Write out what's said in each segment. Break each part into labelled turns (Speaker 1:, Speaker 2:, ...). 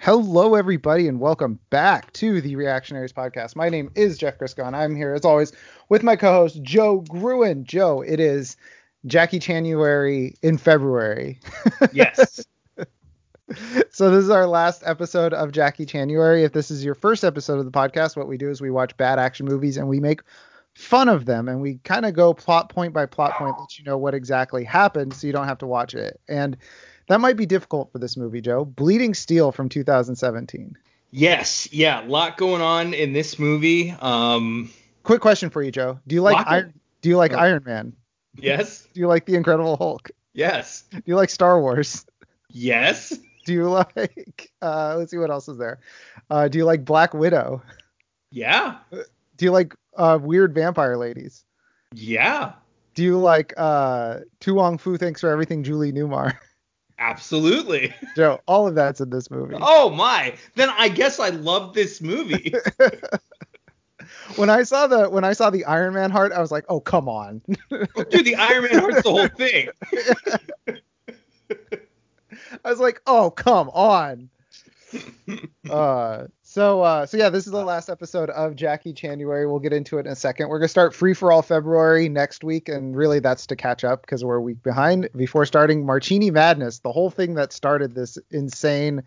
Speaker 1: Hello, everybody, and welcome back to the Reactionaries Podcast. My name is Jeff Griscon. I'm here, as always, with my co host, Joe Gruen. Joe, it is Jackie January in February.
Speaker 2: Yes.
Speaker 1: so this is our last episode of Jackie January. If this is your first episode of the podcast, what we do is we watch bad action movies and we make fun of them and we kind of go plot point by plot point let you know what exactly happened so you don't have to watch it. And that might be difficult for this movie, Joe. Bleeding Steel from 2017.
Speaker 2: Yes. Yeah. A lot going on in this movie. Um,
Speaker 1: Quick question for you, Joe. Do you like
Speaker 2: Lock-
Speaker 1: Iron do you like
Speaker 2: Oh.
Speaker 1: Iron Man?
Speaker 2: yes.
Speaker 1: Do you like The Incredible Hulk?
Speaker 2: Yes.
Speaker 1: Do you like Star Wars?
Speaker 2: Yes.
Speaker 1: Do you like uh let's see what else is there. Uh do you like Black Widow?
Speaker 2: Yeah.
Speaker 1: Do you like uh weird vampire ladies?
Speaker 2: Yeah.
Speaker 1: Do you like uh Tu Wong Fu thanks for everything Julie Newmar?
Speaker 2: Absolutely.
Speaker 1: Joe, all of that's in this movie.
Speaker 2: Oh my. Then I guess I love this movie.
Speaker 1: When I saw the when I saw the Iron Man heart, I was like, "Oh, come on."
Speaker 2: Dude, the Iron Man hearts the whole thing.
Speaker 1: I was like, "Oh, come on." uh so uh so yeah this is the last episode of jackie january we'll get into it in a second we're gonna start free for all february next week and really that's to catch up because we're a week behind before starting martini madness the whole thing that started this insane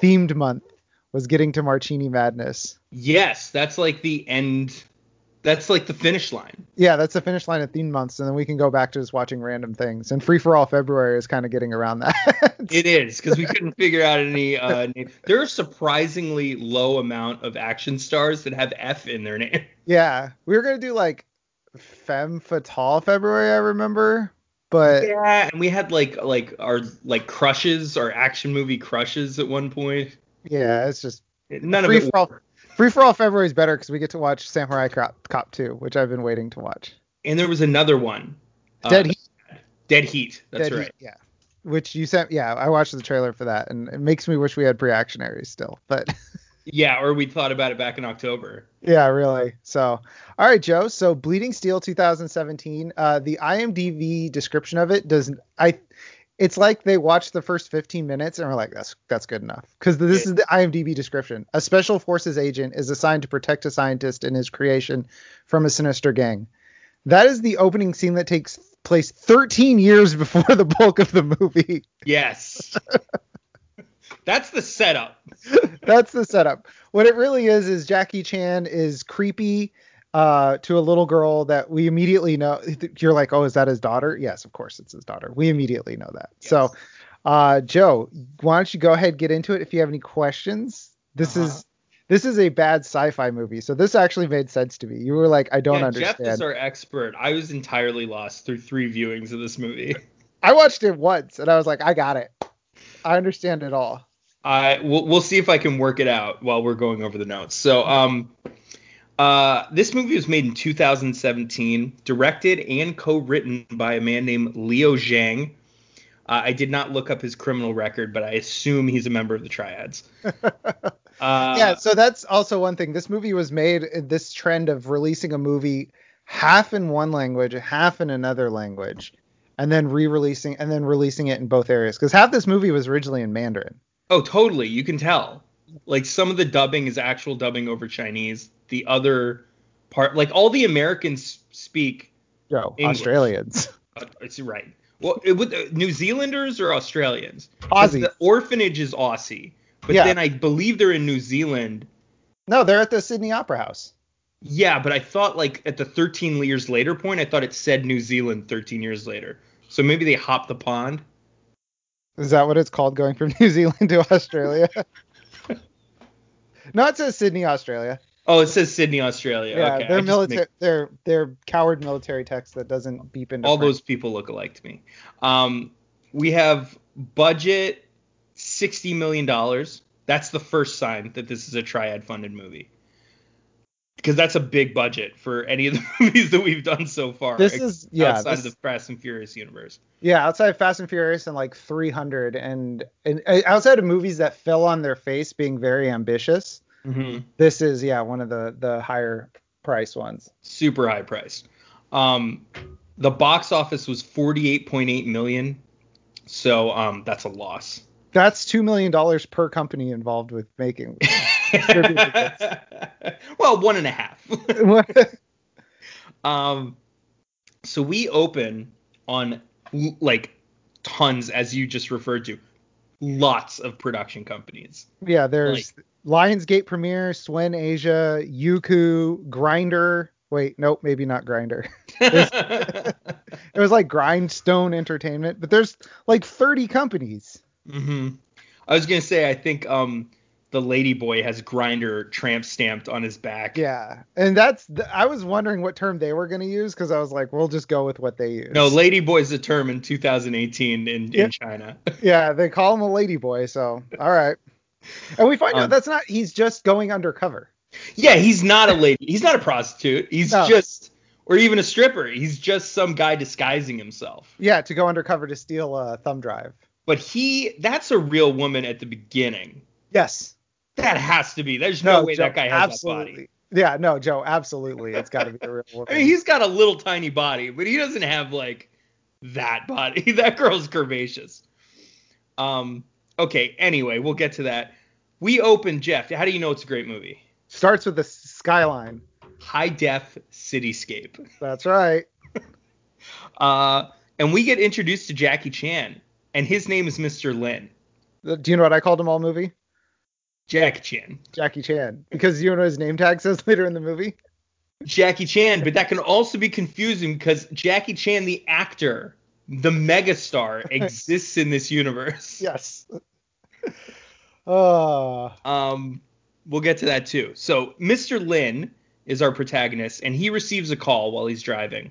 Speaker 1: themed month was getting to martini madness
Speaker 2: Yes. That's like the end. That's like the finish line.
Speaker 1: yeah that's the finish line of theme months and then we can go back to just watching random things and free for all february is kind of getting around that
Speaker 2: It is because we couldn't figure out any. Uh, name. There are surprisingly low amount of action stars that have F in their name.
Speaker 1: yeah we were gonna do like femme fatale february i remember but
Speaker 2: yeah, and we had like like our like crushes, our action movie crushes at one point.
Speaker 1: yeah it's just
Speaker 2: None
Speaker 1: free
Speaker 2: of it.
Speaker 1: for all. Free for all February is better because we get to watch Samurai Cop, Cop 2, which I've been waiting to watch.
Speaker 2: And there was another one. uh,
Speaker 1: Dead Heat.
Speaker 2: Dead Heat. That's
Speaker 1: Dead
Speaker 2: right.
Speaker 1: Heat, yeah. Which you sent. Yeah, I watched the trailer for that, and it makes me wish we had pre-actionaries still. But
Speaker 2: Yeah, or we thought about it back in October.
Speaker 1: yeah, really. So, all right, Joe. So, Bleeding Steel 2017. Uh, the IMDb description of it doesn't. I. It's like they watched the first 15 minutes and were like, "That's that's good enough." Because this
Speaker 2: Yeah.
Speaker 1: is the IMDb description. A special forces agent is assigned to protect a scientist in his creation from a sinister gang. That is the opening scene that takes place 13 years before the bulk of the movie.
Speaker 2: Yes. That's the setup.
Speaker 1: That's the setup. What it really is is Jackie Chan is creepy uh, to a little girl that we immediately know. You're like, oh, is that his daughter? Yes, of course it's his daughter. We immediately know that.
Speaker 2: Yes.
Speaker 1: So, uh, Joe, why don't you go ahead and get into it if you have any questions? This
Speaker 2: Uh-huh.
Speaker 1: is this is a bad sci-fi movie, so this actually made sense to me. You were like, I don't
Speaker 2: yeah,
Speaker 1: understand.
Speaker 2: Jeff is our expert. I was entirely lost through three viewings of this movie.
Speaker 1: I watched it once and I was like, I got it. I understand it all.
Speaker 2: I we'll, we'll see if I can work it out while we're going over the notes. So, um, uh, this movie was made in 2017, directed and co-written by a man named Leo Zhang. Uh, I did not look up his criminal record, but I assume he's a member of the triads. Uh,
Speaker 1: yeah so that's also one thing this movie was made uh, this trend of releasing a movie half in one language half in another language and then re-releasing and then releasing it in both areas because half this movie was originally in mandarin
Speaker 2: Oh, totally. You can tell. Like some of the dubbing is actual dubbing over Chinese. The other part, like all the Americans speak.
Speaker 1: Yo,
Speaker 2: English.
Speaker 1: australians
Speaker 2: Uh, it's right. Well, it, with, uh, New Zealanders or Australians? 'Cause
Speaker 1: aussie
Speaker 2: The orphanage is Aussie, but
Speaker 1: Yeah.
Speaker 2: then I believe they're in New Zealand.
Speaker 1: no they're at the sydney opera house
Speaker 2: Yeah, but I thought like at the 13 years later point, I thought it said New Zealand 13 years later. So maybe they hopped the pond.
Speaker 1: is that what it's called going from new zealand to australia no it says sydney australia
Speaker 2: Oh, it says Sydney, Australia.
Speaker 1: yeah
Speaker 2: okay. I
Speaker 1: they're
Speaker 2: just mixed
Speaker 1: military they're they're coward military text that doesn't beep into
Speaker 2: all
Speaker 1: French.
Speaker 2: those people look alike to me. Um, we have budget sixty million dollars. That's the first sign that this is a triad funded movie. Because that's a big budget for any of the movies that we've done so far.
Speaker 1: this
Speaker 2: ex-
Speaker 1: is yeah
Speaker 2: outside
Speaker 1: this-
Speaker 2: of the Fast and Furious universe.
Speaker 1: Yeah, outside of Fast and Furious and like 300, and, and uh, outside of movies that fell on their face being very ambitious, this is yeah one of the the higher price ones.
Speaker 2: Super high priced. Um, the box office was forty eight point eight million, so um, that's a loss.
Speaker 1: That's two million dollars per company involved with making. distributing this.
Speaker 2: well, one and a half.
Speaker 1: What-
Speaker 2: Um, so we open on l- like tons, as you just referred to, lots of production companies.
Speaker 1: yeah, there's Lionsgate Premiere, Swen Asia, Yuku, Grinder. Wait, nope, maybe not Grinder.
Speaker 2: mm-hmm.
Speaker 1: It was like Grindstone Entertainment, but there's like 30 companies.
Speaker 2: Mm-hmm. I was gonna say, I think um, the lady boy has grinder tramp stamped on his back.
Speaker 1: Yeah, and that's th- I was wondering what term they were gonna use because I was like, we'll just go with what they use.
Speaker 2: No, lady boy's a term in 2018 in,
Speaker 1: Yeah.
Speaker 2: in China.
Speaker 1: yeah, they call him a lady boy, so all right. And we find
Speaker 2: Um,
Speaker 1: out that's not he's just going undercover.
Speaker 2: yeah, he's not a lady. He's not a prostitute. He's
Speaker 1: No.
Speaker 2: just, or even a stripper. He's just some guy disguising himself.
Speaker 1: Yeah, to go undercover to steal a thumb drive.
Speaker 2: But he, that's a real woman at the beginning.
Speaker 1: Yes.
Speaker 2: That has to be. There's no, way
Speaker 1: Joe,
Speaker 2: that guy has
Speaker 1: absolutely.
Speaker 2: that body.
Speaker 1: Yeah, no, Joe, absolutely. It's got to be a real woman.
Speaker 2: I mean, he's got a little tiny body, but he doesn't have like that body. that girl's curvaceous. Um. Okay. Anyway, we'll get to that. We open Jeff. How do you know it's a great movie?
Speaker 1: Starts with the s- skyline.
Speaker 2: High def cityscape.
Speaker 1: That's right.
Speaker 2: Uh, and we get introduced to Jackie Chan, and his name is Mr. Lin.
Speaker 1: Do you know what I called him all movie?
Speaker 2: Jackie Chan.
Speaker 1: Jackie Chan. Because you know what his name tag says later in the movie?
Speaker 2: Jackie Chan, but that can also be confusing because Jackie Chan, the actor, the megastar, exists in this universe.
Speaker 1: Yes. Uh,
Speaker 2: Um, we'll get to that too. So Mr. Lin is our protagonist, and he receives a call while he's driving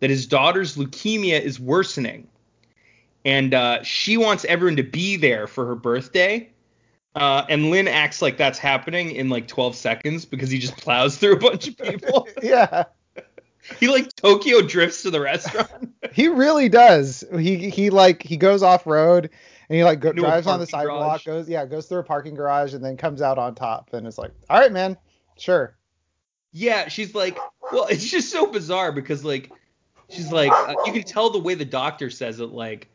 Speaker 2: that his daughter's leukemia is worsening, and uh, she wants everyone to be there for her birthday. Uh, and Lin acts like that's happening in like 12 seconds because he just plows through a bunch of people.
Speaker 1: yeah.
Speaker 2: he like Tokyo drifts to the restaurant.
Speaker 1: He really does. He he like he goes off road and he like go,
Speaker 2: Into a
Speaker 1: drives on the
Speaker 2: parking garage.
Speaker 1: sidewalk, goes yeah, goes through a parking garage and then comes out on top and it's like, "All right, man. Sure."
Speaker 2: Yeah, she's like, well, it's just so bizarre because like, she's like, uh, you can tell the way the doctor says it, like,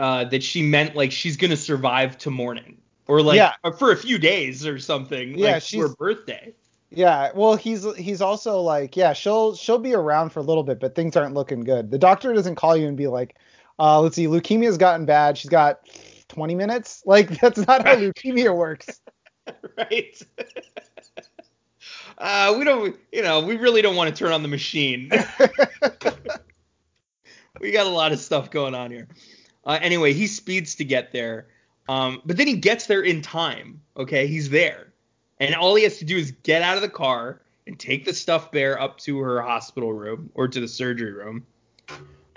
Speaker 2: uh, that she meant like she's gonna survive to morning or like
Speaker 1: Yeah.
Speaker 2: or for a few days or something,
Speaker 1: Yeah,
Speaker 2: like for her
Speaker 1: she's-
Speaker 2: birthday.
Speaker 1: Yeah, well, he's he's also like, yeah, she'll she'll be around for a little bit, but things aren't looking good. The doctor doesn't call you and be like, uh, let's see, leukemia's gotten bad. She's got 20 minutes. Like that's not how leukemia works.
Speaker 2: Right. uh, we don't, you know, we really don't want to turn on the machine. we got a lot of stuff going on here. Uh, anyway, he speeds to get there, um, but then he gets there in time. Okay, he's there, and all he has to do is get out of the car and take the stuffed bear up to her hospital room or to the surgery room.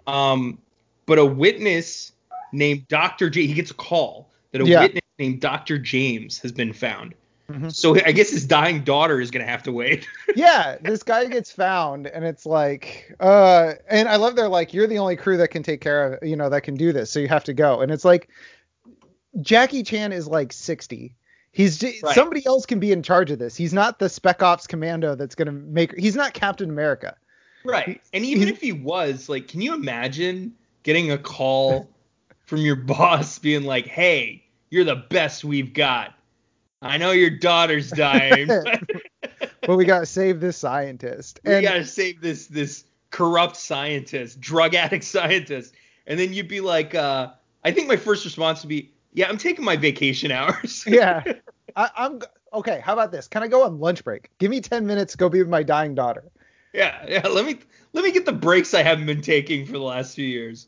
Speaker 2: Um, but a witness named Dr. J, he gets a call that a
Speaker 1: Yeah.
Speaker 2: witness named Dr. James has been found.
Speaker 1: Mhm.
Speaker 2: So I guess his dying daughter is gonna have to wait.
Speaker 1: yeah, this guy gets found and it's like uh and I love they're like you're the only crew that can take care of, you know, that can do this. So you have to go. And it's like Jackie Chan is like 60. He's j
Speaker 2: Right.
Speaker 1: somebody else can be in charge of this. He's not the Spec Ops commando that's going to make he's not Captain America.
Speaker 2: Right. And even
Speaker 1: he-
Speaker 2: if he was, like, can you imagine getting a call from your boss being like, hey, you're the best we've got. I know your daughter's dying, but
Speaker 1: but we gotta save this scientist.
Speaker 2: we
Speaker 1: And
Speaker 2: gotta save this this corrupt scientist, drug addict scientist. And then you'd be like, uh, I think my first response would be, Yeah, I'm taking my vacation hours.
Speaker 1: yeah, I, I'm g- okay. How about this? Can I go on lunch break? Give me ten minutes. Go be with my dying daughter.
Speaker 2: yeah, yeah. Let me let me get the breaks I haven't been taking for the last few years.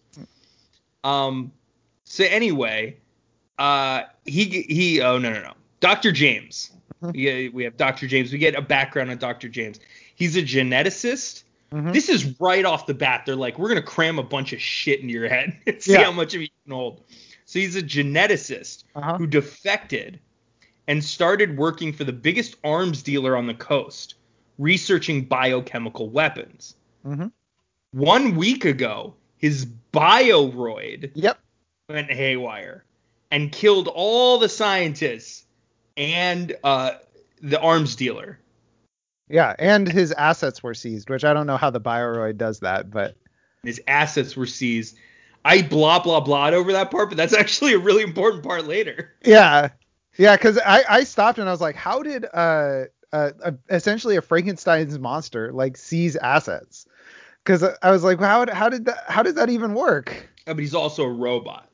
Speaker 2: Um. So anyway, uh, he he. Oh no no no. Dr. James.
Speaker 1: Mhm.
Speaker 2: Yeah, we have Dr. James. We get a background on Dr. James. He's a geneticist. This is right off the bat. They're like, we're gonna cram a bunch of shit into your head and see
Speaker 1: Yeah.
Speaker 2: how much of you can hold. So he's a geneticist
Speaker 1: Uh-huh.
Speaker 2: who defected and started working for the biggest arms dealer on the coast, researching biochemical weapons.
Speaker 1: Mhm.
Speaker 2: One week ago, his bioroid
Speaker 1: Yep.
Speaker 2: went haywire and killed all the scientists and uh, the arms dealer.
Speaker 1: Yeah. And his assets were seized, which I don't know how the Bioroid does that, but
Speaker 2: His assets were seized. I blah blah blah over that part, but that's actually a really important part later.
Speaker 1: Yeah. Yeah, because I, I stopped and I was like, how did uh, uh, a- essentially a Frankenstein's monster like seize assets? Because I was like, how how did that how did that even work?
Speaker 2: Uh, But he's also a robot,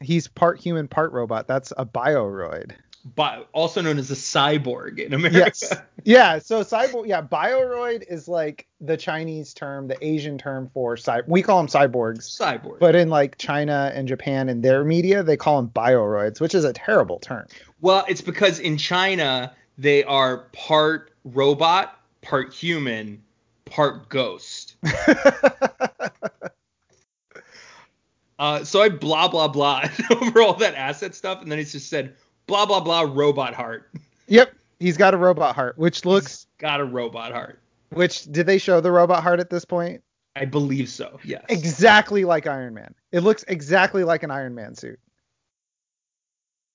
Speaker 1: He's part human, part robot. That's a bioroid.
Speaker 2: but also known as a cyborg in America.
Speaker 1: Yes. yeah. So cyborg. Yeah, bioroid is like the Chinese term, the Asian term for cyborg. We call them cyborgs,
Speaker 2: Cyborg.
Speaker 1: but in like China and Japan and their media, they call them bioroids, which is a terrible term.
Speaker 2: Well, it's because in China they are part robot, part human, part ghost. Uh, so I blah blah blah over all that asset stuff, and then it's just said blah blah blah robot heart.
Speaker 1: yep. He's got a robot heart, which looks.
Speaker 2: Got a robot heart.
Speaker 1: Which did they show the robot heart at this point?
Speaker 2: I believe so. Yes.
Speaker 1: exactly like Iron Man. It looks exactly like an Iron Man suit.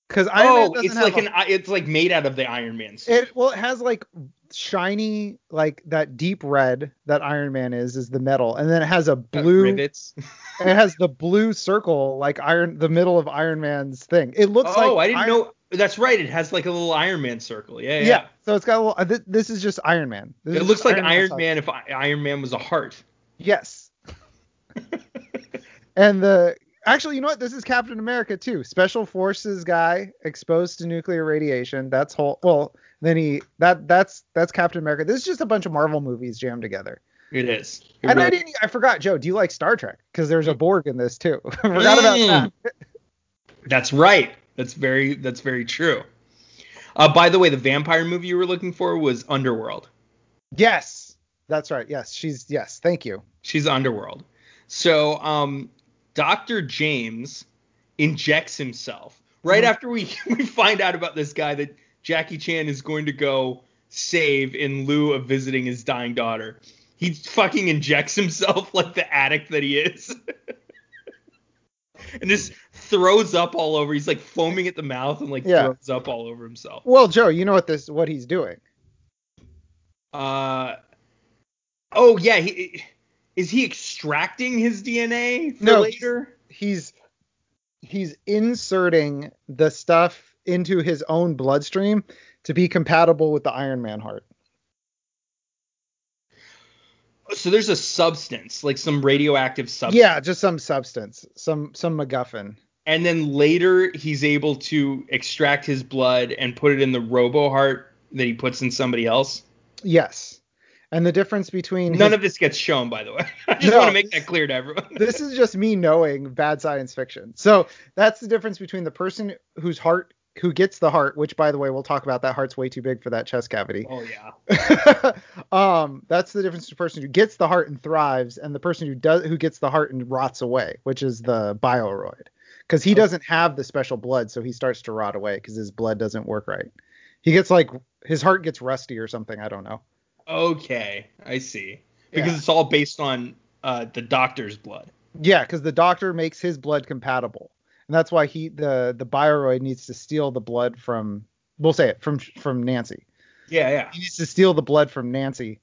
Speaker 1: Because Iron Man
Speaker 2: oh,
Speaker 1: doesn't
Speaker 2: it's
Speaker 1: have
Speaker 2: like
Speaker 1: a-
Speaker 2: an i- it's like made out of the Iron Man suit.
Speaker 1: it well, it has like shiny, like that deep red that Iron Man is, is the metal, and then it has a
Speaker 2: Got
Speaker 1: blue.
Speaker 2: rivets.
Speaker 1: It has the blue circle like Iron, the middle of Iron Man's thing. It looks like
Speaker 2: oh, I didn't
Speaker 1: Iron-
Speaker 2: know. That's right. It has like a little Iron Man circle. Yeah,
Speaker 1: Yeah.
Speaker 2: yeah.
Speaker 1: so it's got a little. uh, thi- This is just Iron Man. This
Speaker 2: It
Speaker 1: is
Speaker 2: looks
Speaker 1: just
Speaker 2: like Iron
Speaker 1: outside.
Speaker 2: Man if I- Iron Man was a heart.
Speaker 1: Yes. and the actually, you know what? This is Captain America too. Special forces guy exposed to nuclear radiation. That's whole. Well, then he that that's that's Captain America. This is just a bunch of Marvel movies jammed together.
Speaker 2: It is. It
Speaker 1: And I
Speaker 2: really- Mm.
Speaker 1: didn't. e, I forgot, Joe. Do you like Star Trek? Because there's a Borg in this too. I forgot about that.
Speaker 2: That's right. That's very that's very true. Uh, by the way, the vampire movie you were looking for was Underworld.
Speaker 1: Yes, that's right. Yes, she's yes. Thank you.
Speaker 2: She's Underworld. So um, Dr. James injects himself right
Speaker 1: Mhm.
Speaker 2: after we, we find out about this guy that Jackie Chan is going to go save in lieu of visiting his dying daughter. He fucking injects himself like the addict that he is. and just throws up all over. He's like foaming at the mouth and like
Speaker 1: Yeah.
Speaker 2: throws up all over himself.
Speaker 1: Well, Joe, you know what this what he's doing.
Speaker 2: Uh oh yeah, he is he extracting his DNA for
Speaker 1: No.
Speaker 2: later?
Speaker 1: he's he's inserting the stuff into his own bloodstream to be compatible with the Iron Man heart.
Speaker 2: So there's a substance, like some radioactive substance.
Speaker 1: Yeah, just some substance, some some MacGuffin.
Speaker 2: And then later he's able to extract his blood and put it in the robo heart that he puts in somebody else.
Speaker 1: Yes, and the difference between his-
Speaker 2: None of this gets shown, by the way. I just
Speaker 1: No.
Speaker 2: want to make that clear to everyone.
Speaker 1: this is just me knowing bad science fiction. So that's the difference between the person whose heart who gets the heart, which by the way we'll talk about that heart's way too big for that chest cavity.
Speaker 2: Oh yeah.
Speaker 1: um, that's the difference between the person who gets the heart and thrives, and the person who does who gets the heart and rots away, which is the bioroid, because he
Speaker 2: Oh.
Speaker 1: doesn't have the special blood, so he starts to rot away because his blood doesn't work right. He gets like his heart gets rusty or something. I don't know.
Speaker 2: Okay, I see. Because
Speaker 1: Yeah.
Speaker 2: it's all based on uh, the doctor's blood.
Speaker 1: Yeah, because the doctor makes his blood compatible, and that's why he the the bioroid needs to steal the blood from we'll say it from from Nancy.
Speaker 2: Yeah, yeah.
Speaker 1: he needs to steal the blood from Nancy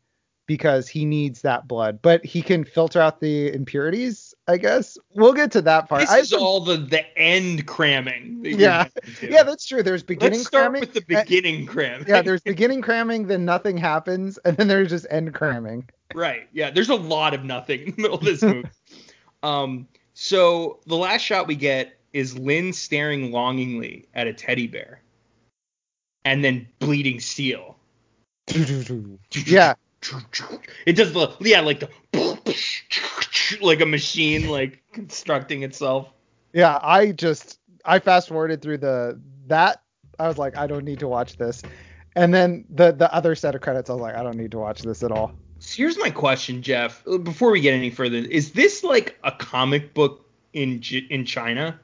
Speaker 1: because he needs that blood, but he can filter out the impurities, I guess. We'll get to that part.
Speaker 2: This
Speaker 1: I-
Speaker 2: is all the the end cramming. that you're
Speaker 1: Yeah.
Speaker 2: getting to.
Speaker 1: yeah, that's true. There's beginning
Speaker 2: Let's start
Speaker 1: cramming.
Speaker 2: with the
Speaker 1: uh,
Speaker 2: beginning cramming.
Speaker 1: yeah, there's beginning cramming, then nothing happens, and then there's just end cramming.
Speaker 2: right. Yeah, there's a lot of nothing in the middle of this movie. um, so the last shot we get is Lynn staring longingly at a teddy bear, and then bleeding steel.
Speaker 1: yeah,
Speaker 2: It does the yeah like the like a machine like constructing itself.
Speaker 1: yeah. I just I fast forwarded through the that. I was like, I don't need to watch this. And then the the other set of credits, I was like, I don't need to watch this at all.
Speaker 2: So here's my question, Jeff. Before we get any further, is this like a comic book in J- in China?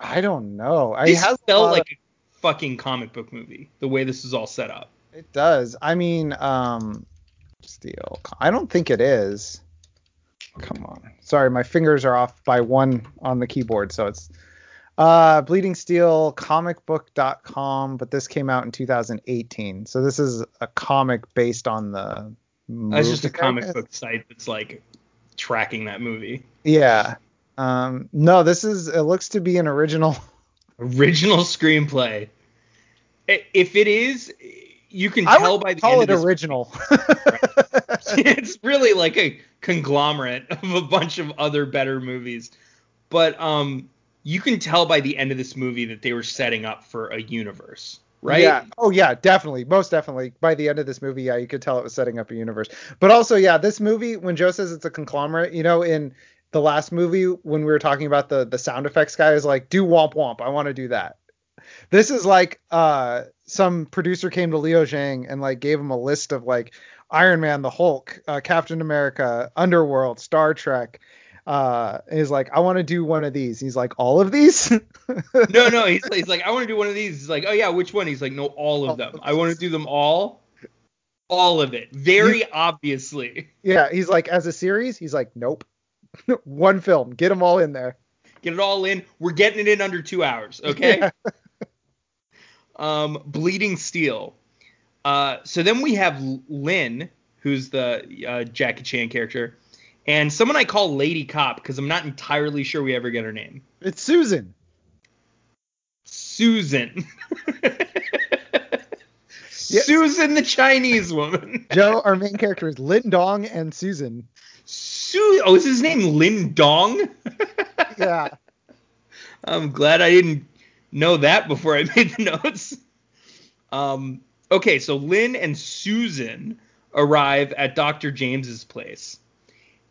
Speaker 1: I don't know. I
Speaker 2: This
Speaker 1: has a lot
Speaker 2: felt
Speaker 1: of-
Speaker 2: like a fucking comic book movie. The way this is all set up.
Speaker 1: It does. I mean, um, steel. I don't think it is. Come on. Sorry, my fingers are off by one on the keyboard, so it's uh, Bleeding Steel comicbook.com, but this came out in 2018. So this is a comic based on the.
Speaker 2: That's Oh, just a
Speaker 1: movie, I
Speaker 2: comic
Speaker 1: guess.
Speaker 2: book site that's like tracking that movie.
Speaker 1: Yeah. Um, no, this is it looks to be an original.
Speaker 2: Original screenplay. I- If it is, you can
Speaker 1: I
Speaker 2: tell
Speaker 1: would
Speaker 2: by the
Speaker 1: call it
Speaker 2: end of this
Speaker 1: original.
Speaker 2: it's really like a conglomerate of a bunch of other better movies. But um you can tell by the end of this movie that they were setting up for a universe, right?
Speaker 1: Yeah. Oh yeah, definitely, most definitely. By the end of this movie, yeah, you could tell it was setting up a universe. But also, yeah, this movie, when Joe says it's a conglomerate, you know, in the last movie when we were talking about the the sound effects guy is like, do womp womp, I want to do that. This is like uh some producer came to Leo Zhang and like gave him a list of like Iron Man, the Hulk, uh, Captain America, Underworld, Star Trek. Uh, and he's like, I want to do one of these. He's like, all of these?
Speaker 2: No, no, he's, he's like, I want to do one of these. He's like, oh yeah, which one? He's like, no, all of them. I want to do them all. All of it. Very obviously.
Speaker 1: Yeah, he's like, as a series, he's like, nope. One film, get them all in there.
Speaker 2: Get it all in. We're getting it in under two hours, okay?
Speaker 1: Yeah.
Speaker 2: um, Bleeding Steel. Uh, so then we have Lynn, who's the uh, Jackie Chan character, and someone I call Lady Cop because I'm not entirely sure we ever get her name.
Speaker 1: It's Susan.
Speaker 2: Susan. Susan, the Chinese woman.
Speaker 1: Joe, our main character is Lin Dong and Susan.
Speaker 2: Su- oh, is his name Lin Dong?
Speaker 1: Yeah.
Speaker 2: I'm glad I didn't know that before I made the notes. Um, okay, so Lynn and Susan arrive at Dr. James's place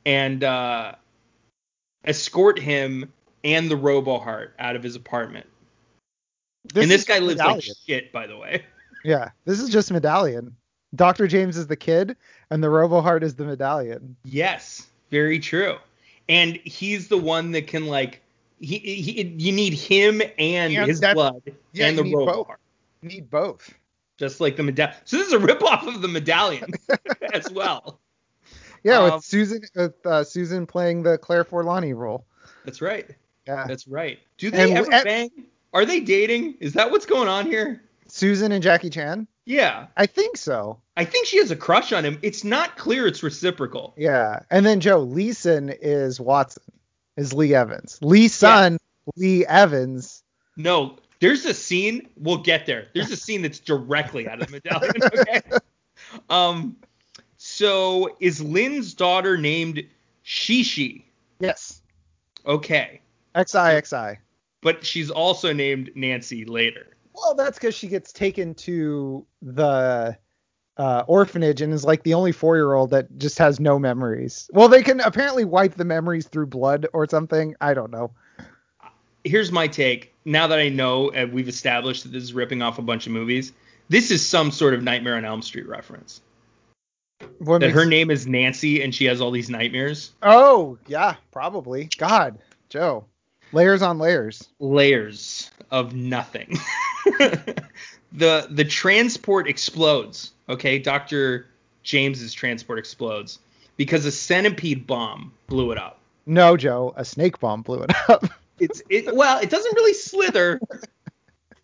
Speaker 2: and uh, escort him and the Robo Heart out of his apartment. and this
Speaker 1: is
Speaker 2: guy lives like
Speaker 1: Medallion.
Speaker 2: shit, by the way.
Speaker 1: Yeah, this is just Medallion. Dr. James is the kid, and the Roboheart is the Medallion.
Speaker 2: Yes, very true. And he's the one that can like he, he you need him and,
Speaker 1: And
Speaker 2: his
Speaker 1: that's-
Speaker 2: blood
Speaker 1: yeah,
Speaker 2: and
Speaker 1: you
Speaker 2: the
Speaker 1: need
Speaker 2: Robo
Speaker 1: both.
Speaker 2: Heart.
Speaker 1: Need both.
Speaker 2: just like the medallion. So this is a ripoff of the medallion as well.
Speaker 1: Yeah,
Speaker 2: Um,
Speaker 1: with Susan with uh, Susan playing the Claire Forlani role.
Speaker 2: That's right.
Speaker 1: Yeah.
Speaker 2: That's right. Do they
Speaker 1: And-
Speaker 2: ever
Speaker 1: and-
Speaker 2: bang? Are they dating? Is that what's going on here?
Speaker 1: Susan and Jackie Chan?
Speaker 2: Yeah.
Speaker 1: I think so.
Speaker 2: I think she has a crush on him. It's not clear it's reciprocal.
Speaker 1: Yeah. And then Joe Leeson is Watson, is Lee Evans. Lee Sun, Lee Evans.
Speaker 2: No, there's a scene. We'll get there. There's a scene that's directly out of the medallion. Okay. Um. So is Lynn's daughter named Shishi?
Speaker 1: Yes.
Speaker 2: Okay.
Speaker 1: XIXI.
Speaker 2: But she's also named Nancy later.
Speaker 1: Well, that's because she gets taken to the uh, orphanage and is like the only four year old that just has no memories. Well, they can apparently wipe the memories through blood or something. I don't know.
Speaker 2: here's my take. Now that I know and we've established that this is ripping off a bunch of movies, this is some sort of Nightmare on Elm Street reference.
Speaker 1: What
Speaker 2: That
Speaker 1: makes-
Speaker 2: her name is Nancy and she has all these nightmares.
Speaker 1: Oh, yeah, probably. God, Joe. Layers on layers.
Speaker 2: Layers of nothing. the the transport explodes. Okay, Dr. James's transport explodes because a centipede bomb blew it up.
Speaker 1: No, Joe, a snake bomb blew it up.
Speaker 2: It's it well, it doesn't really slither.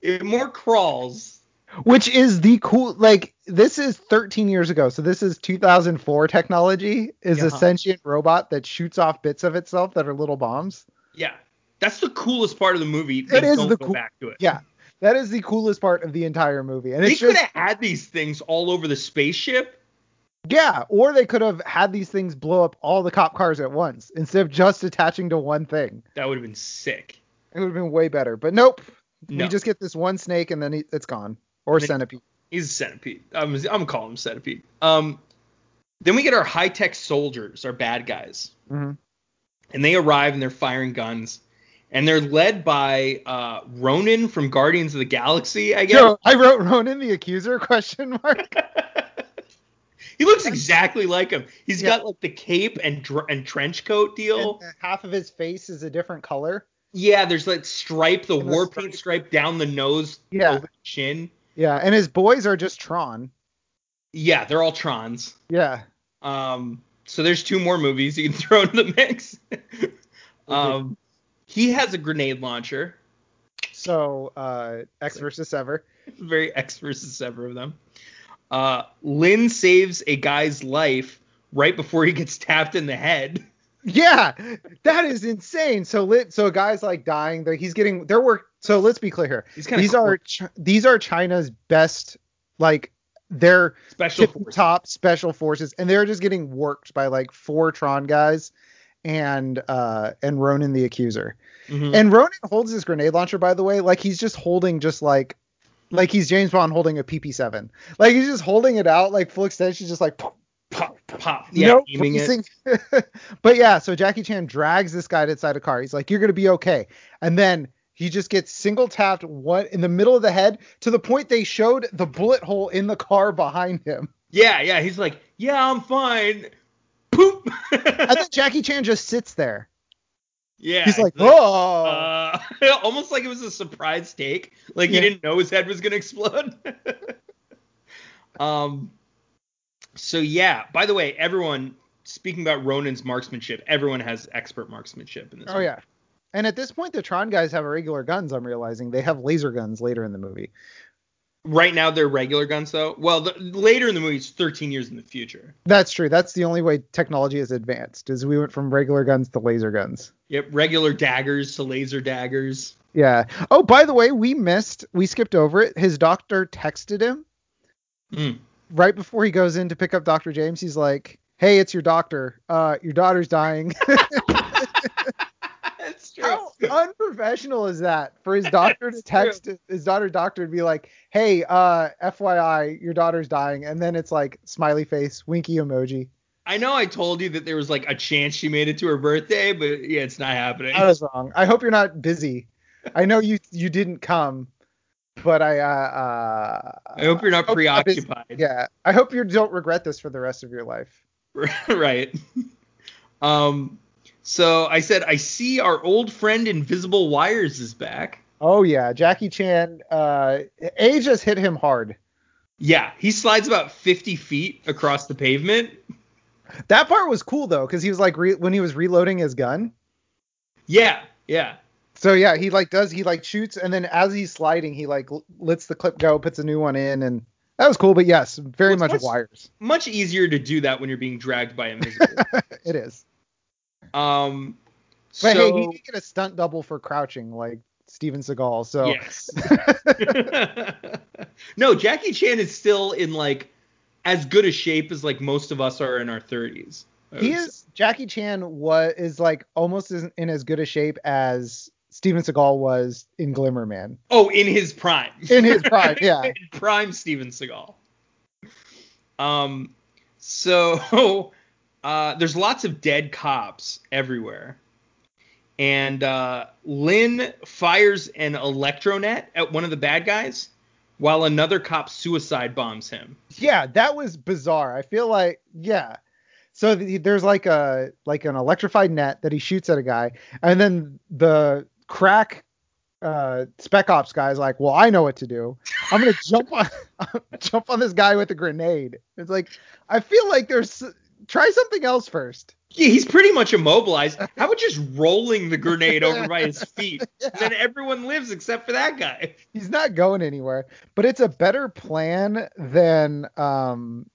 Speaker 2: It more crawls.
Speaker 1: which is the cool like this is 13 years ago so this is 2004 technology is a
Speaker 2: Yeah.
Speaker 1: sentient robot that shoots off bits of itself that are little bombs
Speaker 2: Yeah. That's the coolest part of the movie.
Speaker 1: It is
Speaker 2: don't
Speaker 1: the
Speaker 2: go
Speaker 1: cool-
Speaker 2: back to it.
Speaker 1: yeah that is the coolest part of the entire movie and
Speaker 2: they
Speaker 1: it's
Speaker 2: could
Speaker 1: just
Speaker 2: have had these things all over the spaceship.
Speaker 1: yeah or they could have had these things blow up all the cop cars at once instead of just attaching to one thing
Speaker 2: That would have been sick.
Speaker 1: it would have been way better but nope
Speaker 2: No,
Speaker 1: we just get this one snake and then it- it's gone or
Speaker 2: Then-
Speaker 1: centipede
Speaker 2: he's a centipede. I'm, I'm gonna call him centipede. Um, then we get our high tech soldiers, our bad guys,
Speaker 1: Mhm.
Speaker 2: and they arrive and they're firing guns, and they're led by uh, Ronan from Guardians of the Galaxy. I guess
Speaker 1: Joe, I wrote Ronan the Accuser question mark.
Speaker 2: he looks exactly like him. He's
Speaker 1: Yeah.
Speaker 2: got like the cape and dr- and trench coat deal.
Speaker 1: And half of his face is a different color.
Speaker 2: yeah, there's like stripe, the
Speaker 1: And the
Speaker 2: war
Speaker 1: stripe.
Speaker 2: paint stripe down the nose,
Speaker 1: Yeah.
Speaker 2: over the chin.
Speaker 1: Yeah, and his boys are just Tron.
Speaker 2: Yeah, they're all Trons.
Speaker 1: Yeah.
Speaker 2: Um, so there's two more movies you can throw into the mix. um, he has a grenade launcher.
Speaker 1: So uh X versus Sever.
Speaker 2: Very X versus sever of them. Uh, Lynn saves a guy's life right before he gets tapped in the head.
Speaker 1: Yeah, that is insane. So lit. So guys like dying. There, he's getting their work. So let's be clear here.
Speaker 2: He's kinda
Speaker 1: These
Speaker 2: cool.
Speaker 1: are Ch- these are China's best, like their
Speaker 2: special
Speaker 1: tip
Speaker 2: forces.
Speaker 1: top special forces, and they're just getting worked by like four Tron guys, and uh and Ronan the Accuser.
Speaker 2: Mhm.
Speaker 1: And Ronan holds his grenade launcher, by the way, like he's just holding just like like he's James Bond holding a PP7. Like he's just holding it out like full extension, just like pop, pop,
Speaker 2: pop. Yeah,
Speaker 1: no
Speaker 2: aiming it.
Speaker 1: focusing. but yeah, so Jackie Chan drags this guy inside a car. He's like, "You're gonna be okay," and then he just gets single tapped one in the middle of the head to the point they showed the bullet hole in the car behind him.
Speaker 2: Yeah, yeah. He's like, yeah, I'm fine. Poop.
Speaker 1: And then Jackie Chan just sits there.
Speaker 2: yeah.
Speaker 1: He's like,
Speaker 2: oh.
Speaker 1: "Whoa."
Speaker 2: Uh, almost like it was a surprise take. Like
Speaker 1: Yeah.
Speaker 2: he didn't know his head was gonna explode. um. So yeah. By the way, everyone speaking about Ronan's marksmanship, everyone has expert marksmanship in this.
Speaker 1: oh
Speaker 2: movie.
Speaker 1: yeah. And at this point, the Tron guys have regular guns. I'm realizing they have laser guns later in the movie.
Speaker 2: Right now they're regular guns though. Well, the, later in the movie, it's 13 years in the future.
Speaker 1: That's true. That's the only way technology is advanced. Is we went from regular guns to laser guns.
Speaker 2: Yep. Regular daggers to laser daggers.
Speaker 1: Yeah. Oh, by the way, we missed. We skipped over it. His doctor texted him
Speaker 2: Hmm.
Speaker 1: right before he goes in to pick up Dr. James. He's like, "Hey, it's your doctor. Uh, your daughter's dying."
Speaker 2: That's true.
Speaker 1: How unprofessional is that for his doctor to
Speaker 2: It's true.
Speaker 1: text his daughter's doctor and be like, "Hey, uh, FYI, your daughter's dying," and then it's like smiley face, winky emoji.
Speaker 2: I know I told you that there was like a chance she made it to her birthday, but yeah, it's not happening.
Speaker 1: I was wrong. I hope you're not busy. I know you you didn't come, but I uh, uh
Speaker 2: I hope you're not
Speaker 1: hope you're not busy.
Speaker 2: preoccupied.
Speaker 1: yeah. I hope you don't regret this for the rest of your life.
Speaker 2: right. Um, so I said, I see our old friend Invisible Wires is back.
Speaker 1: Oh yeah, Jackie Chan. Uh, age has hit him hard.
Speaker 2: Yeah, he slides about 50 feet across the pavement.
Speaker 1: That part was cool though, because he was like re- when he was reloading his gun.
Speaker 2: Yeah, yeah.
Speaker 1: So yeah, he like does he like shoots and then as he's sliding, he like l- lets the clip go, puts a new one in, and that was cool. But yes, very
Speaker 2: Well, it's
Speaker 1: much
Speaker 2: much-
Speaker 1: wires.
Speaker 2: Much easier to do that when you're being dragged by Invisible.
Speaker 1: It is.
Speaker 2: um,
Speaker 1: But
Speaker 2: so,
Speaker 1: hey, he did get a stunt double for crouching like Steven Seagal. So
Speaker 2: Yes. no, Jackie Chan is still in like as good a shape as like most of us are in our 30s. I
Speaker 1: he
Speaker 2: would say.
Speaker 1: is Jackie Chan was is like almost as, in as good a shape as Steven Seagal was in Glimmer Man
Speaker 2: Oh, in his prime.
Speaker 1: in his prime. Yeah.
Speaker 2: prime Steven Seagal. Um, so uh, there's lots of dead cops everywhere, and uh, Lynn fires an electronet at one of the bad guys, while another cop suicide bombs him.
Speaker 1: yeah that was bizarre i feel like yeah so the, there's like a like an electrified net that he shoots at a guy and then the crack uh spec ops guy's like well i know what to do i'm gonna jump on jump on this guy with a grenade it's like i feel like there's try something else first
Speaker 2: Yeah, he's pretty much immobilized. How about just rolling the grenade over by his feet? And then everyone lives except for that guy.
Speaker 1: he's not going anywhere but it's a better plan than um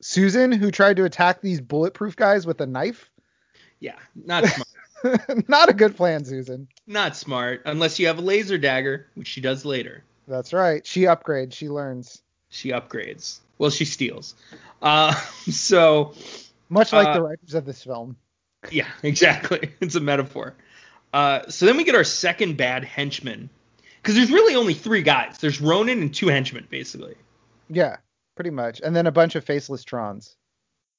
Speaker 1: susan who tried to attack these bulletproof guys with a knife
Speaker 2: Yeah, not smart.
Speaker 1: not a good plan susan
Speaker 2: not smart. Unless you have a laser dagger, which she does later.
Speaker 1: That's right. She upgrades. She learns.
Speaker 2: she upgrades. Well, she steals. Uh, so
Speaker 1: Much like
Speaker 2: Uh,
Speaker 1: the writers of this film.
Speaker 2: yeah, exactly. It's a metaphor. Uh, so then we get our second bad henchman, because there's really only three guys. There's Ronan and two henchmen, basically.
Speaker 1: Yeah, pretty much. And then a bunch of faceless Trons.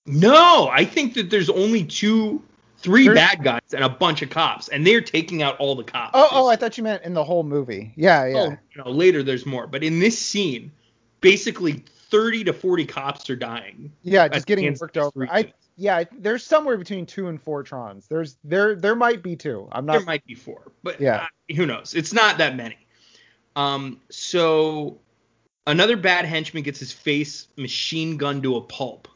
Speaker 2: No, I think that there's only two, three
Speaker 1: There's-
Speaker 2: bad guys and a bunch of cops, and they're taking out all the cops.
Speaker 1: Oh, oh, I thought you meant in the whole movie. Yeah, yeah.
Speaker 2: Oh, you know, later there's more, but in this scene, basically 30 to 40 cops are dying.
Speaker 1: yeah, just
Speaker 2: That's
Speaker 1: getting
Speaker 2: Dan's
Speaker 1: worked over.
Speaker 2: three
Speaker 1: I
Speaker 2: kids.
Speaker 1: yeah, I- there's somewhere between two and four Trons. There's there there might be two. I'm not
Speaker 2: there might be four, but
Speaker 1: Yeah.
Speaker 2: uh, who knows? It's not that many. Um, so another bad henchman gets his face machine gunned to a pulp,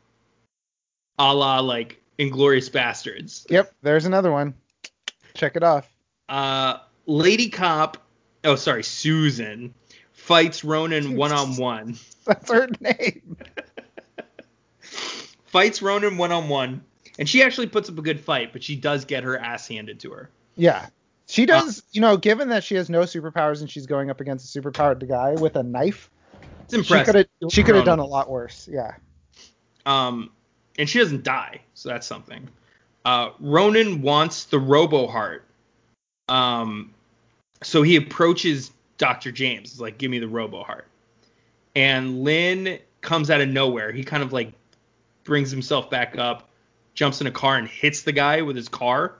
Speaker 2: a la like Inglorious Bastards.
Speaker 1: Yep, there's another one. Check it off.
Speaker 2: Uh, Lady Cop, oh sorry, Susan fights Ronan one on one.
Speaker 1: That's her name.
Speaker 2: Fights Ronan one on one, And she actually puts up a good fight, but she does get her ass handed to her.
Speaker 1: Yeah.
Speaker 2: Uh,
Speaker 1: She does, you know, given that she has no superpowers and she's going up against a superpowered guy with a knife,
Speaker 2: It's impressive.
Speaker 1: she could have she could have done a lot worse. Yeah.
Speaker 2: Um, and she doesn't die, so that's something. Uh, Ronan wants the Robo Heart. Um, so he approaches Dr. James. He's like, give me the Robo Heart. And Lynn comes out of nowhere. He kind of like brings himself back up, jumps in a car, and hits the guy with his car.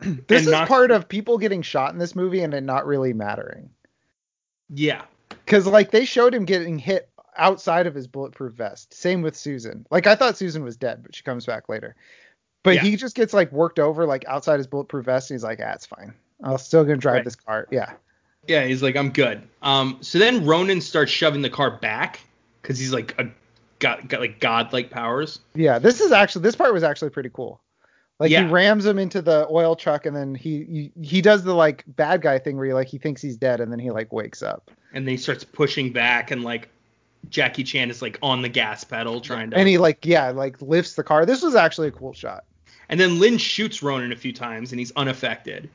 Speaker 1: This is
Speaker 2: not-
Speaker 1: part of people getting shot in this movie and it not really mattering.
Speaker 2: Yeah.
Speaker 1: Cuz like they showed him getting hit outside of his bulletproof vest. Same with Susan. Like I thought Susan was dead, but she comes back later. But
Speaker 2: Yeah.
Speaker 1: he just gets like worked over like outside his bulletproof vest and he's like, "Ah, it's fine. I'm still going to drive
Speaker 2: Right.
Speaker 1: this car." Yeah.
Speaker 2: Yeah, he's like, I'm good. Um, so then Ronan starts shoving the car back because he's like a got got like godlike powers.
Speaker 1: Yeah, this is actually this part was actually pretty cool. Like
Speaker 2: Yeah.
Speaker 1: he rams him into the oil truck and then he, he he does the like bad guy thing where he like he thinks he's dead and then he like wakes up.
Speaker 2: and then he starts pushing back and like Jackie Chan is like on the gas pedal trying to
Speaker 1: And he like yeah, like lifts the car. This was actually a cool shot.
Speaker 2: and then Lynn shoots Ronan a few times and he's unaffected.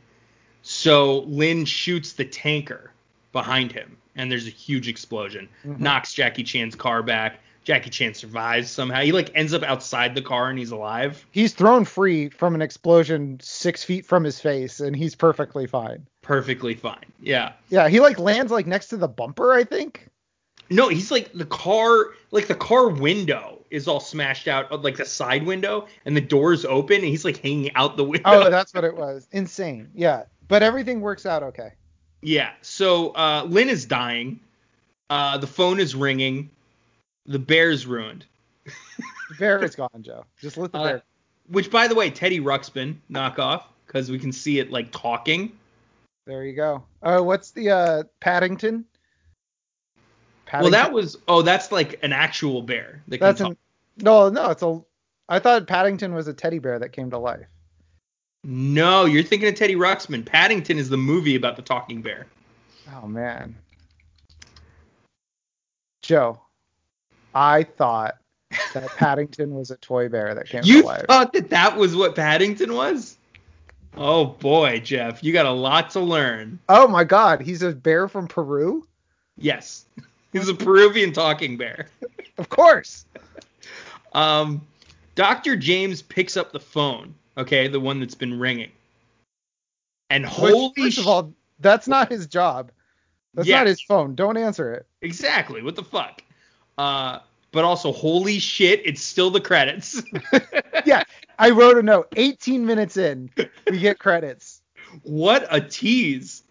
Speaker 2: So Lynn shoots the tanker behind him and there's a huge explosion.
Speaker 1: Mhm.
Speaker 2: Knocks Jackie Chan's car back. Jackie Chan survives somehow. He like ends up outside the car and he's alive.
Speaker 1: He's thrown free from an explosion 6 feet from his face and he's perfectly fine.
Speaker 2: Perfectly fine. Yeah.
Speaker 1: Yeah, he like lands like next to the bumper, I think.
Speaker 2: No, he's like the car like the car window is all smashed out like the side window and the door's open and he's like hanging out the window.
Speaker 1: Oh, that's what it was. Insane. Yeah. But everything works out okay.
Speaker 2: Yeah. So uh, Lynn is dying. Uh, the phone is ringing. The bear's ruined.
Speaker 1: The bear is gone, Joe. Just let the
Speaker 2: Uh,
Speaker 1: bear.
Speaker 2: Which, by the way, Teddy Ruxpin knockoff because we can see it like talking.
Speaker 1: There you go. Uh, what's the uh Paddington?
Speaker 2: Well, that was oh, that's like an actual bear. That can
Speaker 1: That's
Speaker 2: talk.
Speaker 1: an, no, no. It's a. I thought Paddington was a teddy bear that came to life.
Speaker 2: No, you're thinking of Teddy Ruxpin. Paddington is the movie about the talking bear.
Speaker 1: Oh man, Joe, I thought that Paddington was a toy bear that came
Speaker 2: You
Speaker 1: to life.
Speaker 2: thought that that was what Paddington was? Oh boy, Jeff, you got a lot to learn.
Speaker 1: oh my God, he's a bear from Peru.
Speaker 2: Yes, he's a Peruvian talking bear.
Speaker 1: Of course.
Speaker 2: Um, Dr. James picks up the phone, okay, the one that's been ringing. And
Speaker 1: Which,
Speaker 2: holy
Speaker 1: first
Speaker 2: sh-
Speaker 1: of all, that's not his job. That's
Speaker 2: Yeah.
Speaker 1: not his phone. Don't answer it.
Speaker 2: exactly, what the fuck? Uh, but also holy shit, it's still the credits.
Speaker 1: I wrote a note. 18 minutes in, we get credits.
Speaker 2: what a tease.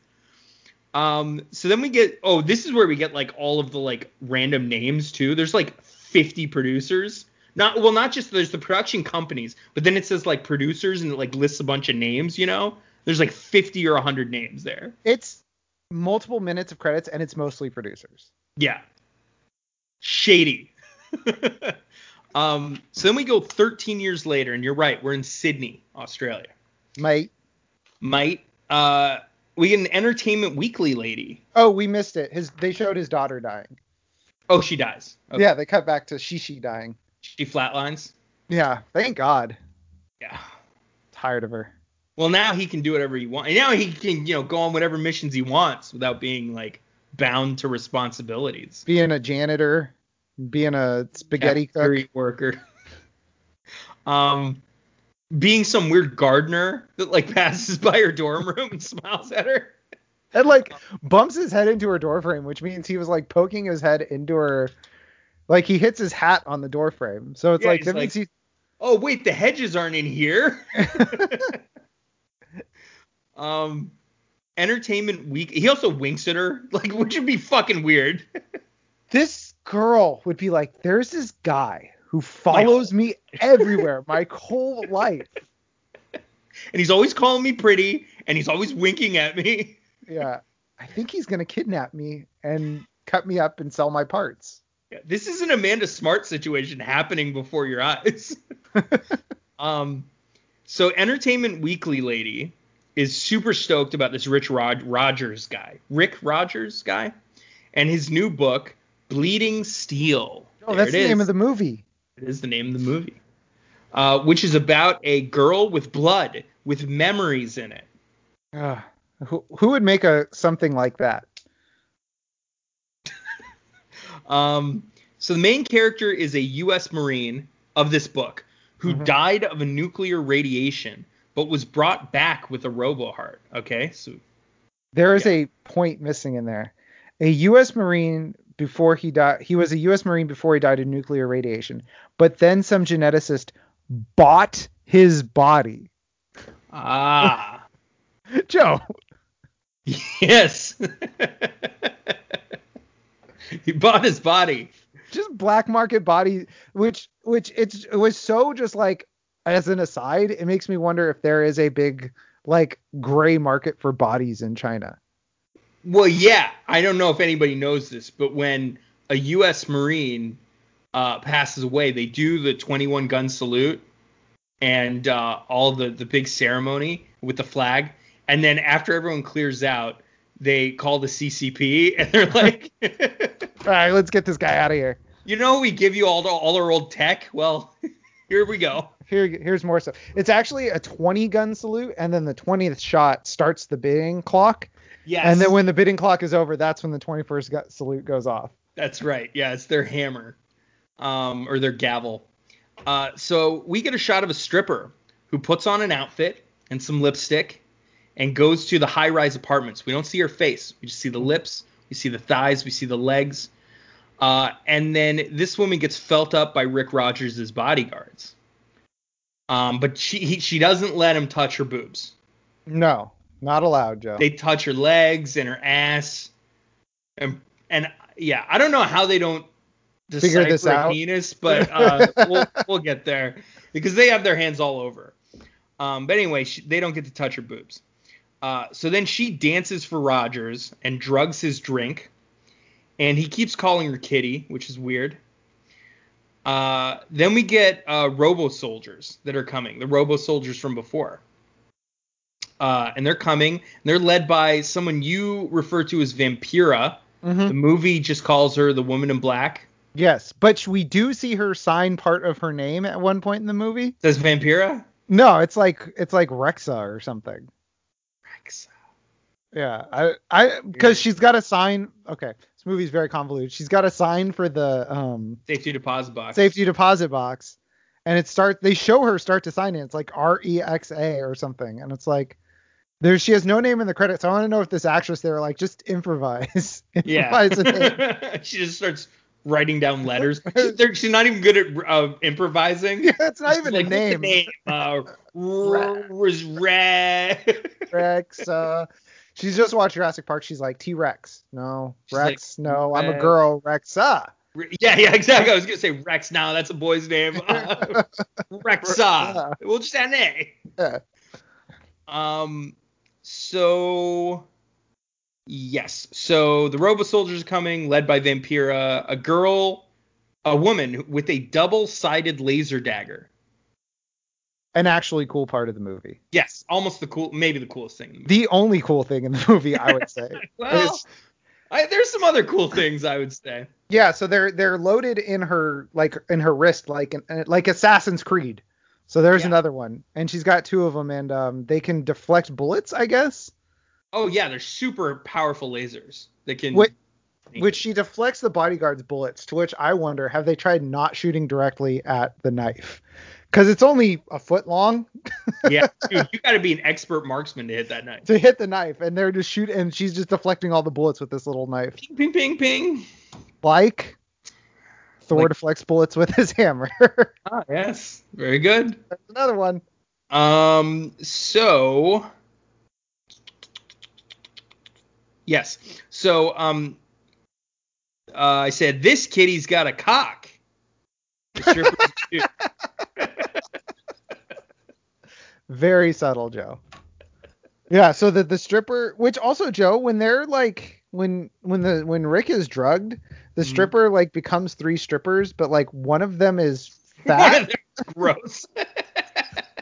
Speaker 2: Um, so then we get oh, this is where we get like all of the like random names too. There's like 50 producers. Not well, not just there's the production companies, but then it says like producers and it like lists a bunch of names, you know? There's like 50 or 100 names there.
Speaker 1: It's multiple minutes of credits, and it's mostly producers.
Speaker 2: Yeah. Shady. um, so then we go 13 years later, and you're right, we're in Sydney, Australia.
Speaker 1: My
Speaker 2: Might uh, we get an Entertainment Weekly lady?
Speaker 1: Oh, we missed it. His they showed his daughter dying.
Speaker 2: Oh, she dies. Okay.
Speaker 1: Yeah, they cut back to Shishi dying.
Speaker 2: She flatlines.
Speaker 1: Yeah, thank God.
Speaker 2: Yeah.
Speaker 1: Tired of her.
Speaker 2: Well, now he can do whatever he wants. And now he can, you know, go on whatever missions he wants without being like bound to responsibilities.
Speaker 1: Being a janitor, being a spaghetti cook.
Speaker 2: Factory worker. um, being some weird gardener that like passes by her dorm room and smiles at her.
Speaker 1: And like bumps his head into her door frame, which means he was like poking his head into her like he hits his hat on the door frame. So it's
Speaker 2: Yeah,
Speaker 1: like
Speaker 2: he's
Speaker 1: that
Speaker 2: like-
Speaker 1: means he
Speaker 2: Oh wait, the hedges aren't in here. um, Entertainment Week. He also winks at her, like which would be fucking weird.
Speaker 1: this girl would be like, There's this guy who follows me everywhere my whole life.
Speaker 2: And he's always calling me pretty, and he's always winking at me.
Speaker 1: Yeah. I think he's gonna kidnap me and cut me up and sell my parts.
Speaker 2: Yeah, this is an Amanda Smart situation happening before your eyes. um, so Entertainment Weekly lady is super stoked about this Rich Rod- Rogers guy, Rick Rogers guy, and his new book, Bleeding Steel.
Speaker 1: Oh, that's the Oh, name of the movie.
Speaker 2: It is the name of the movie. uh, which is about a girl with blood with memories in it.
Speaker 1: Ugh. who who would make a something like that?
Speaker 2: Um, so the main character is a U.S. Marine of this book who
Speaker 1: Mhm.
Speaker 2: died of a nuclear radiation, but was brought back with a robo heart. Okay, so
Speaker 1: There is a point missing in there. A U.S. Marine before he died, he was a U.S. Marine before he died of nuclear radiation. But then some geneticist bought his body.
Speaker 2: ah,
Speaker 1: Joe,
Speaker 2: yes, he bought his body.
Speaker 1: just black market body, which which it's it was so just like as an aside, it makes me wonder if there is a big like gray market for bodies in China.
Speaker 2: Well, yeah, I don't know if anybody knows this, but when a U.S. Marine uh, passes away, they do the 21 gun salute and uh, all the, the big ceremony with the flag. And then after everyone clears out, they call the CCP and they're like,
Speaker 1: All right, let's get this guy out of here.
Speaker 2: you know, we give you all, the, all our old tech. Well, here we go.
Speaker 1: Here, here's more stuff. It's actually a 20 gun salute, and then the 20th shot starts the bidding clock,
Speaker 2: Yes.
Speaker 1: and then when the bidding clock is over, that's when the 21st gu- salute goes off.
Speaker 2: That's right. Yeah, it's their hammer um, or their gavel. Uh, so we get a shot of a stripper who puts on an outfit and some lipstick and goes to the high rise apartments. We don't see her face, we just see the lips, we see the thighs, we see the legs. Uh, and then this woman gets felt up by Rick Rogers' bodyguards. Um, but she he, she doesn't let him touch her boobs.
Speaker 1: No, not allowed, Joe.
Speaker 2: They touch her legs and her ass, and and yeah, I don't know how they don't
Speaker 1: Figure this
Speaker 2: decipher
Speaker 1: out.
Speaker 2: a penis, but uh, we'll we'll get there because they have their hands all over. Um, but anyway, she, they don't get to touch her boobs. Uh, so then she dances for Rogers and drugs his drink, and he keeps calling her Kitty, which is weird. Uh, then we get uh, Robo Soldiers that are coming, the Robo Soldiers from before. Uh, and they're coming. And they're led by someone you refer to as Vampira. The
Speaker 1: Mhm.
Speaker 2: movie just calls her the Woman in Black.
Speaker 1: Yes, but sh- we do see her sign part of her name at one point in the movie.
Speaker 2: Says Vampira.
Speaker 1: No, it's like it's like Rexa or something.
Speaker 2: Rex.
Speaker 1: Yeah, I I because she's got a sign. Okay, this movie's very convoluted. She's got a sign for the um
Speaker 2: Safety deposit box.
Speaker 1: safety deposit box and it start they show her start to sign it it's like r-e-x-a or something and it's like there she has no name in the credits i want to know if this actress they were like just improvise
Speaker 2: Yeah.
Speaker 1: improvise a name.
Speaker 2: she just starts writing down letters. She- they're- she's not even good at uh, improvising.
Speaker 1: yeah, it's not
Speaker 2: She's
Speaker 1: even
Speaker 2: like,
Speaker 1: a
Speaker 2: "What's the
Speaker 1: name,
Speaker 2: name? Uh, R- was Red.
Speaker 1: rex uh she's just watched jurassic park she's like t-rex no
Speaker 2: She's like,
Speaker 1: rex no i'm a
Speaker 2: Rex.
Speaker 1: girl rex uh
Speaker 2: Yeah, yeah, exactly. I was gonna say Rex. Now that's a boy's name. Uh, Rexa. We'll just add an A.
Speaker 1: Yeah.
Speaker 2: Um. So. Yes. So the Robo Soldiers are coming, led by Vampira, a girl, a woman with a double-sided laser dagger.
Speaker 1: an actually cool part of the movie
Speaker 2: Yes, almost the cool, maybe the coolest thing. in the movie.
Speaker 1: the only cool thing in the movie i would say
Speaker 2: Well,
Speaker 1: is-
Speaker 2: I, there's some other cool things I would say.
Speaker 1: Yeah, so they're they're loaded in her like in her wrist like an, uh, like Assassin's Creed. So there's
Speaker 2: Yeah.
Speaker 1: another one, and she's got two of them, and um, they can deflect bullets, I guess.
Speaker 2: Oh yeah, they're super powerful lasers that can.
Speaker 1: Wait, Which she deflects the bodyguard's bullets. To which I wonder, have they tried not shooting directly at the knife? Because it's only a foot long
Speaker 2: yeah, dude, you got to be an expert marksman to hit that knife.
Speaker 1: to hit the knife, and they're just shoot, and she's just deflecting all the bullets with this little knife,
Speaker 2: Ping, ping, ping, ping.
Speaker 1: like Thor
Speaker 2: Like-
Speaker 1: deflects bullets with his hammer.
Speaker 2: Ah, yes, very good.
Speaker 1: there's another one.
Speaker 2: Um, so yes, so um, uh, I said this kitty's got a cock. The strippers do.
Speaker 1: Very subtle, Joe. Yeah, so the the stripper, which also Joe, when they're like when when the when Rick is drugged, the
Speaker 2: Mhm.
Speaker 1: stripper like becomes three strippers, but like one of them is
Speaker 2: One of
Speaker 1: fat,
Speaker 2: them's gross.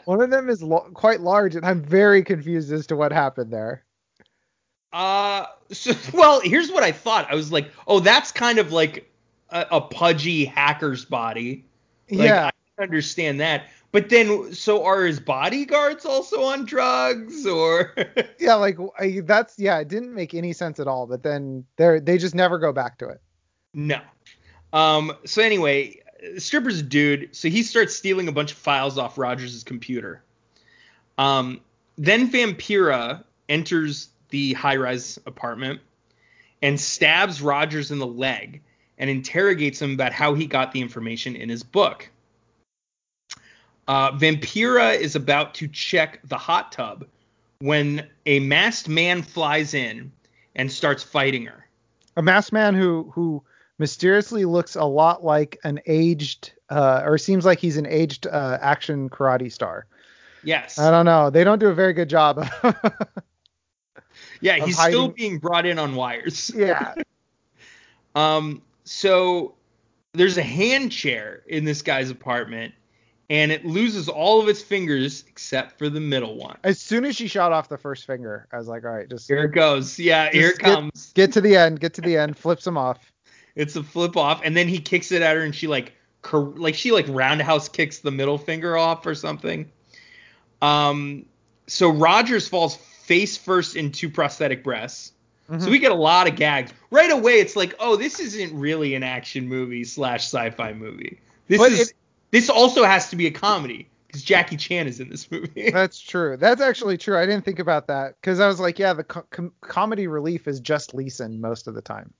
Speaker 1: one of them is lo- quite large, and I'm very confused as to what happened there.
Speaker 2: Uh, so, well, here's what I thought. I was like, oh, that's kind of like a, a pudgy hacker's body. Like,
Speaker 1: yeah,
Speaker 2: I can understand that. But then, so are his bodyguards also on drugs, or
Speaker 1: yeah, like I, that's yeah, it didn't make any sense at all. But then they they just never go back to it.
Speaker 2: no? Um. So anyway, stripper's a dude, so he starts stealing a bunch of files off Rogers' computer. Um. Then Vampira enters the high-rise apartment and stabs Rogers in the leg and interrogates him about how he got the information in his book. Uh, Vampira is about to check the hot tub when a masked man flies in and starts fighting her.
Speaker 1: A masked man who who mysteriously looks a lot like an aged uh, or seems like he's an aged uh, action karate star.
Speaker 2: Yes.
Speaker 1: I don't know. They don't do a very good job.
Speaker 2: yeah,
Speaker 1: I'm
Speaker 2: he's
Speaker 1: hiding-
Speaker 2: still being brought in on wires.
Speaker 1: yeah.
Speaker 2: Um, so there's a hand chair in this guy's apartment, and it loses all of its fingers except for the middle one.
Speaker 1: As soon as she shot off the first finger, I was like, all right, just
Speaker 2: Here it goes. Yeah, here it
Speaker 1: Just get-
Speaker 2: comes.
Speaker 1: get to the end, get to the end, flips him off.
Speaker 2: It's a flip off, and then he kicks it at her, and she like, cur- like she like roundhouse kicks the middle finger off or something. Um, so Rogers falls face first into prosthetic breasts. So
Speaker 1: Mhm.
Speaker 2: we get a lot of gags right away. It's like, oh, this isn't really an action movie slash sci-fi movie. This
Speaker 1: But
Speaker 2: is.
Speaker 1: it-
Speaker 2: this also has to be a comedy because Jackie Chan is in this movie.
Speaker 1: That's true. That's actually true. I didn't think about that because I was like, yeah, the co- com- comedy relief is just Leeson most of the time.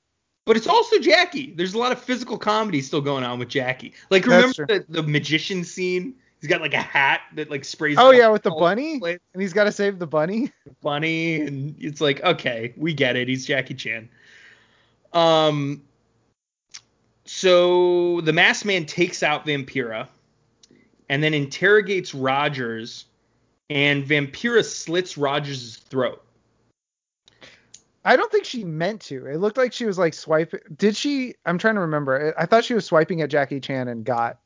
Speaker 2: But it's also Jackie. There's a lot of physical comedy still going on with Jackie. Like
Speaker 1: That's
Speaker 2: remember the, the magician scene? He's got like a hat that like sprays.
Speaker 1: Oh yeah, with the
Speaker 2: all over
Speaker 1: bunny,
Speaker 2: place.
Speaker 1: and he's got to save the bunny.
Speaker 2: bunny, and it's like okay, we get it. He's Jackie Chan. Um. So the masked man takes out Vampira, and then interrogates Rogers, and Vampira slits Rogers' throat.
Speaker 1: I don't think she meant to. It looked like she was like swiping. Did she? I'm trying to remember. I I thought she was swiping at Jackie Chan and got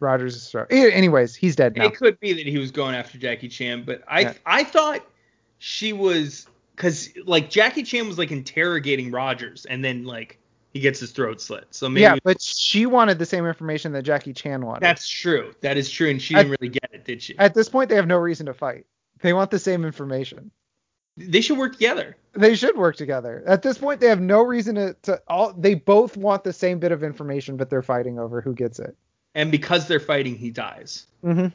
Speaker 1: Rogers' throat. A- Anyways, he's dead now.
Speaker 2: It could be that he was going after Jackie Chan, but I
Speaker 1: Yeah.
Speaker 2: I thought she was because like Jackie Chan was like interrogating Rogers, and then like he gets his throat slit. So maybe
Speaker 1: Yeah, but she wanted the same information that Jackie Chan wanted.
Speaker 2: that's true. That is true, and she
Speaker 1: I-
Speaker 2: didn't really get it, did she?
Speaker 1: At this point, they have no reason to fight. They want the same information.
Speaker 2: they should work together.
Speaker 1: They should work together. At this point, they have no reason to, to all. They both want the same bit of information, but they're fighting over who gets it.
Speaker 2: And because they're fighting, he dies.
Speaker 1: Mm-hmm.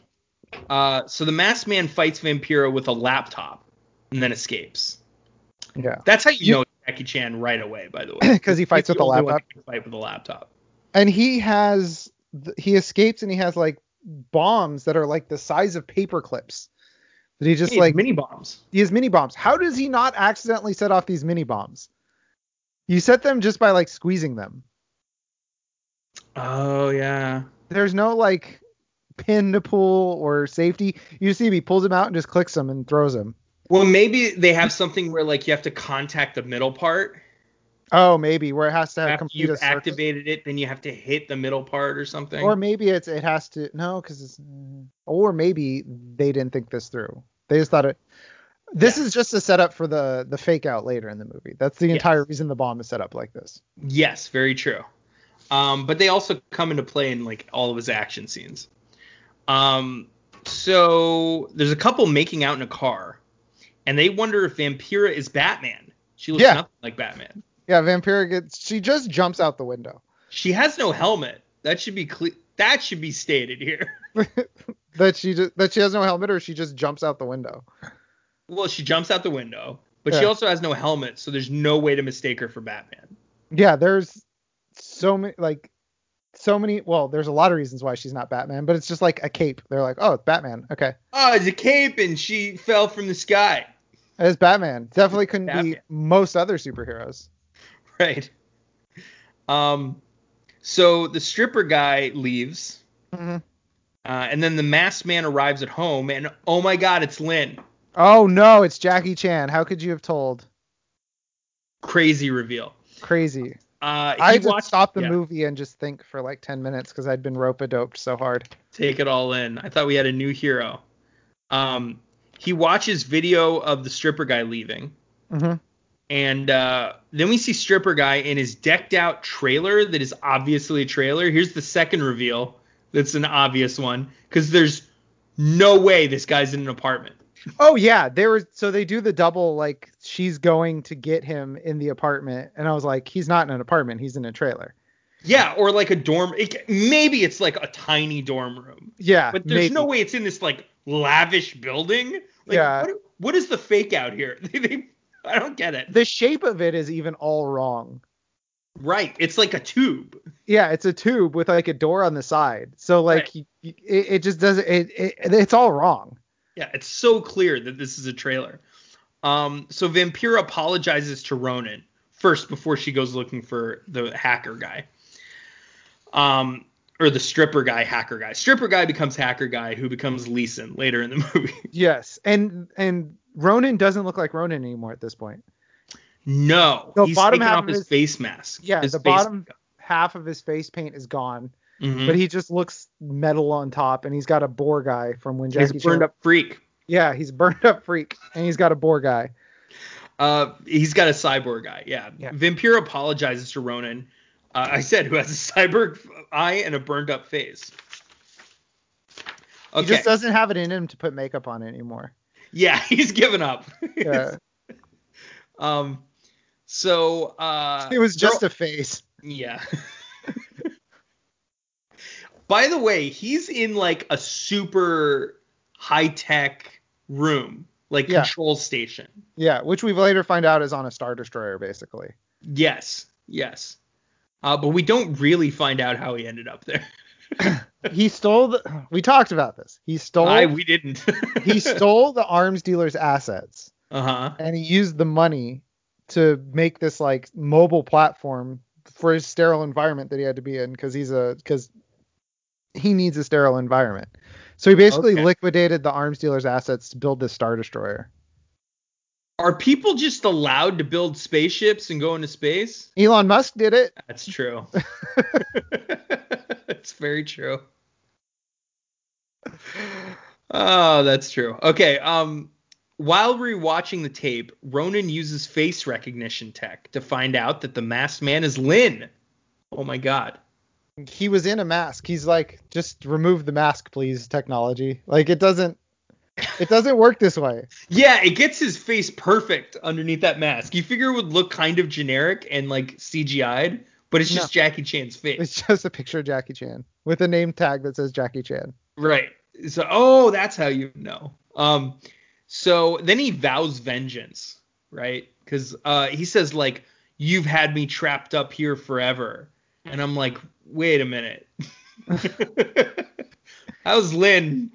Speaker 2: Uh, so the masked man fights Vampiro with a laptop, and then escapes.
Speaker 1: Yeah,
Speaker 2: That's how you,
Speaker 1: You-
Speaker 2: know it's Jackie Chan right away. By the way,
Speaker 1: because he fights
Speaker 2: He's
Speaker 1: with
Speaker 2: the
Speaker 1: a
Speaker 2: only one
Speaker 1: laptop,
Speaker 2: that can Fight with a laptop.
Speaker 1: and he has th- he escapes, and he has like bombs that are like the size of paper clips. That he just
Speaker 2: He has
Speaker 1: like
Speaker 2: mini bombs.
Speaker 1: he has mini bombs. How does he not accidentally set off these mini bombs? You set them just by like squeezing them.
Speaker 2: Oh yeah.
Speaker 1: there's no like pin to pull or safety. You just see him, he pulls him out and just clicks him and throws him.
Speaker 2: Well, maybe they have something where like you have to contact the middle part.
Speaker 1: Oh, maybe where it has to have
Speaker 2: After
Speaker 1: complete a
Speaker 2: you've
Speaker 1: circle.
Speaker 2: activated it, then you have to hit the middle part or something.
Speaker 1: Or maybe it's it has to no, because it's mm-hmm. or maybe they didn't think this through. They just thought it. This is just a setup for the the fake out later in the movie. That's the
Speaker 2: Yes.
Speaker 1: entire reason the bomb is set up like this.
Speaker 2: yes, very true. Um, but they also come into play in like all of his action scenes. Um, so there's a couple making out in a car, and they wonder if Vampira is Batman. She looks
Speaker 1: Yeah.
Speaker 2: nothing like Batman.
Speaker 1: Yeah, Vampira gets she just jumps out the window.
Speaker 2: She has no helmet. That should be cle- that should be stated here.
Speaker 1: That she just, that she has no helmet or she just jumps out the window.
Speaker 2: well, she jumps out the window, but she
Speaker 1: Yeah.
Speaker 2: also has no helmet, so there's no way to mistake her for Batman.
Speaker 1: yeah there's so many like so many well there's a lot of reasons why she's not batman but it's just like a cape they're like oh it's batman okay
Speaker 2: Oh, it's a cape and she fell from the sky.
Speaker 1: it's batman definitely couldn't be
Speaker 2: Batman.
Speaker 1: most other superheroes
Speaker 2: Right. Um so the stripper guy leaves, uh, and then the masked man arrives at home, and oh my god, it's Lynn.
Speaker 1: oh no it's jackie chan how could you have told
Speaker 2: Crazy reveal.
Speaker 1: crazy
Speaker 2: Uh he
Speaker 1: i had to
Speaker 2: watched-
Speaker 1: stop the
Speaker 2: yeah,
Speaker 1: movie and just think for like 10 minutes because i'd been rope-a-doped so hard
Speaker 2: Take it all in. I thought we had a new hero. Um he watches video of the stripper guy leaving.
Speaker 1: Mhm.
Speaker 2: And uh, then we see stripper guy in his decked out trailer that is obviously a trailer. Here's the second reveal. That's an obvious one because there's no way this guy's in an apartment.
Speaker 1: Oh yeah, they were so they do the double like she's going to get him in the apartment, and I was like, he's not in an apartment, he's in a trailer.
Speaker 2: Yeah, or like a dorm. It, maybe it's like a tiny dorm room.
Speaker 1: Yeah,
Speaker 2: But there's
Speaker 1: maybe.
Speaker 2: no way it's in this like lavish building. Like,
Speaker 1: Yeah.
Speaker 2: What, what is the fake out here? They- they- I don't get it.
Speaker 1: The shape of it is even all wrong.
Speaker 2: Right. It's like a tube.
Speaker 1: Yeah, it's a tube with like a door on the side, so like y y- it, it just doesn't. It, it it's all wrong.
Speaker 2: Yeah. It's so clear that this is a trailer. Um. So Vampira apologizes to Ronan first before she goes looking for the hacker guy. Um. Or the stripper guy, hacker guy. Stripper guy becomes hacker guy, who becomes Leeson later in the movie.
Speaker 1: Yes, and and Ronan doesn't look like Ronan anymore at this point.
Speaker 2: No,
Speaker 1: The
Speaker 2: he's
Speaker 1: bottom
Speaker 2: taking
Speaker 1: half
Speaker 2: off
Speaker 1: of
Speaker 2: his,
Speaker 1: his-
Speaker 2: face mask.
Speaker 1: Yeah,
Speaker 2: His
Speaker 1: the
Speaker 2: face-
Speaker 1: bottom half of his face paint is gone,
Speaker 2: Mhm.
Speaker 1: but he just looks metal on top, and he's got a boar guy from when
Speaker 2: he's
Speaker 1: Jackie
Speaker 2: a
Speaker 1: Chan-
Speaker 2: burned up freak.
Speaker 1: Yeah, he's burned up freak, and he's got a boar guy.
Speaker 2: Uh, he's got a cyborg eye. Yeah.
Speaker 1: Yeah.
Speaker 2: Vampiro apologizes to Ronan. Uh, I said who has a cyborg eye and a burned up face. Okay.
Speaker 1: He just doesn't have it in him to put makeup on anymore.
Speaker 2: yeah, he's given up.
Speaker 1: Yeah,
Speaker 2: um, so uh,
Speaker 1: it was
Speaker 2: they're-
Speaker 1: just a face.
Speaker 2: Yeah. By the way, he's in like a super high tech room, like
Speaker 1: Yeah.
Speaker 2: control station.
Speaker 1: Yeah, which we later find out is on a star destroyer, basically.
Speaker 2: Yes, yes. Uh, but we don't really find out how he ended up there.
Speaker 1: He stole. The, we talked about this. He stole.
Speaker 2: I, we didn't.
Speaker 1: he stole the arms dealer's assets,
Speaker 2: Uh huh.
Speaker 1: and he used the money to make this like mobile platform for his sterile environment that he had to be in because he's a because he needs a sterile environment. So he basically
Speaker 2: Okay.
Speaker 1: liquidated the arms dealer's assets to build this star destroyer.
Speaker 2: Are people just allowed to build spaceships and go into space?
Speaker 1: Elon Musk did it.
Speaker 2: That's true. that's very true. Oh, that's true. Okay. Um, while rewatching the tape, Ronan uses face recognition tech to find out that the masked man is Lynn. Oh my god.
Speaker 1: he was in a mask. He's like, just remove the mask, please, technology. Like it doesn't it doesn't work this way.
Speaker 2: Yeah, it gets his face perfect underneath that mask. You figure it would look kind of generic and like CGI'd, but it's just Jackie Chan's face.
Speaker 1: It's just a picture of Jackie Chan with a name tag that says Jackie Chan.
Speaker 2: Right. So, oh, that's how you know. Um, so then he vows vengeance, right? Because uh, he says like, "You've had me trapped up here forever," and I'm like, "Wait a minute." How's Lynn?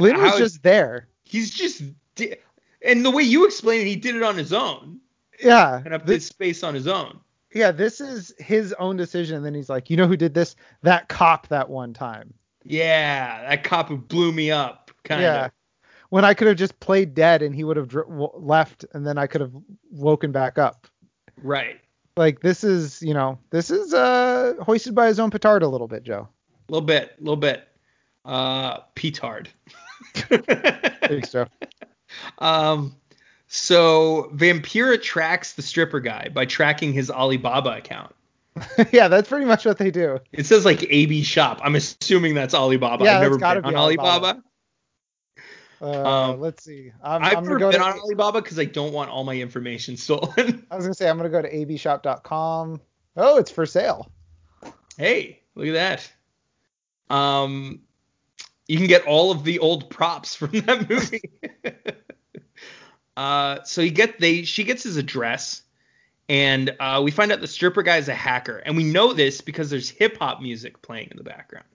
Speaker 1: Lynn was
Speaker 2: How-
Speaker 1: just there.
Speaker 2: He's just, di- and the way you explain it, he did it on his own,
Speaker 1: Yeah.
Speaker 2: and up
Speaker 1: Thi-
Speaker 2: this space on his own.
Speaker 1: yeah, this is his own decision. And then he's like, you know who did this? That cop that one time.
Speaker 2: Yeah, that cop who blew me up, kind of.
Speaker 1: Yeah. When I could have just played dead and he would have dr- w- left and then I could have woken back up.
Speaker 2: Right.
Speaker 1: Like this is, you know, this is uh hoisted by his own petard a little bit, Joe.
Speaker 2: A little bit, a little bit. Uh, petard.
Speaker 1: Thanks, Joe.
Speaker 2: um, so Vampira tracks the stripper guy by tracking his Alibaba account.
Speaker 1: yeah, that's pretty much what they do.
Speaker 2: It says like AB Shop. I'm assuming that's Alibaba.
Speaker 1: Yeah,
Speaker 2: I've
Speaker 1: that's
Speaker 2: never
Speaker 1: gotta
Speaker 2: been on
Speaker 1: be
Speaker 2: Alibaba.
Speaker 1: Alibaba. Uh,
Speaker 2: Um,
Speaker 1: let's see. I'm,
Speaker 2: I've
Speaker 1: I'm gonna
Speaker 2: never
Speaker 1: go
Speaker 2: been
Speaker 1: to,
Speaker 2: on Alibaba because I don't want all my information stolen.
Speaker 1: I was gonna say I'm gonna go to abshop.com. Oh, it's for sale.
Speaker 2: hey, look at that. Um, you can get all of the old props from that movie. uh, so you get they she gets his address, and uh, we find out the stripper guy is a hacker, and we know this because there's hip hop music playing in the background.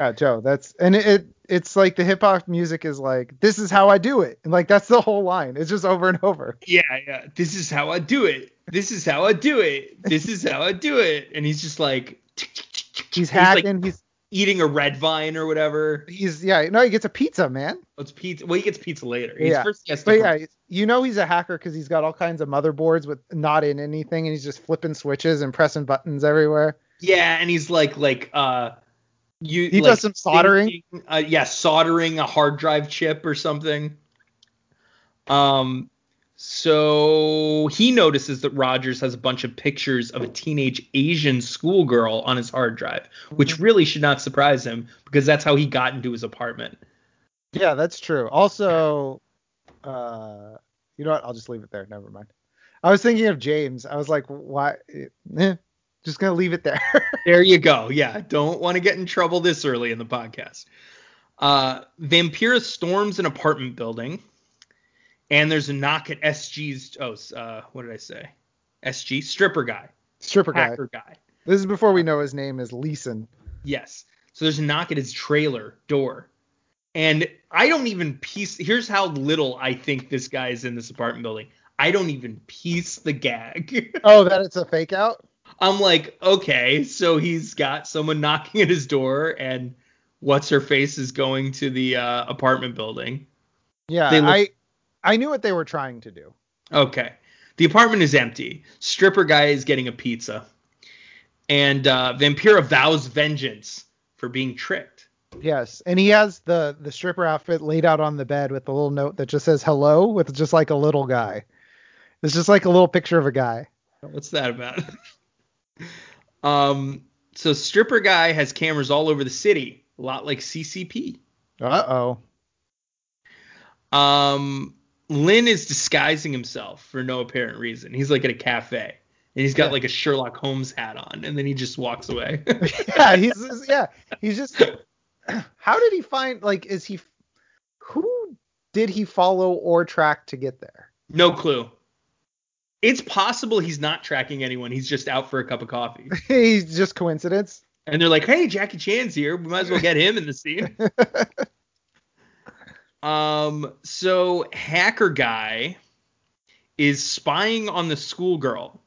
Speaker 1: Yeah, Joe. That's and it, it it's like the hip hop music is like this is how I do it, and like that's the whole line. It's just over and over.
Speaker 2: Yeah, yeah. This is how I do it. This is how I do it. This is how I do it. And he's just like
Speaker 1: He's
Speaker 2: like,
Speaker 1: hacking. he's
Speaker 2: eating a red vine or whatever.
Speaker 1: he's yeah. No, he gets a pizza, man.
Speaker 2: It's pizza. Well, he gets pizza later. He's
Speaker 1: Yeah.
Speaker 2: first he has to
Speaker 1: But
Speaker 2: come-
Speaker 1: yeah, you know he's a hacker because he's got all kinds of motherboards with not in anything, and he's just flipping switches and pressing buttons everywhere.
Speaker 2: Yeah, and he's like like uh you
Speaker 1: He
Speaker 2: like,
Speaker 1: does some soldering.
Speaker 2: thinking- uh, yeah, soldering a hard drive chip or something. Um So he notices that Rogers has a bunch of pictures of a teenage Asian schoolgirl on his hard drive, which
Speaker 1: Mm-hmm.
Speaker 2: really should not surprise him because that's how he got into his apartment.
Speaker 1: Yeah, that's true. Also, uh, you know what? I'll just leave it there. Never mind. I was thinking of James. I was like, why? Eh, just gonna leave it there.
Speaker 2: There you go. Yeah, don't want to get in trouble this early in the podcast. Uh, Vampira storms an apartment building, and there's a knock at SG's. Oh, uh, what did I say? SG stripper guy,
Speaker 1: Stripper guy.
Speaker 2: hacker guy.
Speaker 1: This is before we know his name is Leeson.
Speaker 2: Yes. So there's a knock at his trailer door. And I don't even piece here's how little I think this guy is in this apartment building. I don't even piece the gag.
Speaker 1: Oh, that it's a fake out.
Speaker 2: I'm like, okay, so he's got someone knocking at his door and what's her face is going to the uh, apartment building.
Speaker 1: Yeah,
Speaker 2: They look-
Speaker 1: I, I knew what they were trying to do.
Speaker 2: Okay. The apartment is empty. Stripper guy is getting a pizza. And uh, Vampira vows vengeance for being tricked.
Speaker 1: Yes, and he has the the stripper outfit laid out on the bed with a little note that just says hello with just like a little guy. It's just like a little picture of a guy.
Speaker 2: What's that about? um, so stripper guy has cameras all over the city, a lot like CCP.
Speaker 1: Uh oh.
Speaker 2: Um, Lynn is disguising himself for no apparent reason. He's like at a cafe, and he's got
Speaker 1: Yeah.
Speaker 2: like a Sherlock Holmes hat on, and then he just walks away.
Speaker 1: yeah, he's just- yeah, he's just. How did he find? Like, is he? Who did he follow or track to get there?
Speaker 2: no clue. It's possible he's not tracking anyone. He's just out for a cup of coffee.
Speaker 1: he's just coincidence.
Speaker 2: And they're like, hey, Jackie Chan's here. We might as well get him in the scene. um, so hacker guy is spying on the schoolgirl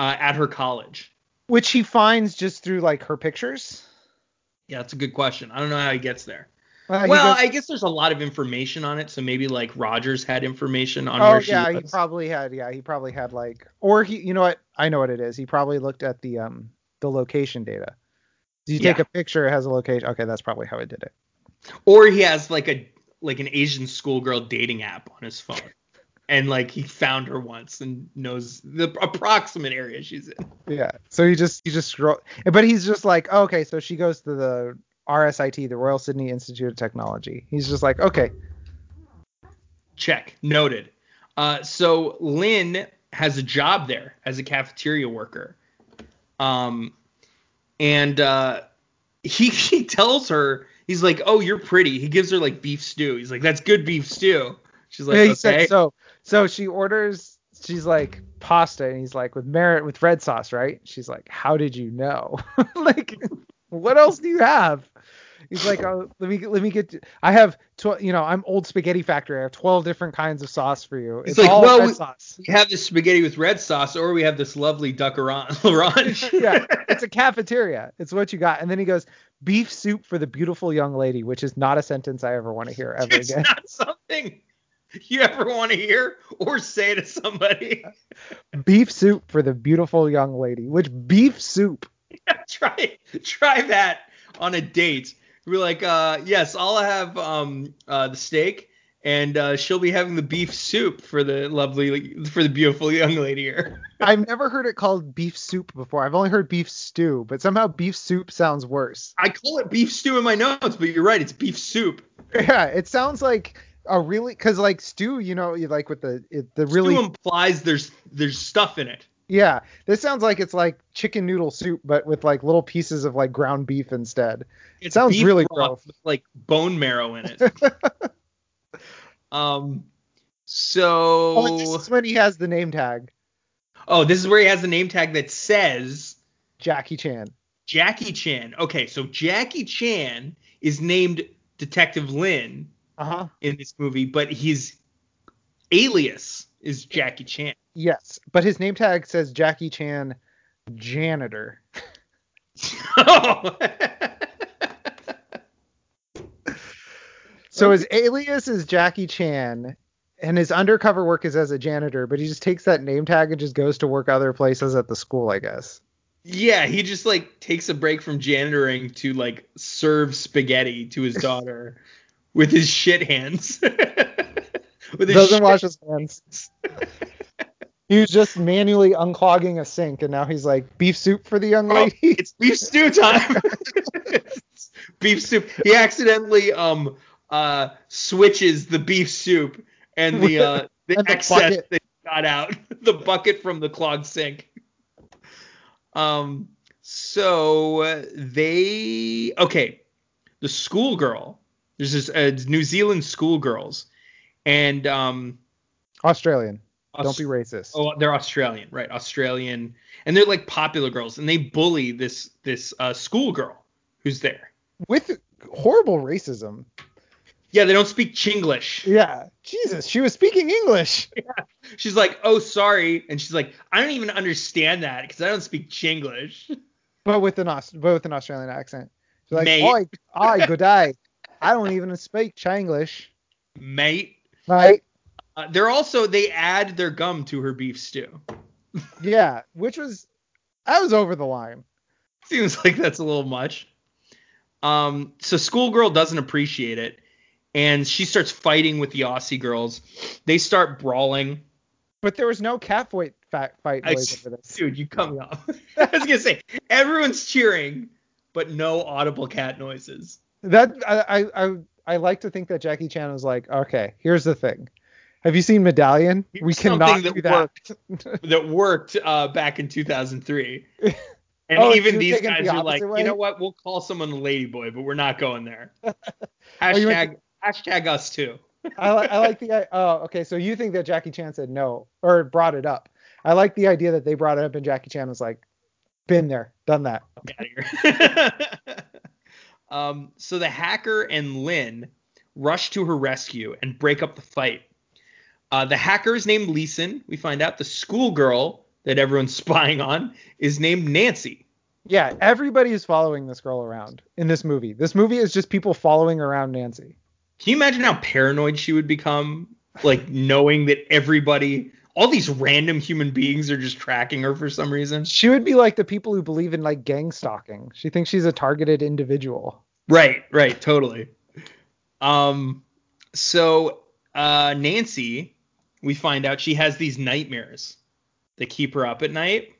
Speaker 2: uh, at her college.
Speaker 1: Which he finds just through like her pictures.
Speaker 2: Yeah, that's a good question. I don't know how he gets there.
Speaker 1: Uh, he
Speaker 2: well,
Speaker 1: goes-
Speaker 2: I guess there's a lot of information on it, so maybe like Rogers had information on
Speaker 1: oh
Speaker 2: where she
Speaker 1: yeah, he
Speaker 2: was.
Speaker 1: probably had yeah, he probably had like or he you know what I know what it is. He probably looked at the um the location data. So you take
Speaker 2: Yeah.
Speaker 1: a picture, it has a location. Okay, that's probably how it did it.
Speaker 2: or he has like a like an Asian schoolgirl dating app on his phone. And like he found her once and knows the approximate area she's in.
Speaker 1: Yeah. So he just he just scroll, but he's just like oh, okay, so she goes to the RSIT, the Royal Sydney Institute of Technology. He's just like okay,
Speaker 2: Check. Noted. Uh, so Lynn has a job there as a cafeteria worker. Um, and uh, he, he tells her, he's like, oh, you're pretty. He gives her like beef stew. He's like, that's good beef stew. She's like,
Speaker 1: Yeah, he
Speaker 2: okay.
Speaker 1: said so. So she orders. She's like pasta, and he's like with merit with red sauce, right? She's like, how did you know? like, what else do you have? He's like, oh, let me let me get. I have, tw- you know, I'm old spaghetti factory. I have twelve different kinds of sauce for you.
Speaker 2: He's
Speaker 1: It's
Speaker 2: like,
Speaker 1: all
Speaker 2: well,
Speaker 1: red
Speaker 2: we-
Speaker 1: sauce.
Speaker 2: we have this spaghetti with red sauce, or we have this lovely duck orange.
Speaker 1: yeah, it's a cafeteria. It's what you got. And then he goes, beef soup for the beautiful young lady, which is not a sentence I ever want to hear ever
Speaker 2: it's
Speaker 1: again.
Speaker 2: not something you ever want to hear or say to somebody.
Speaker 1: beef soup for the beautiful young lady, which beef soup
Speaker 2: try try that on a date. We're like, uh, yes, I'll have um, uh, the steak, and uh, she'll be having the beef soup for the lovely, for the beautiful young lady here.
Speaker 1: I've never heard it called beef soup before. I've only heard beef stew, but somehow beef soup sounds worse.
Speaker 2: I call it beef stew in my notes, but you're right, it's beef soup.
Speaker 1: Yeah, it sounds like a really because like stew, you know, you like with the it, the really
Speaker 2: Stew implies there's there's stuff in it.
Speaker 1: yeah. This sounds like it's like chicken noodle soup, but with like little pieces of like ground beef instead.
Speaker 2: It's
Speaker 1: Sounds
Speaker 2: beef
Speaker 1: really
Speaker 2: broth
Speaker 1: gross.
Speaker 2: with like bone marrow in it. um, so
Speaker 1: Oh, and this is when he has the name tag
Speaker 2: oh, this is where he has the name tag that says
Speaker 1: Jackie Chan.
Speaker 2: Jackie Chan. Okay, so Jackie Chan is named Detective Lin
Speaker 1: Uh huh.
Speaker 2: in this movie, but his alias is Jackie Chan.
Speaker 1: Yes, but his name tag says Jackie Chan janitor. So his alias is Jackie Chan, and his undercover work is as a janitor, but he just takes that name tag and just goes to work other places at the school, I guess.
Speaker 2: yeah, he just like takes a break from janitoring to like serve spaghetti to his daughter with his shit hands. with his
Speaker 1: Doesn't
Speaker 2: shit.
Speaker 1: wash his hands. He was just manually unclogging a sink, and now he's like beef soup for the young
Speaker 2: Oh,
Speaker 1: lady.
Speaker 2: it's beef stew time. beef soup. He accidentally um uh switches the beef soup and the uh the
Speaker 1: And the
Speaker 2: excess
Speaker 1: bucket.
Speaker 2: that he got out the bucket from the clogged sink. Um. So uh, they okay. The schoolgirl. There's this uh, New Zealand schoolgirls, and um.
Speaker 1: Australian. Don't be racist.
Speaker 2: Oh, they're Australian, right? Australian, and they're like popular girls, and they bully this this uh, schoolgirl who's there.
Speaker 1: With horrible racism.
Speaker 2: Yeah, they don't speak Chinglish.
Speaker 1: Yeah. Jesus, she was speaking English.
Speaker 2: She's like, "Oh, sorry," and she's like, "I don't even understand that because I don't speak Chinglish."
Speaker 1: but with an Aus- but with an Australian accent. She's like,
Speaker 2: Mate.
Speaker 1: "Oi, oi, good day. I don't even speak Chinglish,
Speaker 2: Mate,
Speaker 1: right?
Speaker 2: uh, they're also they add their gum to her beef stew.
Speaker 1: Yeah, which was I was over the line.
Speaker 2: Seems like that's a little much. Um, so schoolgirl doesn't appreciate it, and she starts fighting with the Aussie girls. They start brawling.
Speaker 1: But there was no cat fight fa- fight
Speaker 2: I,
Speaker 1: noise over this.
Speaker 2: dude, you come up. I was gonna say everyone's cheering, but no audible cat noises.
Speaker 1: That I, I I I like to think that Jackie Chan was like, okay, here's the thing. Have you seen Medallion? we
Speaker 2: Here's something
Speaker 1: cannot
Speaker 2: that
Speaker 1: do that.
Speaker 2: That worked uh, back in 2003. And
Speaker 1: Oh,
Speaker 2: even
Speaker 1: you're
Speaker 2: these
Speaker 1: taking
Speaker 2: guys
Speaker 1: the
Speaker 2: are like,
Speaker 1: opposite way?
Speaker 2: you know what? We'll call someone a ladyboy, but we're not going there.
Speaker 1: Oh, you
Speaker 2: hashtag
Speaker 1: went
Speaker 2: hashtag us too.
Speaker 1: I, li- I like the i- oh okay so you think that Jackie Chan said no or brought it up. I like the idea that they brought it up and Jackie Chan was like, been there, done that.
Speaker 2: out of here. um, so the hacker and Lynn rush to her rescue and break up the fight. Uh, the hacker is named Leeson. We find out the schoolgirl that everyone's spying on is named Nancy.
Speaker 1: Yeah, everybody is following this girl around in this movie. This movie is just people following around Nancy.
Speaker 2: Can you imagine how paranoid she would become, like knowing that everybody, all these random human beings are just tracking her for some reason?
Speaker 1: She would be like the people who believe in like gang stalking. She thinks she's a targeted individual.
Speaker 2: Right, right, totally. Um, so uh, Nancy, we find out she has these nightmares that keep her up at night.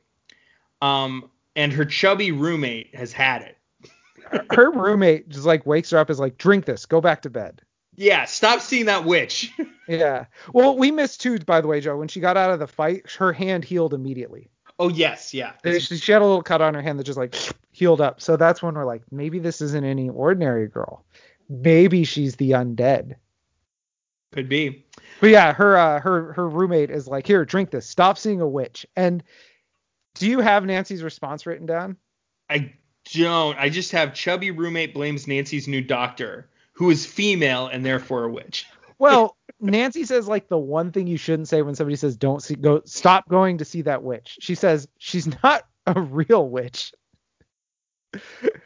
Speaker 2: Um, and her chubby roommate has had it.
Speaker 1: Her roommate just like wakes her up is like, drink this, go back to bed.
Speaker 2: Yeah, stop seeing that witch.
Speaker 1: Yeah. Well, we missed two, by the way, Joe. When she got out of the fight, her hand healed immediately.
Speaker 2: oh yes, yeah.
Speaker 1: She, she had a little cut on her hand that just like healed up. So that's when we're like, maybe this isn't any ordinary girl. Maybe she's the undead.
Speaker 2: Could be.
Speaker 1: But yeah, her uh, her her roommate is like, here, drink this. Stop seeing a witch. And do you have Nancy's response written down?
Speaker 2: I don't. I just have chubby roommate blames Nancy's new doctor, who is female and therefore a witch.
Speaker 1: Well, Nancy says like the one thing you shouldn't say when somebody says don't see go stop going to see that witch. She says she's not a real witch.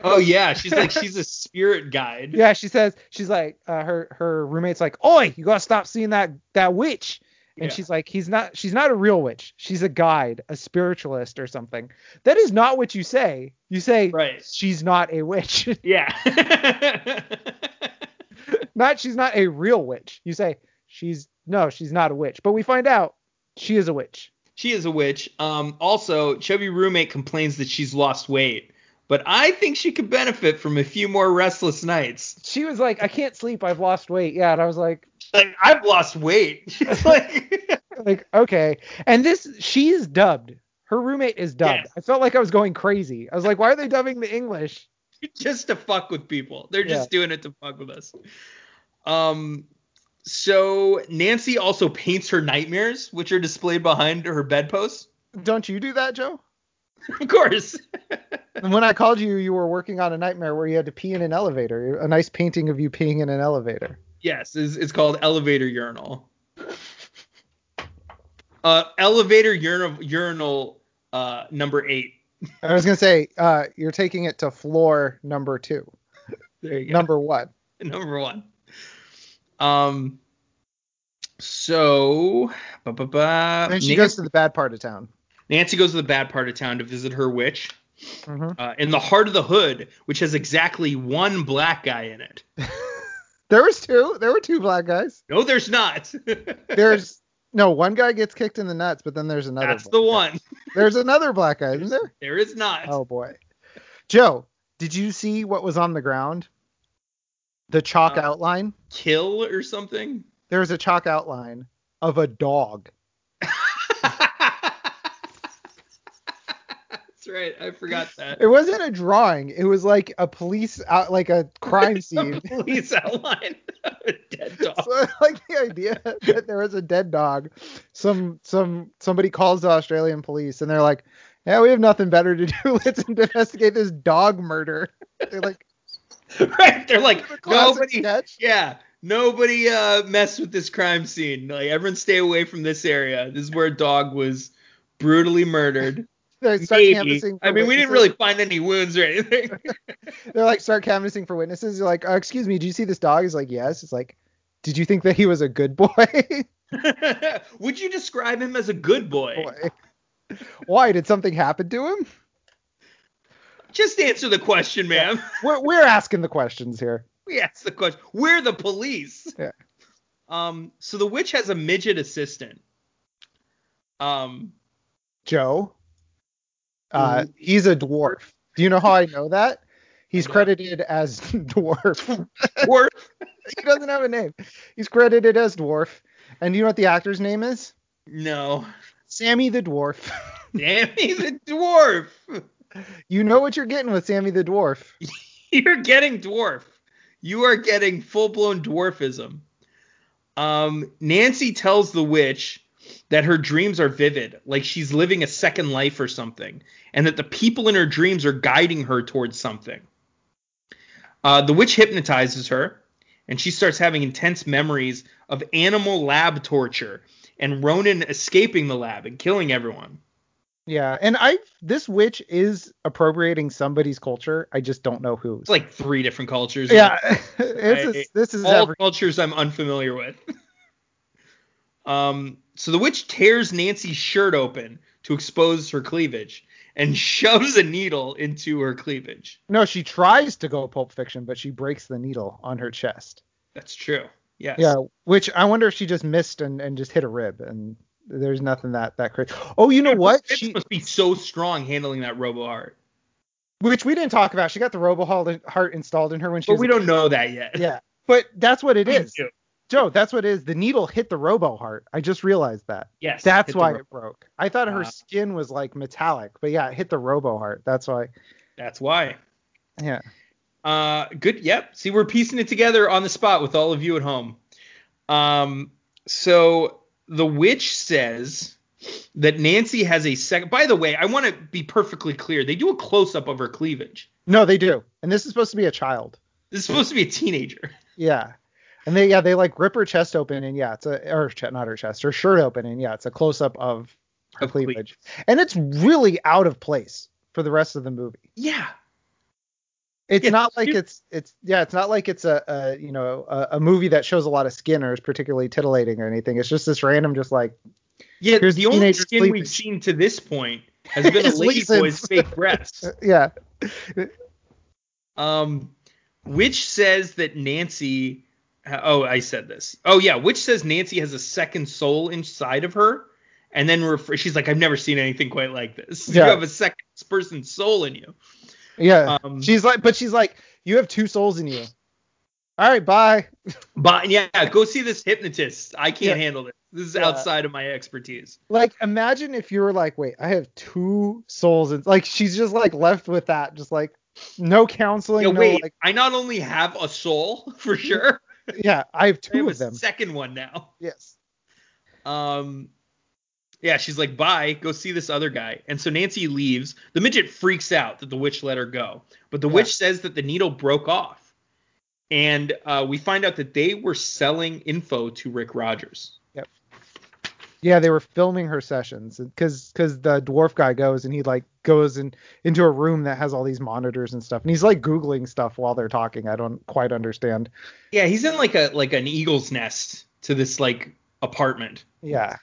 Speaker 2: Oh yeah, she's like she's a spirit guide.
Speaker 1: Yeah, she says she's like uh, her her roommate's like, "Oi, you got to stop seeing that that witch." And
Speaker 2: Yeah.
Speaker 1: she's like, "He's not she's not a real witch. She's a guide, a spiritualist or something." That is not what you say. You say
Speaker 2: Right.
Speaker 1: she's not a witch.
Speaker 2: Yeah.
Speaker 1: not she's not a real witch. You say she's no, she's not a witch. But we find out she is a witch.
Speaker 2: She is a witch. Um, also, chubby roommate complains that she's lost weight, but I think she could benefit from a few more restless nights.
Speaker 1: She was like, I can't sleep. I've lost weight. Yeah, and I was like,
Speaker 2: Like I've lost weight. She's like,
Speaker 1: like okay. And this she's dubbed. Her roommate is dubbed.
Speaker 2: Yes.
Speaker 1: I felt like I was going crazy. I was like, why are they dubbing the English?
Speaker 2: just to fuck with people. They're just doing it to fuck with us. Um, so Nancy also paints her nightmares, which are displayed behind her bedpost.
Speaker 1: Don't you do that, Joe?
Speaker 2: Of course.
Speaker 1: And when I called you, you were working on a nightmare where you had to pee in an elevator. A nice painting of you peeing in an elevator.
Speaker 2: Yes, it's, it's called elevator urinal. Uh, elevator urinal, urinal uh, number eight.
Speaker 1: I was gonna say, uh, you're taking it to floor number two.
Speaker 2: There you go.
Speaker 1: Number one.
Speaker 2: Number one. Um. So, ba ba ba.
Speaker 1: And she
Speaker 2: Nan-
Speaker 1: goes to the bad part of town.
Speaker 2: Nancy goes to the bad part of town to visit her witch
Speaker 1: Mhm.
Speaker 2: uh, in the heart of the hood, which has exactly one black guy in it.
Speaker 1: There was two. There were two black guys.
Speaker 2: No, there's not.
Speaker 1: There's no one guy gets kicked in the nuts, but then there's another.
Speaker 2: That's
Speaker 1: black
Speaker 2: the
Speaker 1: guy.
Speaker 2: one.
Speaker 1: There's another black guy, isn't there?
Speaker 2: There is not.
Speaker 1: Oh boy. Joe, did you see what was on the ground? The chalk
Speaker 2: Uh,
Speaker 1: outline.
Speaker 2: Kill or something?
Speaker 1: There was a chalk outline of a dog.
Speaker 2: That's right. I forgot that.
Speaker 1: It wasn't a drawing. It was like a police out, like a crime scene.
Speaker 2: A police outline. of a Dead dog.
Speaker 1: So I like the idea that there was a dead dog. Some some somebody calls the Australian police and they're like, "Yeah, we have nothing better to do. Let's investigate this dog murder." They're like,
Speaker 2: right. They're like
Speaker 1: "Classic
Speaker 2: nobody.
Speaker 1: sketch."
Speaker 2: Yeah. Nobody uh mess with this crime scene. Like everyone stay away from this area. This is where a dog was brutally murdered.
Speaker 1: They start
Speaker 2: Maybe.
Speaker 1: canvassing. for
Speaker 2: I mean, we didn't
Speaker 1: witnesses.
Speaker 2: really find any wounds or anything.
Speaker 1: They're like start canvassing for witnesses. You're like, oh, "Excuse me, did you see this dog?" He's like, "Yes." It's like, "Did you think that he was a good boy?"
Speaker 2: Would you describe him as a good boy?
Speaker 1: boy. Why did something happen to him?
Speaker 2: Just answer the question, ma'am.
Speaker 1: We're, we're asking the questions here.
Speaker 2: We asked the question. We're the police.
Speaker 1: Yeah.
Speaker 2: Um. So the witch has a midget assistant. Um.
Speaker 1: Joe. Uh,
Speaker 2: Mhm.
Speaker 1: he's a dwarf. Do you know how I know that? He's
Speaker 2: I know.
Speaker 1: credited as dwarf.
Speaker 2: Or
Speaker 1: he doesn't have a name. He's credited as dwarf. And you know what the actor's name is?
Speaker 2: no.
Speaker 1: Sammy the dwarf.
Speaker 2: Damn, he's a dwarf.
Speaker 1: You know what you're getting with Sammy the dwarf.
Speaker 2: You're getting dwarf. You are getting full blown dwarfism. Um. Nancy tells the witch that her dreams are vivid, like she's living a second life or something, and that the people in her dreams are guiding her towards something. Uh, the witch hypnotizes her, and she starts having intense memories of animal lab torture and Ronan escaping the lab and killing everyone.
Speaker 1: Yeah, and I this witch is appropriating somebody's culture. I just don't know who's.
Speaker 2: It's like three different cultures.
Speaker 1: yeah, this is this is
Speaker 2: all
Speaker 1: every.
Speaker 2: cultures I'm unfamiliar with. um, so the witch tears Nancy's shirt open to expose her cleavage and shoves a needle into her cleavage.
Speaker 1: No, she tries to go Pulp Fiction, but she breaks the needle on her chest.
Speaker 2: That's true. Yes.
Speaker 1: Yeah, which I wonder if she just missed and, and just hit a rib and there's nothing that that crazy. Oh, you know what?
Speaker 2: She
Speaker 1: She
Speaker 2: must be so strong handling that robo heart.
Speaker 1: which we didn't talk about. She got the RoboHeart heart installed in her when she
Speaker 2: But
Speaker 1: was
Speaker 2: we don't Oh, know that yet.
Speaker 1: Yeah. But that's what it
Speaker 2: We
Speaker 1: is.
Speaker 2: do.
Speaker 1: Joe, that's what it is. The needle hit the robo heart. I just realized that.
Speaker 2: Yes.
Speaker 1: That's
Speaker 2: hit the
Speaker 1: why
Speaker 2: ro-
Speaker 1: it broke. I thought her
Speaker 2: Ah.
Speaker 1: skin was like metallic, but yeah, it hit the robo heart. That's why.
Speaker 2: That's why.
Speaker 1: Yeah.
Speaker 2: Uh, good. Yep. See, we're piecing it together on the spot with all of you at home. Um, so the witch says that Nancy has a second. By the way, I want to be perfectly clear. They do a close up of her cleavage.
Speaker 1: No, they do. And this is supposed to be a child.
Speaker 2: This is supposed to be a teenager.
Speaker 1: Yeah. And they yeah, they like rip her chest open and yeah, it's a or che- not her chest, her shirt open and yeah, it's a close up of her
Speaker 2: Of
Speaker 1: cleavage.
Speaker 2: cleavage.
Speaker 1: And it's really out of place for the rest of the movie.
Speaker 2: Yeah.
Speaker 1: It's
Speaker 2: Yeah,
Speaker 1: not like
Speaker 2: you-
Speaker 1: it's it's yeah, it's not like it's a, a you know a, a movie that shows a lot of skin or is particularly titillating or anything. It's just this random just like
Speaker 2: Yeah.
Speaker 1: Here's
Speaker 2: the only
Speaker 1: teenager
Speaker 2: skin we've
Speaker 1: cleavage.
Speaker 2: seen to this point has been a
Speaker 1: Is
Speaker 2: ladyboy's
Speaker 1: Leeson's.
Speaker 2: fake breasts.
Speaker 1: uh, yeah.
Speaker 2: Um, which says that Nancy. Oh, I said this. Oh yeah, which says Nancy has a second soul inside of her, and then refer, she's like, "I've never seen anything quite like this.
Speaker 1: Yeah.
Speaker 2: You have a second person soul in you."
Speaker 1: Yeah.
Speaker 2: Um,
Speaker 1: she's like but she's like you have two souls in you. All right, bye.
Speaker 2: But yeah, go see this hypnotist. I can't
Speaker 1: Yeah.
Speaker 2: handle this. This is
Speaker 1: Yeah.
Speaker 2: outside of my expertise.
Speaker 1: Like imagine if you were like, wait, I have two souls and like she's just like left with that just like no counseling,
Speaker 2: Yeah,
Speaker 1: no
Speaker 2: wait,
Speaker 1: like
Speaker 2: I not only have a soul for sure,
Speaker 1: yeah, I have
Speaker 2: I
Speaker 1: two
Speaker 2: have a
Speaker 1: of them.
Speaker 2: second one now.
Speaker 1: yes.
Speaker 2: Um, yeah, she's like, bye, go see this other guy. And so Nancy leaves. The midget freaks out that the witch let her go, but the
Speaker 1: Yeah.
Speaker 2: witch says that the needle broke off. And uh, we find out that they were selling info to Rick Rogers.
Speaker 1: Yeah, they were filming her sessions because because the dwarf guy goes and he like goes in into a room that has all these monitors and stuff, and he's like googling stuff while they're talking. I don't quite understand.
Speaker 2: Yeah, he's in like a like an eagle's nest to this like apartment.
Speaker 1: Yeah,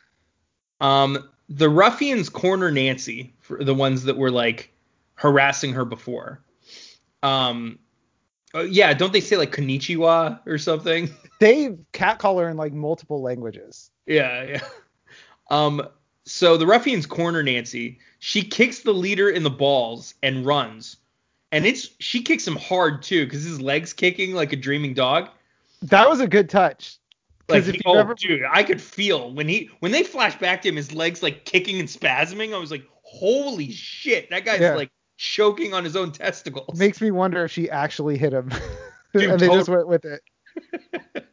Speaker 2: Um, the ruffians corner Nancy, for the ones that were like harassing her before. Um, Uh, yeah, don't they say like konnichiwa or something?
Speaker 1: They catcall her in like multiple languages.
Speaker 2: Yeah, yeah. Um, so the ruffians corner Nancy. She kicks the leader in the balls and runs, and it's she kicks him hard too because his legs kicking like a dreaming dog.
Speaker 1: That was a good touch.
Speaker 2: Like,
Speaker 1: 'Cause if
Speaker 2: he-
Speaker 1: you
Speaker 2: oh,
Speaker 1: ever-
Speaker 2: dude, I could feel when he when they flash back to him, his legs like kicking and spasming. I was like, holy shit, that guy's
Speaker 1: Yeah.
Speaker 2: like choking on his own testicles.
Speaker 1: makes me wonder if she actually hit him,
Speaker 2: Dude,
Speaker 1: and they just
Speaker 2: totally.
Speaker 1: went with it.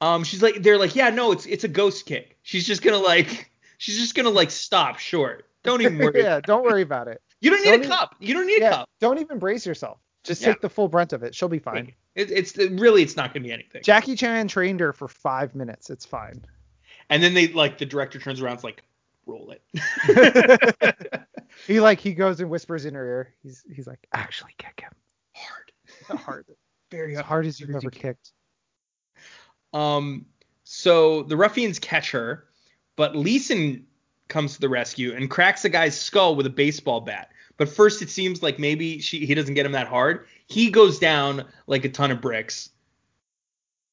Speaker 2: Um, she's like, they're like, yeah, no, it's it's a ghost kick. She's just gonna like, she's just gonna like stop short. Don't even worry.
Speaker 1: yeah, don't worry about it.
Speaker 2: You don't need
Speaker 1: Don't
Speaker 2: a
Speaker 1: even-
Speaker 2: cup. You don't need a
Speaker 1: Yeah,
Speaker 2: cup.
Speaker 1: don't even brace yourself. Just
Speaker 2: Yeah.
Speaker 1: take the full brunt of it. She'll be fine.
Speaker 2: It, it's really, it's not gonna be anything.
Speaker 1: Jackie Chan trained her for five minutes. It's fine.
Speaker 2: And then they like, the director turns around, it's like, roll it.
Speaker 1: He like he goes and whispers in her ear. He's he's like actually kick him
Speaker 2: Hard,
Speaker 1: hard,
Speaker 2: very
Speaker 1: as
Speaker 2: hard.
Speaker 1: hard as you've ever kicked.
Speaker 2: Um, so the ruffians catch her, but Leeson comes to the rescue and cracks the guy's skull with a baseball bat. But first, it seems like maybe she he doesn't get him that hard. He goes down like a ton of bricks.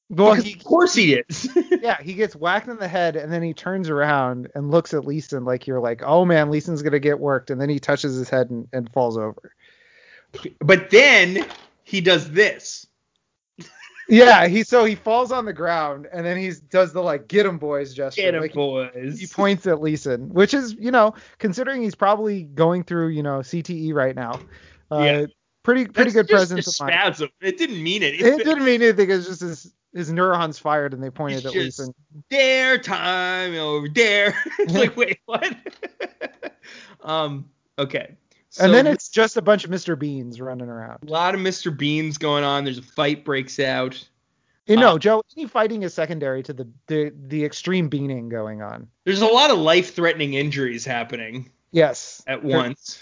Speaker 1: Well,
Speaker 2: Fuck,
Speaker 1: he-
Speaker 2: of course he is.
Speaker 1: yeah, he gets whacked in the head and then he turns around and looks at Leeson like you're like, oh man, Leeson's gonna get worked, and then he touches his head and, and falls over.
Speaker 2: but then he does this.
Speaker 1: Yeah, he so he falls on the ground and then he does the like get him boys gesture.
Speaker 2: Get him,
Speaker 1: like,
Speaker 2: boys.
Speaker 1: He points at Leeson, which is you know considering he's probably going through you know CTE right now. Uh,
Speaker 2: Yeah.
Speaker 1: Pretty pretty
Speaker 2: That's
Speaker 1: good
Speaker 2: just a
Speaker 1: presence of mind.
Speaker 2: spasm. It didn't mean it.
Speaker 1: it
Speaker 2: It's
Speaker 1: didn't mean anything. It's just his his neurons fired and they pointed
Speaker 2: It's
Speaker 1: at
Speaker 2: just-
Speaker 1: Leeson.
Speaker 2: dare time over dare. it's like wait what? um. Okay. So
Speaker 1: and then it's just a bunch of Mr. Beans running
Speaker 2: a
Speaker 1: around.
Speaker 2: lot of Mr. Beans going on. There's a fight breaks out.
Speaker 1: You
Speaker 2: Uh,
Speaker 1: know, Joe, any fighting is secondary to the the, the extreme beaning going on.
Speaker 2: There's a lot of life-threatening injuries happening
Speaker 1: Yes.
Speaker 2: at
Speaker 1: There-
Speaker 2: once.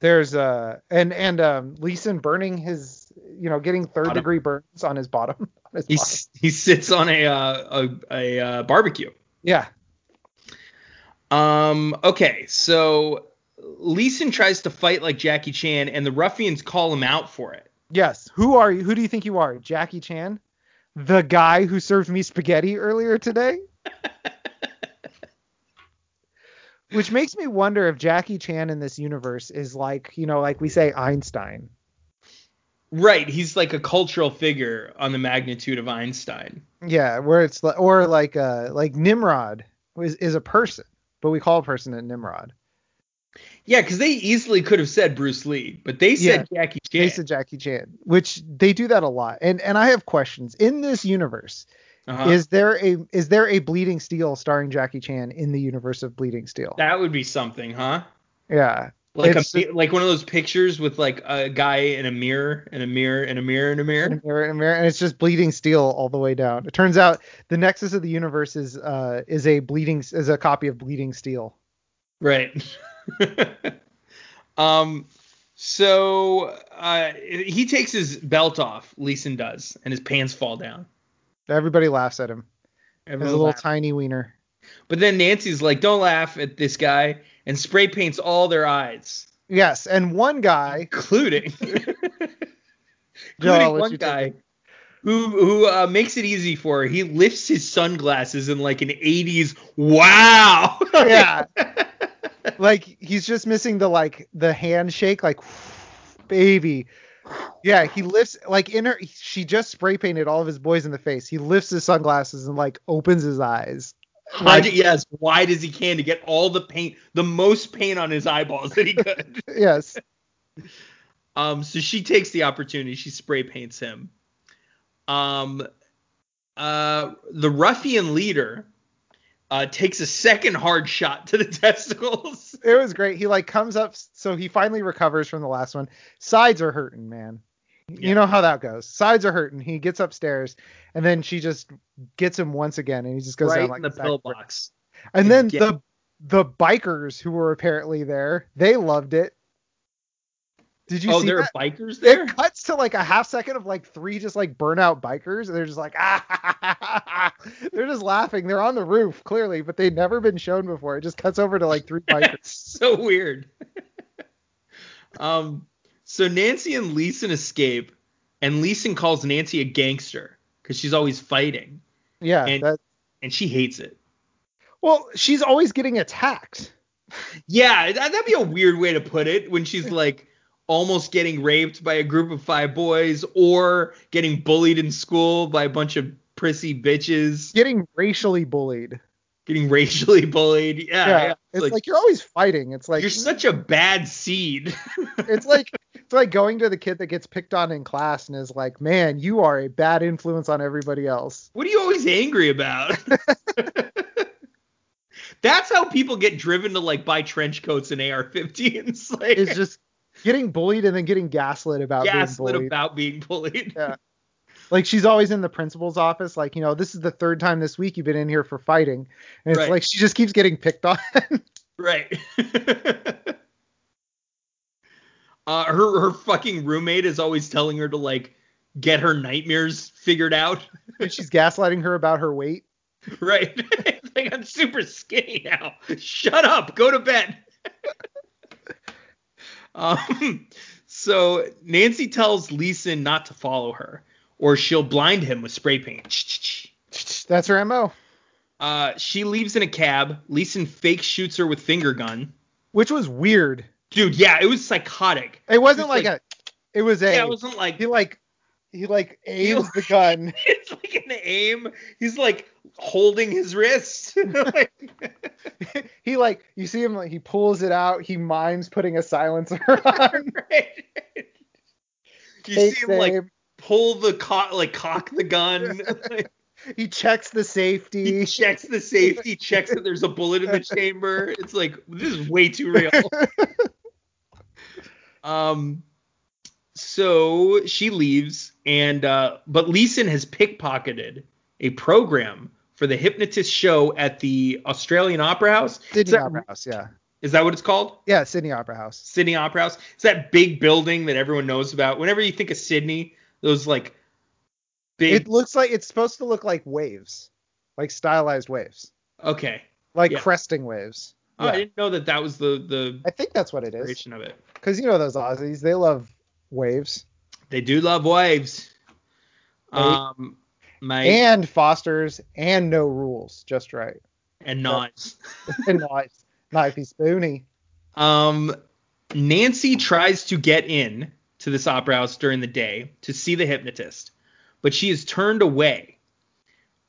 Speaker 1: There's uh and and um Leeson burning his you know getting third
Speaker 2: Bottom.
Speaker 1: degree burns on his bottom. On his
Speaker 2: He
Speaker 1: bottom.
Speaker 2: s- he sits on a uh, a, a uh, barbecue.
Speaker 1: Yeah.
Speaker 2: Um. Okay. So Leeson tries to fight like Jackie Chan, and the ruffians call him out for it.
Speaker 1: Yes. Who are you? Who do you think you are? Jackie Chan? The guy who served me spaghetti earlier today? Which makes me wonder if Jackie Chan in this universe is like, you know, like we say Einstein.
Speaker 2: Right. He's like a cultural figure on the magnitude of Einstein.
Speaker 1: Yeah, where it's like, or like uh like Nimrod is, is a person, but we call a person a Nimrod.
Speaker 2: Yeah, because they easily could have said Bruce Lee, but they said Jackie Chan.
Speaker 1: Jason Jackie Chan, which they do that a lot. And and I have questions. In this universe,
Speaker 2: Uh-huh.
Speaker 1: is there a is there a Bleeding Steel starring Jackie Chan in the universe of Bleeding Steel?
Speaker 2: that would be something, huh?
Speaker 1: Yeah.
Speaker 2: Like a,
Speaker 1: It's-
Speaker 2: pi- like one of those pictures with like a guy in a mirror and a mirror and a mirror and
Speaker 1: in
Speaker 2: a
Speaker 1: a
Speaker 2: mirror.
Speaker 1: mirror in a mirror, and it's just bleeding steel all the way down. It turns out the Nexus of the Universe is uh is a bleeding is a copy of Bleeding Steel.
Speaker 2: Right. um. So uh, he takes his belt off. Leeson does, and his pants fall down.
Speaker 1: Everybody laughs at him. There's a
Speaker 2: Everyone
Speaker 1: little
Speaker 2: laughs.
Speaker 1: tiny wiener.
Speaker 2: But then Nancy's like, "Don't laugh at this guy," and spray paints all their eyes,
Speaker 1: Yes, and one guy.
Speaker 2: including
Speaker 1: Joe, I'll
Speaker 2: including
Speaker 1: let
Speaker 2: one
Speaker 1: you take
Speaker 2: guy
Speaker 1: it.
Speaker 2: who who uh, makes it easy for her. He lifts his sunglasses in like an 80s wow.
Speaker 1: Yeah. like he's just missing the like the handshake, like baby. Yeah, he lifts like in her. She just spray painted all of his boys in the face. He lifts his sunglasses and like opens his eyes.
Speaker 2: Why did, yes, wide as he can to get all the paint, the most paint on his eyeballs that he could.
Speaker 1: Yes.
Speaker 2: um, so she takes the opportunity. She spray paints him. Um, uh, the ruffian leader uh, takes a second hard shot to the testicles.
Speaker 1: it was great. He like comes up, so he finally recovers from the last one. Sides are hurting, man.
Speaker 2: Yeah.
Speaker 1: You know how that goes. Sides are hurting. He gets upstairs, and then she just gets him once again, and he just goes
Speaker 2: right
Speaker 1: down like
Speaker 2: in the
Speaker 1: a sack
Speaker 2: pill
Speaker 1: of bricks.
Speaker 2: box.
Speaker 1: And then
Speaker 2: Again.
Speaker 1: the the bikers who were apparently there, they loved it. Did you
Speaker 2: Oh,
Speaker 1: see
Speaker 2: there
Speaker 1: that?
Speaker 2: are bikers there.
Speaker 1: It cuts to like a half second of like three just like burnout bikers, and they're just like ah, they're just laughing. They're on the roof clearly, but they've never been shown before. It just cuts over to like three bikers.
Speaker 2: It's so weird. um, so Nancy and Leeson escape, and Leeson calls Nancy a gangster because she's always fighting,
Speaker 1: Yeah.
Speaker 2: And-
Speaker 1: that-
Speaker 2: and she hates it.
Speaker 1: well, she's always getting attacked.
Speaker 2: Yeah, that, that'd be a weird way to put it when she's like almost getting raped by a group of five boys or getting bullied in school by a bunch of prissy bitches,
Speaker 1: Getting racially bullied.
Speaker 2: getting racially bullied. Yeah, yeah.
Speaker 1: It's like, you're always fighting. It's like
Speaker 2: you're such a bad seed.
Speaker 1: it's like it's like going to the kid that gets picked on in class and is like, "Man, you are a bad influence on everybody else."
Speaker 2: What are you always angry about? That's how people get driven to like buy trench coats and AR-15s. Like
Speaker 1: Is just getting bullied and then getting gaslit about being
Speaker 2: gaslit
Speaker 1: bullied.
Speaker 2: about being bullied.
Speaker 1: Yeah. like she's always in the principal's office like, you know, this is the third time this week you've been in here for fighting. And it's
Speaker 2: Right.
Speaker 1: like she just keeps getting picked on.
Speaker 2: Right. uh, her her fucking roommate is always telling her to like get her nightmares figured out.
Speaker 1: and she's gaslighting her about her weight.
Speaker 2: Right. It's like I'm super skinny now. Shut up. Go to bed. um, so Nancy tells Leeson not to follow her, or she'll blind him with spray paint.
Speaker 1: That's her MO,
Speaker 2: Uh, she leaves in a cab. Leeson fake shoots her with finger gun.
Speaker 1: which was weird.
Speaker 2: Dude, yeah, it was psychotic.
Speaker 1: It wasn't like,
Speaker 2: like-
Speaker 1: a it was a
Speaker 2: Yeah, it wasn't like
Speaker 1: he like he like aims the gun.
Speaker 2: it's like an aim. He's like holding his wrist. Like,
Speaker 1: he like you see him like he pulls it out he mimes putting a silencer on
Speaker 2: right? You see him like pull the cock, like cock the gun. Like,
Speaker 1: he checks the
Speaker 2: he
Speaker 1: safety
Speaker 2: checks the safety, checks that there's a bullet in the chamber. It's like this is way too real. Um, so she leaves, and uh, but Leeson has pickpocketed a program for the hypnotist show at the Australian Opera House. Is
Speaker 1: sydney
Speaker 2: that-
Speaker 1: opera house yeah
Speaker 2: Is that what it's called?
Speaker 1: yeah sydney opera house
Speaker 2: Sydney Opera House. It's that big building that everyone knows about. Whenever you think of Sydney, those like big.
Speaker 1: it looks like it's supposed to look like waves like stylized waves
Speaker 2: okay.
Speaker 1: like
Speaker 2: Yeah.
Speaker 1: cresting waves
Speaker 2: Oh, I
Speaker 1: yeah.
Speaker 2: didn't know that that was the the
Speaker 1: i think that's what it is
Speaker 2: creation of it.
Speaker 1: because you know those aussies they love waves
Speaker 2: They do love waves.
Speaker 1: Right.
Speaker 2: Um, my and,
Speaker 1: and fosters and no rules just right
Speaker 2: knives.
Speaker 1: and knife knifey spoony
Speaker 2: Um, Nancy tries to get in to this opera house during the day to see the hypnotist, but she is turned away.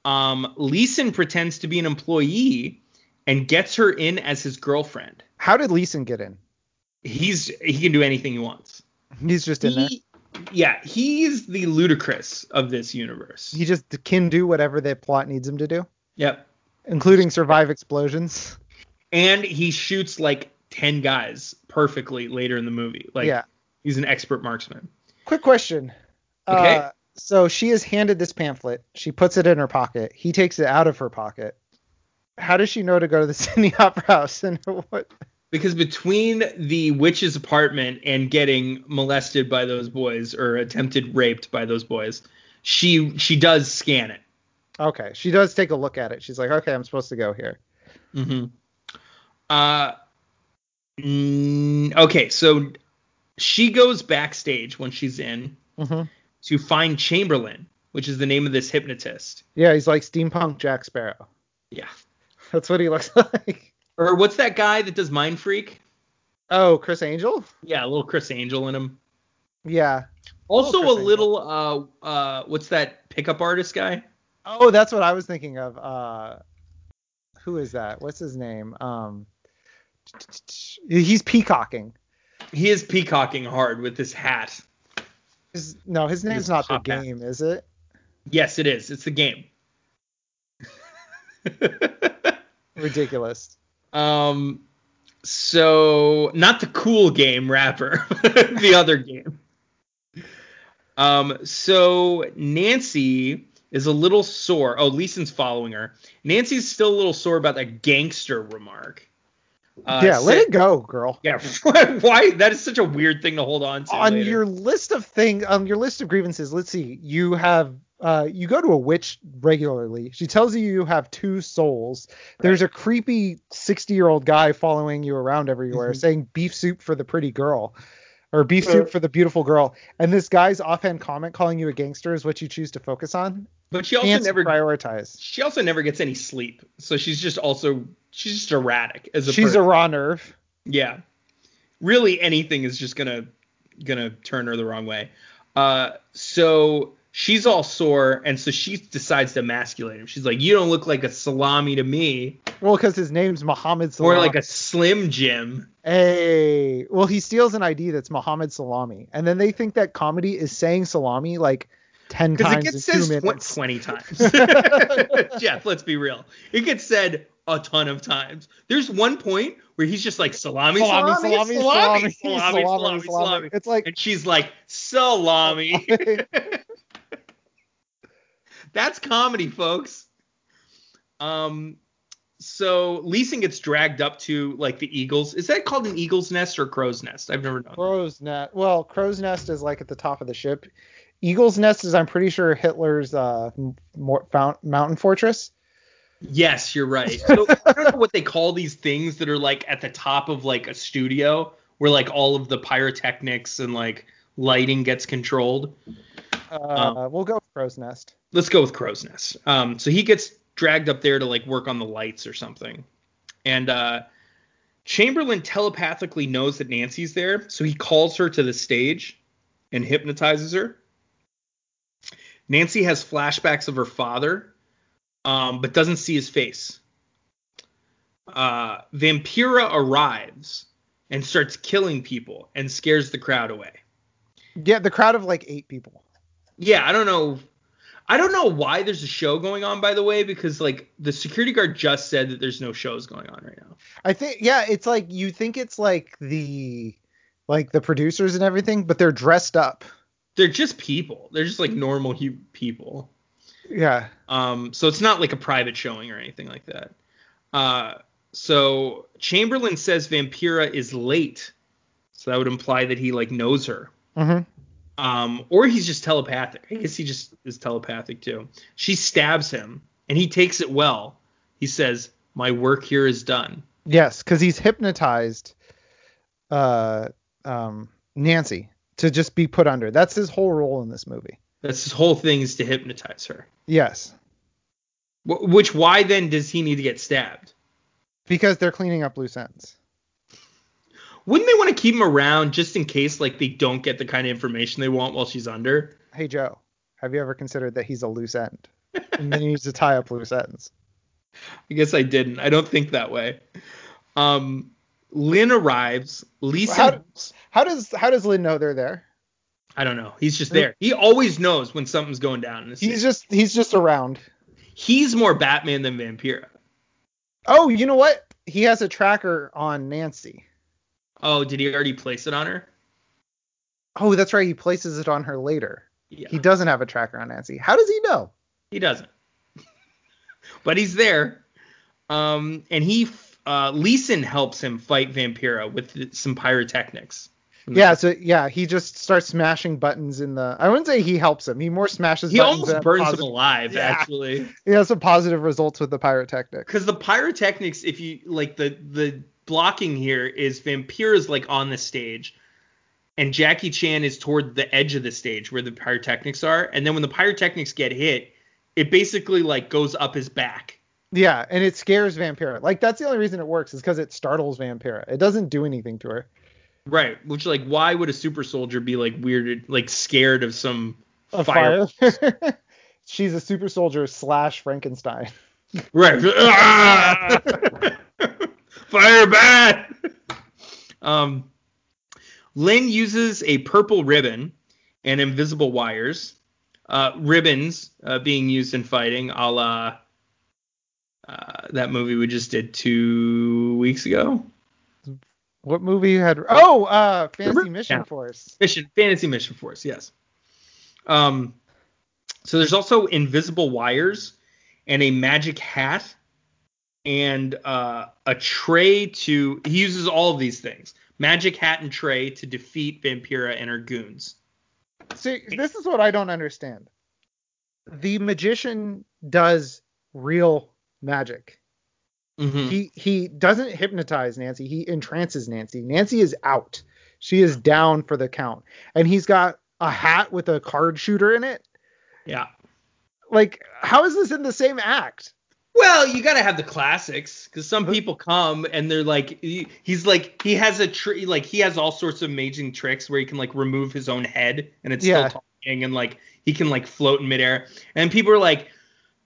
Speaker 2: Um, Leeson pretends to be an employee and gets her in as his girlfriend.
Speaker 1: how did leeson get in
Speaker 2: he's he can do anything he wants.
Speaker 1: he's just in there
Speaker 2: He, yeah, he's the ludicrous of this universe.
Speaker 1: he just can do whatever the plot needs him to do
Speaker 2: yep.
Speaker 1: including survive explosions.
Speaker 2: And he shoots like 10 guys perfectly later in the movie. Like
Speaker 1: yeah.
Speaker 2: he's an expert marksman.
Speaker 1: Quick question.
Speaker 2: Okay.
Speaker 1: Uh, so she is handed this pamphlet. She puts it in her pocket. He takes it out of her pocket. How does she know to go to the Sydney Opera House and what?
Speaker 2: Because between the witch's apartment and getting molested by those boys or attempted raped by those boys, she she does scan it.
Speaker 1: Okay, she does take a look at it. She's like, okay, I'm supposed to go here.
Speaker 2: Mm-hmm. Uh, mm, okay, so she goes backstage when she's in
Speaker 1: hmm
Speaker 2: to find Chamberlain, which is the name of this hypnotist.
Speaker 1: Yeah, he's like steampunk Jack Sparrow.
Speaker 2: Yeah.
Speaker 1: That's what he looks like.
Speaker 2: Or what's that guy that does Mind Freak?
Speaker 1: Oh, Chris Angel.
Speaker 2: Yeah, a little Chris Angel in him.
Speaker 1: Yeah.
Speaker 2: Also
Speaker 1: Chris
Speaker 2: a
Speaker 1: Angel.
Speaker 2: little uh uh what's that pickup artist guy?
Speaker 1: Oh, that's what I was thinking of. Uh, who is that? What's his name? Um, he's peacocking.
Speaker 2: He is peacocking hard with his hat.
Speaker 1: His, no, his name's
Speaker 2: His
Speaker 1: not the
Speaker 2: top hat.
Speaker 1: game, is it?
Speaker 2: Yes, it is. It's the game.
Speaker 1: Ridiculous.
Speaker 2: um so not the cool game rapper, the other game. Um so Nancy is a little sore. Oh, Leeson's following her. Nancy's still a little sore about that gangster remark. Uh,
Speaker 1: yeah, let
Speaker 2: said-
Speaker 1: it go, girl.
Speaker 2: Yeah, why? That is such a weird thing to hold on to.
Speaker 1: On
Speaker 2: later.
Speaker 1: your list of things, on your list of grievances, let's see. You have, uh, you go to a witch regularly. She tells you you have two souls. There's a creepy 60 year old guy following you around everywhere,
Speaker 2: Mhm.
Speaker 1: saying beef soup for the pretty girl. or beef soup for the beautiful girl. And this guy's offhand comment calling you a gangster is what you choose to focus on.
Speaker 2: But she also
Speaker 1: Can't
Speaker 2: never
Speaker 1: prioritize.
Speaker 2: she also never gets any sleep. So she's just also she's just erratic as a
Speaker 1: She's er-
Speaker 2: person.
Speaker 1: a raw nerve.
Speaker 2: yeah. Really anything is just gonna gonna turn her the wrong way. Uh so she's all sore and so she decides to emasculate him. She's like, You don't look like a salami to me.
Speaker 1: Well, because his name's Mohammed Salami.
Speaker 2: More like a slim jim.
Speaker 1: Hey, well, he steals an ID that's Mohammed Salami, and then they think that comedy is saying salami like ten
Speaker 2: Because it
Speaker 1: times
Speaker 2: gets
Speaker 1: in two
Speaker 2: said twen-
Speaker 1: minutes.
Speaker 2: 20 times. Jeff, let's be real. It gets said a ton of times. There's one point where he's just like salami, salami, salami, salami, salami, salami, salami, salami,
Speaker 1: It's like
Speaker 2: And she's like, salami. That's comedy, folks. Um, so Leeson gets dragged up to like the Eagles. Is that called an Eagle's nest or crow's nest? I've never known.
Speaker 1: crow's nest. Well, crow's nest is like at the top of the ship. Eagle's nest is, I'm pretty sure, Hitler's uh, m- mor- fount- mountain fortress.
Speaker 2: Yes, you're right. So I don't know what they call these things that are like at the top of like a studio where like all of the pyrotechnics and like lighting gets controlled.
Speaker 1: Uh,
Speaker 2: Um.
Speaker 1: we'll go with crow's nest.
Speaker 2: Let's go with Crow's Nest. Um, so he gets dragged up there to like work on the lights or something. And uh, Chamberlain telepathically knows that Nancy's there, so he calls her to the stage and hypnotizes her. Nancy has flashbacks of her father, um, but doesn't see his face. Uh, Vampira arrives and starts killing people and scares the crowd away.
Speaker 1: Yeah, the crowd of like eight people.
Speaker 2: Yeah, I don't know. I don't know why there's a show going on, by the way, because like the security guard just said that there's no shows going on right now.
Speaker 1: I think yeah, it's like you think it's like the like the producers and everything, but they're dressed up.
Speaker 2: They're just people. They're just like normal hu- people.
Speaker 1: Yeah.
Speaker 2: Um, so it's not like a private showing or anything like that. Uh, so Chamberlain says Vampira is late, so that would imply that he like knows her.
Speaker 1: Mm-hmm.
Speaker 2: Um, or he's just telepathic. I guess he just is telepathic too. She stabs him, and he takes it well. He says, "My work here is done."
Speaker 1: Yes, because he's hypnotized uh, um, Nancy to just be put under. That's his whole role in this movie.
Speaker 2: That's his whole thing is to hypnotize her.
Speaker 1: Yes,
Speaker 2: Wh- which why then does he need to get stabbed?
Speaker 1: because they're cleaning up loose ends.
Speaker 2: Wouldn't they want to keep him around just in case like they don't get the kind of information they want while she's under?
Speaker 1: Hey Joe, have you ever considered that he's a loose end? and then he needs to tie up loose ends.
Speaker 2: I guess I didn't. I don't think that way. Um, Lynn arrives. Lisa,
Speaker 1: How d- How does how does Lynn know they're there?
Speaker 2: I don't know. He's just there. He always knows when something's going down. In this
Speaker 1: He's
Speaker 2: he's,
Speaker 1: just he's just around.
Speaker 2: he's more Batman than Vampira.
Speaker 1: Oh, you know what? He has a tracker on Nancy.
Speaker 2: Oh, did he already place it on her?
Speaker 1: Oh, that's right. He places it on her later.
Speaker 2: Yeah,
Speaker 1: He doesn't have a tracker on Nancy. How does he know?
Speaker 2: He doesn't. but he's there. Um, and he, f- uh, Leeson helps him fight Vampira with th- some pyrotechnics.
Speaker 1: Yeah, so yeah, he just starts smashing buttons in the. I wouldn't say he helps him. He more smashes.
Speaker 2: He
Speaker 1: buttons
Speaker 2: almost
Speaker 1: that
Speaker 2: burns
Speaker 1: posi-
Speaker 2: him alive,
Speaker 1: Yeah.
Speaker 2: actually.
Speaker 1: He has some positive results with the pyrotechnics.
Speaker 2: Because the pyrotechnics, if you like, the the blocking here is Vampira's like on the stage, and Jackie Chan is toward the edge of the stage where the pyrotechnics are. And then when the pyrotechnics get hit, it basically like goes up his back.
Speaker 1: Yeah, and it scares Vampira. Like that's the only reason it works is because it startles Vampira. It doesn't do anything to her.
Speaker 2: Right, which like why would a super soldier be like weirded, like scared of some
Speaker 1: A
Speaker 2: fire?
Speaker 1: fire. She's a super soldier slash Frankenstein.
Speaker 2: Right. Ah! fire bad. Um, Lynn uses a purple ribbon and invisible wires, uh, ribbons uh, being used in fighting, a la uh, that movie we just did two weeks ago.
Speaker 1: What movie you had? Oh, uh, Fantasy
Speaker 2: Remember-
Speaker 1: Mission
Speaker 2: Yeah.
Speaker 1: Force.
Speaker 2: Mission Fantasy Mission Force, yes. Um, so there's also invisible wires and a magic hat and uh, a tray to. He uses all of these things: magic hat and tray to defeat Vampira and her goons.
Speaker 1: See, this is what I don't understand. The magician does real magic.
Speaker 2: Mm-hmm.
Speaker 1: he he doesn't hypnotize Nancy. He entrances Nancy. Nancy is out. She is down for the count. And he's got a hat with a card shooter in it.
Speaker 2: Yeah.
Speaker 1: Like, how is this in the same act?
Speaker 2: Well, you gotta have the classics because some people come and they're like, he- he's like, he has a tree, like he has all sorts of amazing tricks where he can like remove his own head and it's
Speaker 1: Yeah.
Speaker 2: still talking and like he can like float in midair. And people are like,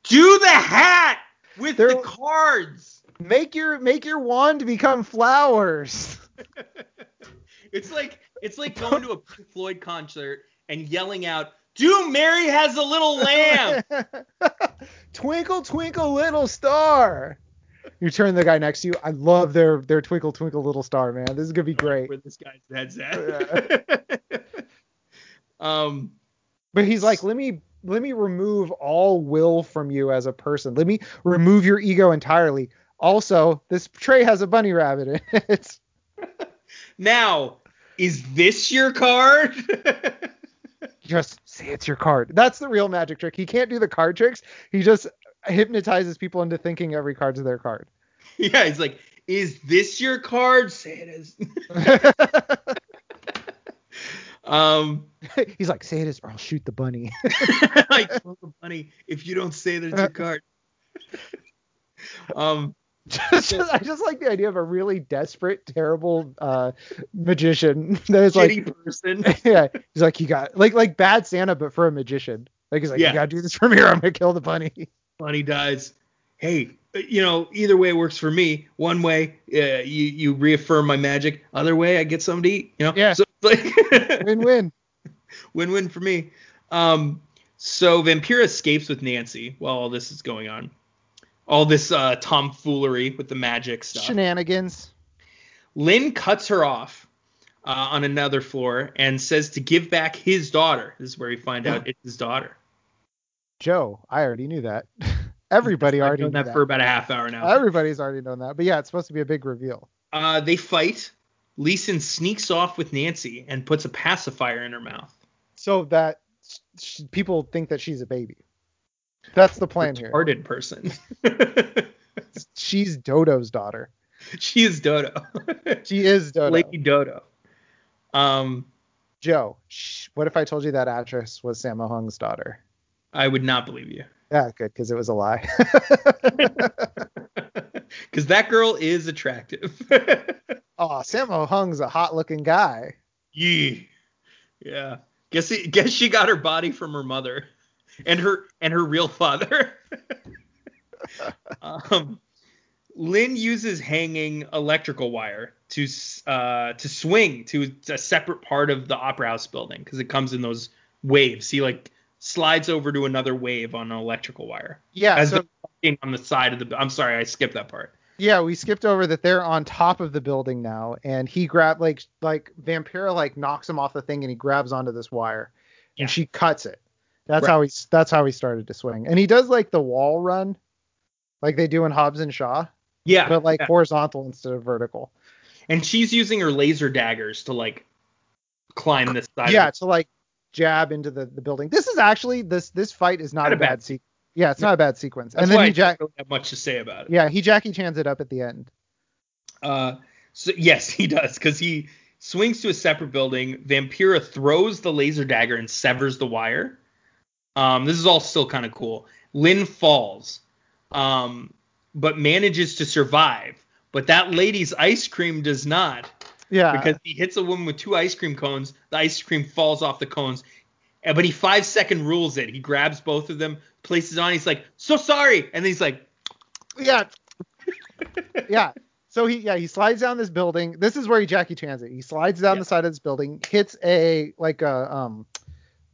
Speaker 2: do the hat with
Speaker 1: They're-
Speaker 2: the cards.
Speaker 1: Make your make your wand become flowers.
Speaker 2: It's like it's like going to a Pink Floyd concert and yelling out, "Do Mary has a little lamb?"
Speaker 1: twinkle twinkle little star. You turn to the guy next to you. I love their their twinkle twinkle little star, man. This is gonna be great. Oh,
Speaker 2: Where this guy's head's at. um,
Speaker 1: But he's like, let me let me remove all will from you as a person. Let me remove your ego entirely. Also, this tray has a bunny rabbit in it.
Speaker 2: now is this your card?
Speaker 1: Just say it's your card. That's the real magic trick. He can't do the card tricks. He just hypnotizes people into thinking every card's their card.
Speaker 2: yeah, he's like, "Is this your card?" Say it is. um,
Speaker 1: he's like, say it is, or I'll shoot the bunny.
Speaker 2: like, funny if you don't say that
Speaker 1: Uh,
Speaker 2: it's your card. um.
Speaker 1: Just- I just like the idea of a really desperate, terrible uh, magician that is like,
Speaker 2: shitty person.
Speaker 1: yeah, he's like, you got like like bad Santa, but for a magician. Like he's like,
Speaker 2: Yeah.
Speaker 1: you gotta do this for me, or I'm gonna kill the bunny.
Speaker 2: Bunny dies. Hey, you know, either way works for me. One way, uh, you you reaffirm my magic. Other way, I get something to eat. You know,
Speaker 1: Yeah.
Speaker 2: So it's like
Speaker 1: Win win.
Speaker 2: win-win for me. Um, so Vampira escapes with Nancy while all this is going on. All this uh, tomfoolery with the magic stuff.
Speaker 1: Shenanigans.
Speaker 2: Lynn cuts her off uh, on another floor and says to give back his daughter. This is where we find out it's his daughter.
Speaker 1: Joe, I already knew that. Everybody
Speaker 2: I've
Speaker 1: already knew
Speaker 2: known
Speaker 1: that.
Speaker 2: that for about a half hour now.
Speaker 1: Everybody's already known that. But yeah, it's supposed to be a big reveal.
Speaker 2: Uh, they fight. Leeson sneaks off with Nancy and puts a pacifier in her mouth.
Speaker 1: So that s- sh- people think that she's a baby. That's the plan here.
Speaker 2: Retarded person.
Speaker 1: She's Dodo's daughter.
Speaker 2: she is Dodo.
Speaker 1: She is Dodo.
Speaker 2: Lady Dodo. Um,
Speaker 1: Joe, shh, what if I told you that actress was Sammo Hung's daughter?
Speaker 2: I would not believe you.
Speaker 1: Yeah, good, because it was a lie.
Speaker 2: Because that girl is attractive.
Speaker 1: oh, Sammo Hung's a hot looking guy.
Speaker 2: yeah. Yeah. Guess he, guess she got her body from her mother and her and her real father. um, Lynn uses hanging electrical wire to s- uh, to swing to a separate part of the opera house building because it comes in those waves. He like slides over to another wave on an electrical wire
Speaker 1: Yeah,
Speaker 2: as
Speaker 1: so,
Speaker 2: they're walking on the side of the. I'm sorry, I skipped that part.
Speaker 1: yeah, we skipped over that they're on top of the building now, and he grabbed like like Vampira like knocks him off the thing and he grabs onto this wire
Speaker 2: Yeah.
Speaker 1: and she cuts it. That's
Speaker 2: Right.
Speaker 1: how he's that's how he started to swing. And he does like the wall run, like they do in Hobbs and Shaw,
Speaker 2: Yeah,
Speaker 1: but like
Speaker 2: yeah.
Speaker 1: horizontal instead of vertical.
Speaker 2: and she's using her laser daggers to like climb this side.
Speaker 1: yeah,
Speaker 2: of
Speaker 1: to like jab into the, the building. This is actually this this fight is not, a bad, sequence. Yeah, it's not a bad sequence.
Speaker 2: That's
Speaker 1: and then
Speaker 2: why
Speaker 1: he
Speaker 2: I
Speaker 1: jack
Speaker 2: don't have much to say about it.
Speaker 1: yeah he Jackie Chan's it up at the end.
Speaker 2: Uh, so yes, he does because he swings to a separate building. Vampira throws the laser dagger and severs the wire. Um, this is all still kind of cool. Lynn falls, um, but manages to survive. But that lady's ice cream does not
Speaker 1: Yeah,
Speaker 2: because he hits a woman with two ice cream cones. The ice cream falls off the cones, and- but he five second rules it. He grabs both of them, places on. He's like, "So sorry," and then he's like,
Speaker 1: yeah, yeah. So he yeah he slides down this building. This is where he Jackie Chan's it. He slides down
Speaker 2: Yeah.
Speaker 1: the side of this building, hits a like a um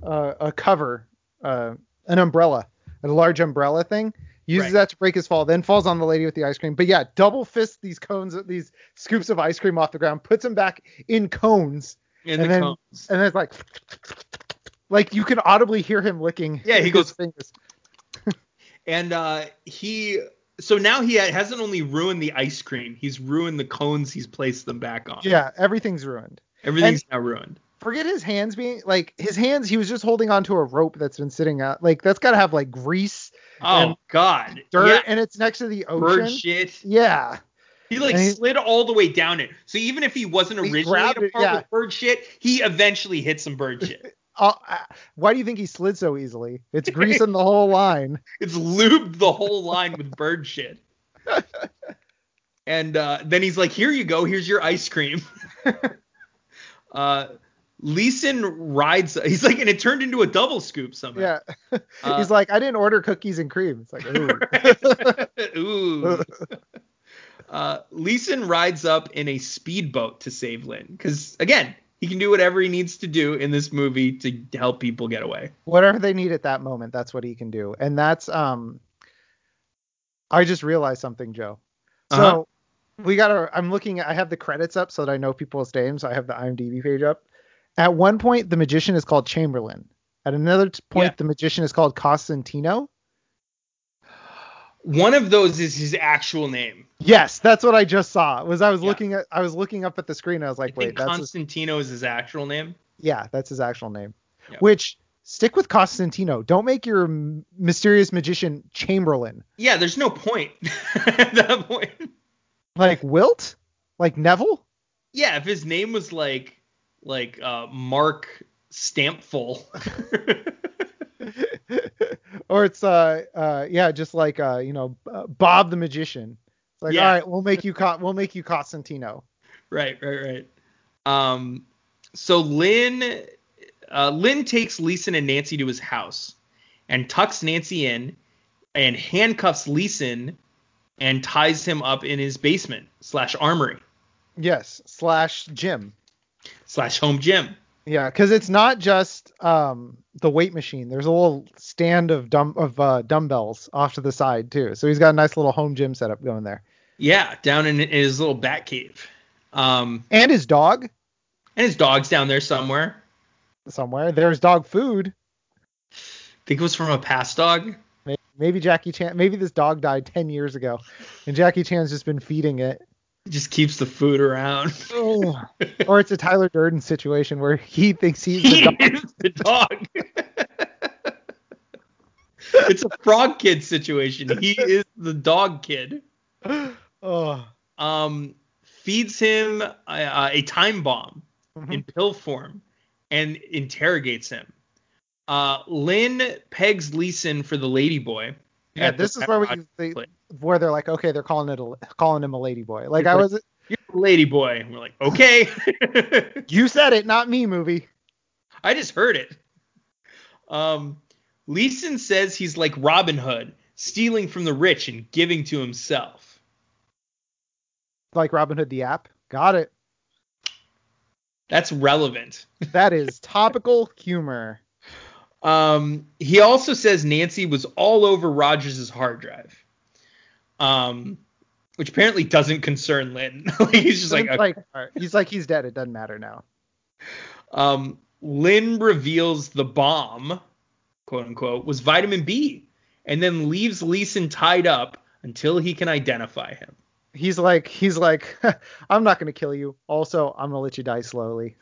Speaker 1: uh, a cover uh an umbrella, a large umbrella thing. Uses
Speaker 2: Right.
Speaker 1: that to break his fall, then falls on the lady with the ice cream. But yeah, double fists these cones, these scoops of ice cream off the ground, puts them back in cones,
Speaker 2: "In
Speaker 1: And
Speaker 2: the
Speaker 1: then-
Speaker 2: cones."
Speaker 1: and then it's like like you can audibly hear him licking
Speaker 2: Yeah, he
Speaker 1: his
Speaker 2: goes-
Speaker 1: fingers.
Speaker 2: and uh, he so now he ha- hasn't only ruined the ice cream he's ruined the cones he's placed them back on
Speaker 1: yeah everything's ruined
Speaker 2: everything's now ruined
Speaker 1: forget his hands being like his hands he was just holding onto a rope that's been sitting out like that's got to have like grease
Speaker 2: oh
Speaker 1: And
Speaker 2: god
Speaker 1: dirt
Speaker 2: yeah
Speaker 1: and it's next to the
Speaker 2: bird
Speaker 1: ocean
Speaker 2: shit
Speaker 1: yeah
Speaker 2: He like
Speaker 1: And he-
Speaker 2: slid all the way down it. So even if he wasn't
Speaker 1: He
Speaker 2: originally in
Speaker 1: grabbed
Speaker 2: a
Speaker 1: it,
Speaker 2: part
Speaker 1: yeah.
Speaker 2: with bird shit, he eventually hit some bird shit.
Speaker 1: Uh, uh, why do you think he slid so easily? It's greasing the whole line.
Speaker 2: It's lubed the whole line with bird shit. And uh, then he's like, "Here you go. Here's your ice cream." uh, Leeson rides. He's like, and it turned into a double scoop somehow.
Speaker 1: Yeah.
Speaker 2: Uh,
Speaker 1: He's like, I didn't order cookies and cream. It's like, ooh.
Speaker 2: Ooh. Uh, Leeson rides up in a speedboat to save Lynn because again, he can do whatever he needs to do in this movie to help people get away.
Speaker 1: whatever they need at that moment, that's what he can do. And that's um I just realized something, Joe. So
Speaker 2: Uh-huh.
Speaker 1: we gotta I'm looking at I have the credits up so that I know people's names. I have the IMDB page up. At one point the magician is called Chamberlain. At another t- point
Speaker 2: Yeah.
Speaker 1: the magician is called Costantino.
Speaker 2: One of those is his actual name.
Speaker 1: Yes, that's what I just saw. Was I was
Speaker 2: Yeah.
Speaker 1: looking at I was looking up at the screen. I was like,
Speaker 2: I think
Speaker 1: wait, that's his,
Speaker 2: Constantino is his actual name.
Speaker 1: yeah, that's his actual name.
Speaker 2: Yeah.
Speaker 1: Which stick with Costantino. Don't make your m- mysterious magician Chamberlain.
Speaker 2: Yeah, there's no point at that point.
Speaker 1: Like Wilt? Like Neville?
Speaker 2: Yeah, if his name was like like uh, Mark Stampful.
Speaker 1: or it's uh uh yeah, just like uh you know uh, Bob the magician. It's like
Speaker 2: Yeah.
Speaker 1: all right, we'll make you co- we'll make you Costantino.
Speaker 2: Right, right, right. Um, so Lynn, uh, Lynn takes Leeson and Nancy to his house, and tucks Nancy in, and handcuffs Leeson, and ties him up in his basement slash armory
Speaker 1: Yes, slash Jim.
Speaker 2: slash home gym.
Speaker 1: Yeah, because it's not just um the weight machine. There's a little stand of dumb of uh, dumbbells off to the side too. So he's got a nice little home gym setup going there.
Speaker 2: Yeah, down in, in his little bat cave. Um,
Speaker 1: And his dog
Speaker 2: and his dog's down there somewhere.
Speaker 1: somewhere. There's dog food.
Speaker 2: I think it was from a past dog.
Speaker 1: May- Maybe Jackie Chan. Maybe this dog died ten years ago, and Jackie Chan's just been feeding it.
Speaker 2: It just keeps the food around.
Speaker 1: or it's a Tyler Durden situation where he thinks he's the
Speaker 2: He
Speaker 1: dog.
Speaker 2: is the dog. it's a frog kid situation. He is the dog kid.
Speaker 1: Oh.
Speaker 2: Um, feeds him a, uh, a time bomb in
Speaker 1: Mhm.
Speaker 2: pill form and interrogates him. Uh, Lynn pegs Leeson for the lady boy.
Speaker 1: Yeah, this is where we they,
Speaker 2: play.
Speaker 1: where they're like, okay, they're calling it a, calling him a lady boy. Like I was,
Speaker 2: lady boy. And we're like, okay.
Speaker 1: you said it, not me, movie.
Speaker 2: I just heard it. Um, Leeson says he's like Robin Hood, stealing from the rich and giving to himself.
Speaker 1: Like Robin Hood the app. Got it.
Speaker 2: That's relevant.
Speaker 1: That is topical humor.
Speaker 2: Um, he also says Nancy was all over Rogers' hard drive, um, which apparently doesn't concern Lynn. Like, he's just like, uh,
Speaker 1: It's like he's like he's dead. It doesn't matter now.
Speaker 2: um, Lynn reveals the bomb, quote unquote, was vitamin B, and then leaves Leeson tied up until he can identify him.
Speaker 1: He's like he's like I'm not gonna kill you. Also, I'm gonna let you die slowly.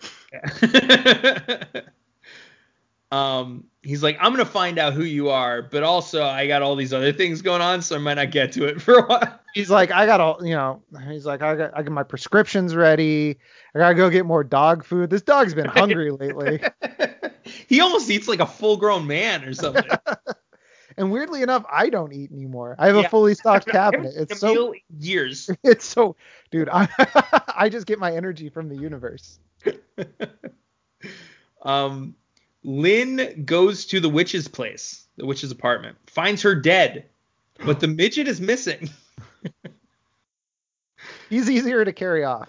Speaker 2: um, he's like, I'm gonna find out who you are, but also I got all these other things going on, so I might not get to it for a while.
Speaker 1: He's like I got all you know. He's like I got I got my prescriptions ready. I gotta go get more dog food. This dog's been hungry lately.
Speaker 2: he almost eats like a full-grown man or something.
Speaker 1: And weirdly enough, I don't eat anymore. I have
Speaker 2: Yeah.
Speaker 1: a fully stocked
Speaker 2: I haven't
Speaker 1: cabinet.
Speaker 2: eaten
Speaker 1: It's
Speaker 2: a
Speaker 1: so
Speaker 2: meal in years.
Speaker 1: it's so dude, I I just get my energy from the universe.
Speaker 2: Um, Lynn goes to the witch's place, the witch's apartment, finds her dead, but the midget is missing,
Speaker 1: He's easier to carry off.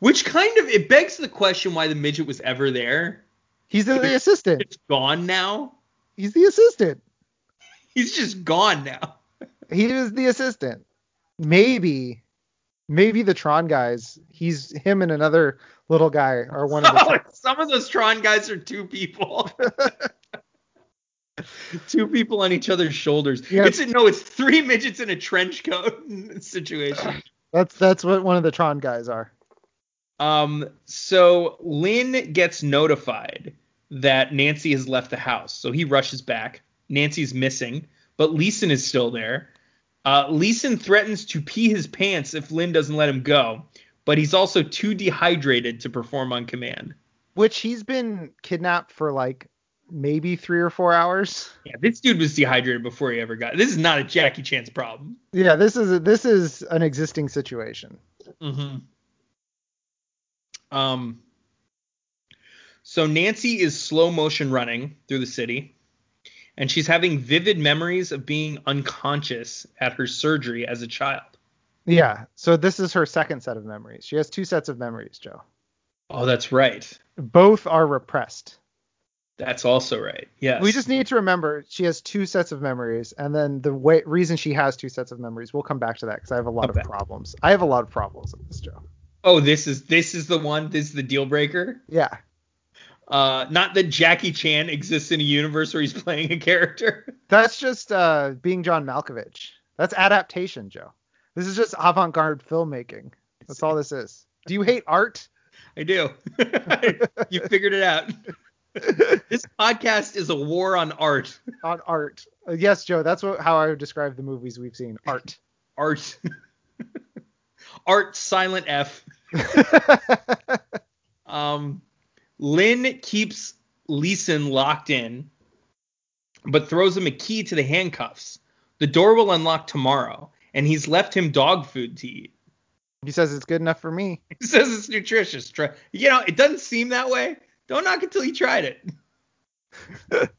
Speaker 2: which kind of it begs the question why the midget was ever there.
Speaker 1: He's the, the assistant.
Speaker 2: It's gone now.
Speaker 1: He's the assistant.
Speaker 2: He's just gone now.
Speaker 1: He was the assistant. Maybe maybe the Tron guys, he's him and another little guy are one of the
Speaker 2: Oh, Some of those Tron guys are two people. two people on each other's shoulders.
Speaker 1: Yeah.
Speaker 2: It's a, no, it's three midgets in a trench coat situation.
Speaker 1: That's that's what one of the Tron guys are.
Speaker 2: Um, so Lynn gets notified that Nancy has left the house, so he rushes back. Nancy's missing, but Leeson is still there. Uh, Leeson threatens to pee his pants if Lynn doesn't let him go, but he's also too dehydrated to perform on command.
Speaker 1: Which he's been kidnapped for like maybe three or four hours.
Speaker 2: Yeah, this dude was dehydrated before he ever got. This is not a Jackie Chan's problem.
Speaker 1: Yeah, this is this is an existing situation.
Speaker 2: Mm-hmm. Um. So Nancy is slow motion running through the city, and she's having vivid memories of being unconscious at her surgery as a child.
Speaker 1: Yeah. So this is her second set of memories. She has two sets of memories, Joe.
Speaker 2: Oh, that's right.
Speaker 1: Both are repressed.
Speaker 2: That's also right. Yes.
Speaker 1: We just need to remember she has two sets of memories, and then the way, reason she has two sets of memories. We'll come back to that because I have a lot
Speaker 2: Okay.
Speaker 1: of problems. I have a lot of problems with this, Joe.
Speaker 2: Oh, this is this is the one. This is the deal breaker.
Speaker 1: Yeah.
Speaker 2: Uh, not that Jackie Chan exists in a universe where he's playing a character.
Speaker 1: That's just uh, being John Malkovich. That's adaptation, Joe. This is just avant-garde filmmaking. That's all this is. Do you hate art?
Speaker 2: I do. you figured it out. this podcast is a war on art.
Speaker 1: On art. Uh, yes, Joe. That's what how I would describe the movies we've seen. Art.
Speaker 2: Art. art silent F. Um, Lynn keeps Leeson locked in, but throws him a key to the handcuffs. The door will unlock tomorrow, and he's left him dog food to eat.
Speaker 1: he says it's good enough for me.
Speaker 2: He says it's nutritious. Try, you know, it doesn't seem that way. Don't knock it till you tried it.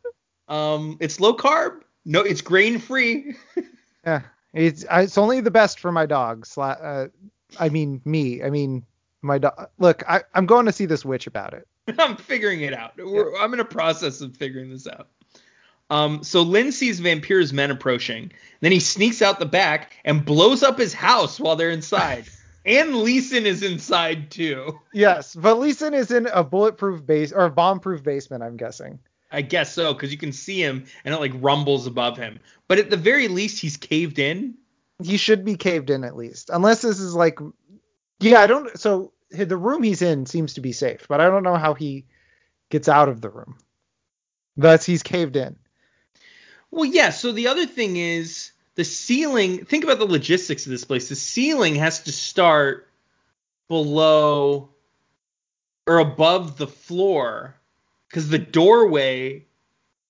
Speaker 2: um, it's low carb. No, it's grain free.
Speaker 1: Yeah. It's I- it's only the best for my dog. Sla- uh, I mean me. I mean my dog. Look, I, I'm going to see this witch about it.
Speaker 2: I'm figuring it out. We're, I'm in a process of figuring this out. Um, so Lynn sees Vampir's men approaching. Then he sneaks out the back and blows up his house while they're inside. and Leeson is inside too.
Speaker 1: Yes, but Leeson is in a bulletproof base or a bomb-proof basement. I'm guessing.
Speaker 2: I guess so, because you can see him and it like rumbles above him. But at the very least, he's caved in.
Speaker 1: he should be caved in at least unless this is like yeah i don't so the room he's in seems to be safe but i don't know how he gets out of the room thus he's caved in
Speaker 2: Well, yeah. So the other thing is the ceiling. Think about the logistics of this place. The ceiling has to start below or above the floor because the doorway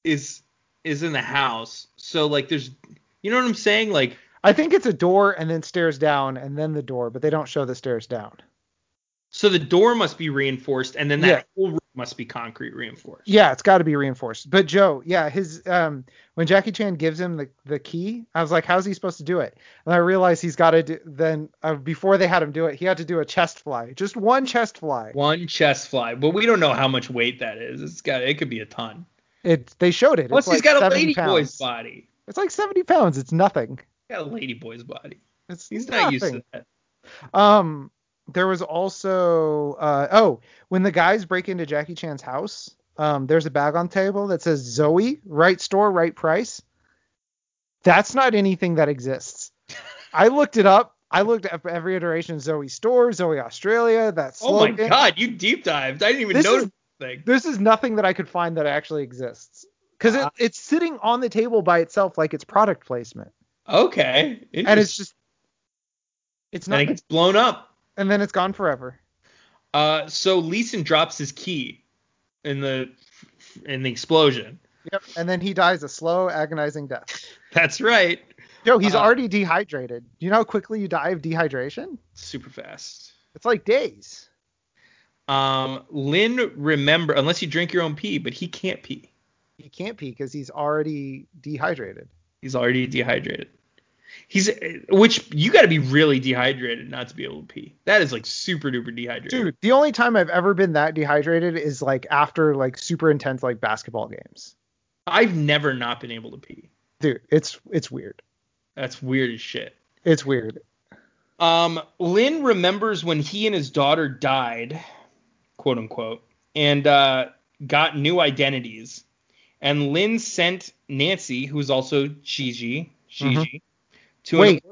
Speaker 2: is is in the house. So like, there's, you know what I'm saying? Like,
Speaker 1: i think it's a door and then stairs down and then the door but they don't show the stairs down
Speaker 2: so the door must be reinforced, and then that
Speaker 1: Yeah.
Speaker 2: whole room must be concrete reinforced.
Speaker 1: yeah it's got to be reinforced but joe yeah his um when jackie chan gives him the, the key i was like how's he supposed to do it and i realized he's got to do then uh, before they had him do it he had to do a chest fly just one chest fly
Speaker 2: One chest fly, but we don't know how much weight that is. It's got it could be a ton.
Speaker 1: it they showed it
Speaker 2: Plus,
Speaker 1: it's
Speaker 2: he's
Speaker 1: like
Speaker 2: got a
Speaker 1: 70
Speaker 2: lady
Speaker 1: pounds.
Speaker 2: boy's body.
Speaker 1: It's like 70 pounds. It's nothing.
Speaker 2: He's got a lady boy's body.
Speaker 1: It's
Speaker 2: He's
Speaker 1: nothing.
Speaker 2: not used to that.
Speaker 1: Um, there was also uh oh, when the guys break into Jackie Chan's house, um, there's a bag on the table that says Zoe, right store, right price. That's not anything that exists. I looked it up. I looked up every iteration Zoe store, Zoe Australia. That's
Speaker 2: Oh my god, you deep dived. I didn't even
Speaker 1: This
Speaker 2: notice
Speaker 1: is-
Speaker 2: this thing.
Speaker 1: This is nothing that I could find that actually exists because it,
Speaker 2: Ah.
Speaker 1: it's sitting on the table by itself like it's product placement,
Speaker 2: Okay.
Speaker 1: and it's
Speaker 2: interesting.
Speaker 1: just it's
Speaker 2: and
Speaker 1: not,
Speaker 2: it gets blown up.
Speaker 1: and then it's gone forever.
Speaker 2: Uh, so Leeson drops his key in the in the explosion.
Speaker 1: Yep. And then he dies a slow, agonizing death.
Speaker 2: That's right.
Speaker 1: Yo, he's
Speaker 2: Uh,
Speaker 1: already dehydrated. You know how quickly you die of dehydration?
Speaker 2: Super fast.
Speaker 1: It's like days.
Speaker 2: Um, Lynn remember unless you drink your own pee, but he can't pee.
Speaker 1: He can't pee because he's already dehydrated.
Speaker 2: He's already dehydrated. He's which you got to be really dehydrated not to be able to pee. That is like super duper dehydrated.
Speaker 1: Dude, the only time I've ever been that dehydrated is like after like super intense like basketball games.
Speaker 2: I've never not been able to pee.
Speaker 1: Dude, it's it's weird.
Speaker 2: That's weird as shit.
Speaker 1: It's weird.
Speaker 2: Um, Lynn remembers when he and his daughter died, quote unquote, and uh, got new identities. And Lynn sent Nancy, who's also Gigi, Gigi,
Speaker 1: Mm-hmm.
Speaker 2: to
Speaker 1: Wait.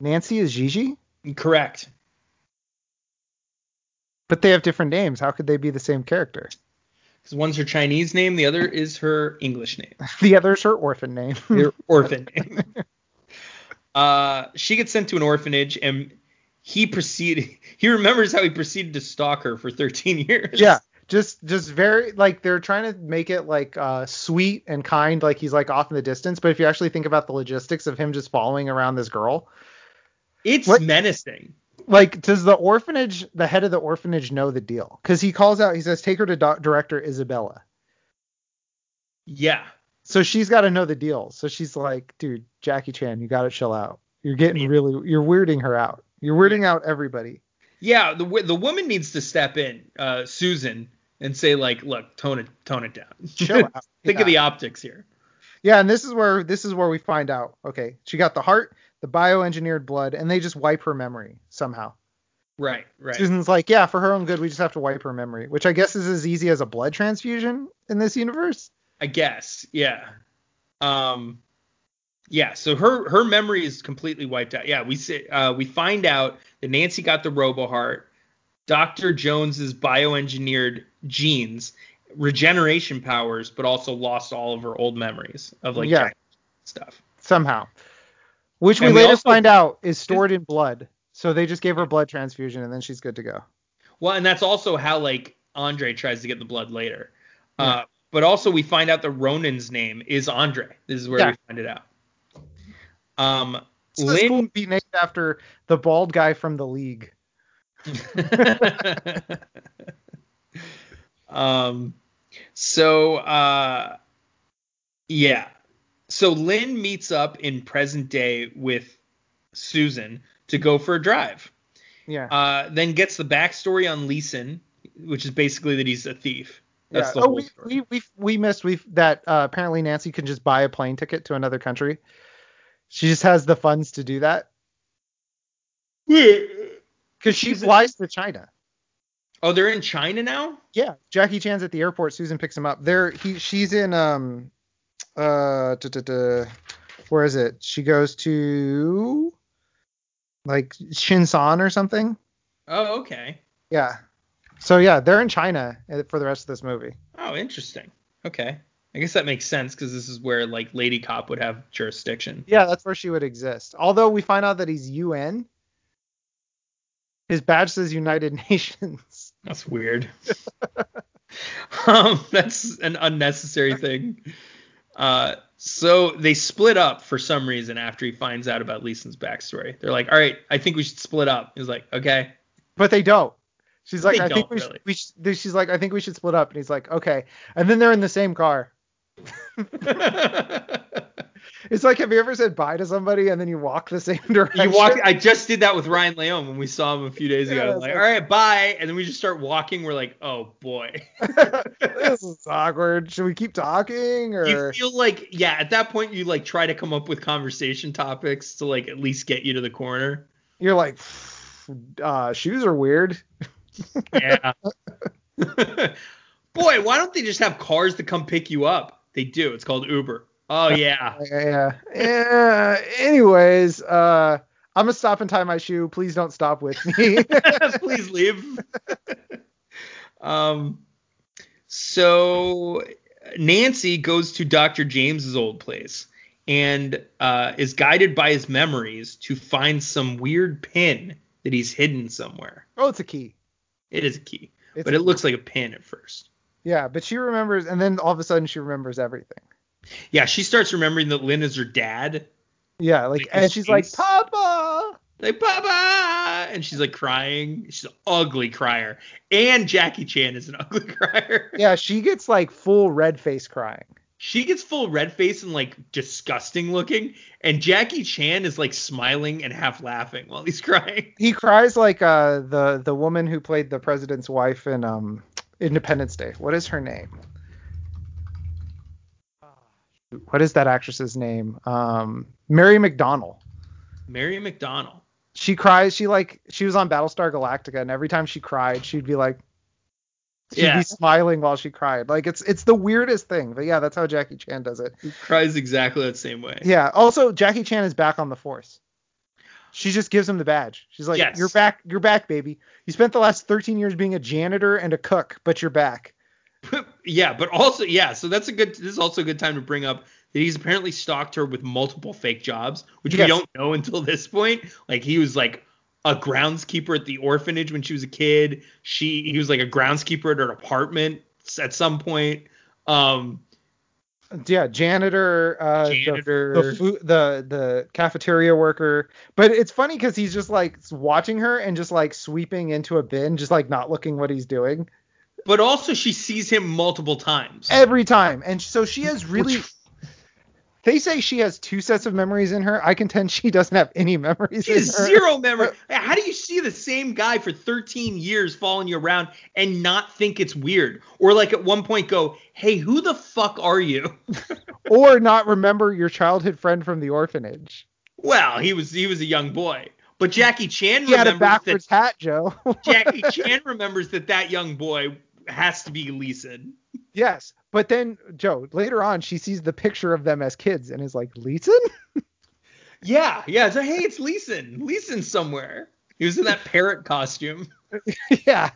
Speaker 1: Nancy is Gigi,
Speaker 2: An, correct.
Speaker 1: but they have different names. How could they be the same character?
Speaker 2: Because one's her Chinese name, the other is her English name,
Speaker 1: The other's her orphan name.
Speaker 2: her orphan name. Uh, she gets sent to an orphanage, and he proceed. He remembers how he proceeded to stalk her for 13 years.
Speaker 1: Yeah. Just just very like they're trying to make it like uh sweet and kind, like he's like off in the distance. But if you actually think about the logistics of him just following around this girl,
Speaker 2: it's
Speaker 1: What-
Speaker 2: menacing.
Speaker 1: like does the orphanage the head of the orphanage know the deal because he calls out he says take her to doc- director isabella
Speaker 2: Yeah.
Speaker 1: so she's got to know the deal so she's like dude jackie chan you got to chill out you're getting
Speaker 2: Yeah.
Speaker 1: really you're weirding her out you're weirding out everybody
Speaker 2: Yeah, the wo- the woman needs to step in, uh, Susan, and say like, look, tone it tone it down.
Speaker 1: Chill out.
Speaker 2: Think
Speaker 1: yeah.
Speaker 2: of the optics here.
Speaker 1: yeah and this is where this is where we find out okay she got the heart the bioengineered blood and they just wipe her memory somehow
Speaker 2: Right, right.
Speaker 1: susan's like yeah for her own good we just have to wipe her memory which i guess is as easy as a blood transfusion in this universe
Speaker 2: I guess. Yeah. Um yeah, so her her memory is completely wiped out. Yeah, we see, uh, we find out that Nancy got the RoboHeart, Dr. Jones's bioengineered genes, regeneration powers, but also lost all of her old memories of like
Speaker 1: Yeah.
Speaker 2: stuff.
Speaker 1: somehow, which we
Speaker 2: And we
Speaker 1: later
Speaker 2: also-
Speaker 1: find out is stored in blood. So they just gave her blood transfusion and then she's good to go.
Speaker 2: Well, and that's also how like Andre tries to get the blood later. Uh, but also we find out that Ronan's name is Andre. This is where
Speaker 1: Yeah.
Speaker 2: we find it out. Um,
Speaker 1: So this
Speaker 2: Lynn-
Speaker 1: will be named after the bald guy from the league.
Speaker 2: um, so uh, yeah, so Lynn meets up in present day with Susan to go for a drive.
Speaker 1: Yeah.
Speaker 2: Uh, then gets the backstory on Leeson, which is basically that he's a thief. That's
Speaker 1: yeah.
Speaker 2: the
Speaker 1: oh,
Speaker 2: whole
Speaker 1: we,
Speaker 2: story.
Speaker 1: we, we we missed we that uh, apparently Nancy can just buy a plane ticket to another country. She just has the funds to do that because she
Speaker 2: She's a-
Speaker 1: flies to China.
Speaker 2: Oh, they're in China now?
Speaker 1: Yeah, Jackie Chan's at the airport. Susan picks him up. There, he she's in um uh duh, duh, duh, where is it? She goes to like Shinsan or something.
Speaker 2: Oh, okay.
Speaker 1: Yeah. So yeah, they're in China uh, for the rest of this movie.
Speaker 2: Oh, interesting. Okay. I guess that makes sense because this is where like Lady Cop would have jurisdiction.
Speaker 1: Yeah, that's where she would exist. Although we find out that he's UN. His badge says United Nations.
Speaker 2: That's weird. um, that's an unnecessary thing. Uh, so they split up for some reason after he finds out about Leeson's backstory. They're like, "All right, I think we should split up." He's like, "Okay."
Speaker 1: but they don't. She's like,
Speaker 2: They
Speaker 1: I think
Speaker 2: don't,
Speaker 1: we,
Speaker 2: really.
Speaker 1: should, we should, she's like, I think we should split up. And he's like, okay. And then they're in the same car. It's like, have you ever said bye to somebody and then you walk the same direction?
Speaker 2: you walk. I just did that with Ryan Leone when we saw him a few days ago.
Speaker 1: Yeah,
Speaker 2: I'm
Speaker 1: it's
Speaker 2: like,
Speaker 1: like-
Speaker 2: "All right, bye," and then we just start walking. We're like, "Oh boy."
Speaker 1: this is awkward. Should we keep talking
Speaker 2: you
Speaker 1: or?
Speaker 2: feel like yeah at that point you like try to come up with conversation topics to like at least get you to the corner
Speaker 1: You're like, uh, shoes are weird.
Speaker 2: yeah boy why don't they just have cars to come pick you up they do it's called uber oh yeah
Speaker 1: Yeah. yeah. Anyways, uh, I'm gonna stop and tie my shoe. Please don't stop with me.
Speaker 2: please leave um so nancy goes to dr james's old place and uh, is guided by his memories to find some weird pin that he's hidden somewhere
Speaker 1: oh, it's a key.
Speaker 2: it is a key
Speaker 1: It's
Speaker 2: but
Speaker 1: a
Speaker 2: it
Speaker 1: key.
Speaker 2: looks like a pin at first.
Speaker 1: Yeah, but she remembers, and then all of a sudden she remembers everything.
Speaker 2: Yeah, she starts remembering that Lynn is her dad.
Speaker 1: Yeah, like,
Speaker 2: Like
Speaker 1: and
Speaker 2: his
Speaker 1: she's
Speaker 2: face?
Speaker 1: like, Papa.
Speaker 2: Like, Papa! And she's like crying. She's an ugly crier. And Jackie Chan is an ugly crier.
Speaker 1: Yeah, she gets like full red face crying.
Speaker 2: She gets full red face and like disgusting looking. And Jackie Chan is like smiling and half laughing while he's crying.
Speaker 1: he cries like uh the the woman who played the president's wife in um Independence Day. What is her name? What is that actress's name? Um Mary McDonnell.
Speaker 2: Mary McDonald.
Speaker 1: She cries. She like she was on Battlestar Galactica, and every time she cried, she'd be like, she'd
Speaker 2: Yeah.
Speaker 1: be smiling while she cried. Like it's it's the weirdest thing. But yeah, that's how Jackie Chan does it.
Speaker 2: He cries exactly that same way.
Speaker 1: Yeah. Also, Jackie Chan is back on the force. She just gives him the badge. She's like,
Speaker 2: Yes.
Speaker 1: "You're back. You're back, baby. You spent the last 13 years being a janitor and a cook, but you're back."
Speaker 2: yeah, but also yeah, so that's a good this is also a good time to bring up that he's apparently stalked her with multiple fake jobs, which we
Speaker 1: Yes.
Speaker 2: don't know until this point. Like he was like a groundskeeper at the orphanage when she was a kid. She he was like a groundskeeper at her apartment at some point. Um,
Speaker 1: yeah janitor uh the-
Speaker 2: Janitor.
Speaker 1: the food the the cafeteria worker but it's funny because he's just like watching her and just like sweeping into a bin just like not looking what he's doing
Speaker 2: but also she sees him multiple times.
Speaker 1: every time and so she has really
Speaker 2: Which-
Speaker 1: they say she has two sets of memories in her i contend she doesn't have any memories
Speaker 2: She
Speaker 1: in
Speaker 2: has
Speaker 1: her.
Speaker 2: zero memory. How do you see the same guy for 13 years following you around and not think it's weird? Or like at one point go, hey, who the fuck are you?
Speaker 1: or not remember your childhood friend from the orphanage
Speaker 2: Well, he was he was a young boy. But Jackie Chan
Speaker 1: he had a
Speaker 2: remembers
Speaker 1: backwards hat joe
Speaker 2: that Jackie Chan remembers that that young boy has to be Leeson.
Speaker 1: yes but then joe later on she sees the picture of them as kids and is like leeson
Speaker 2: Yeah, yeah. So hey, it's Leeson. Leeson's somewhere. He was in that parrot costume.
Speaker 1: yeah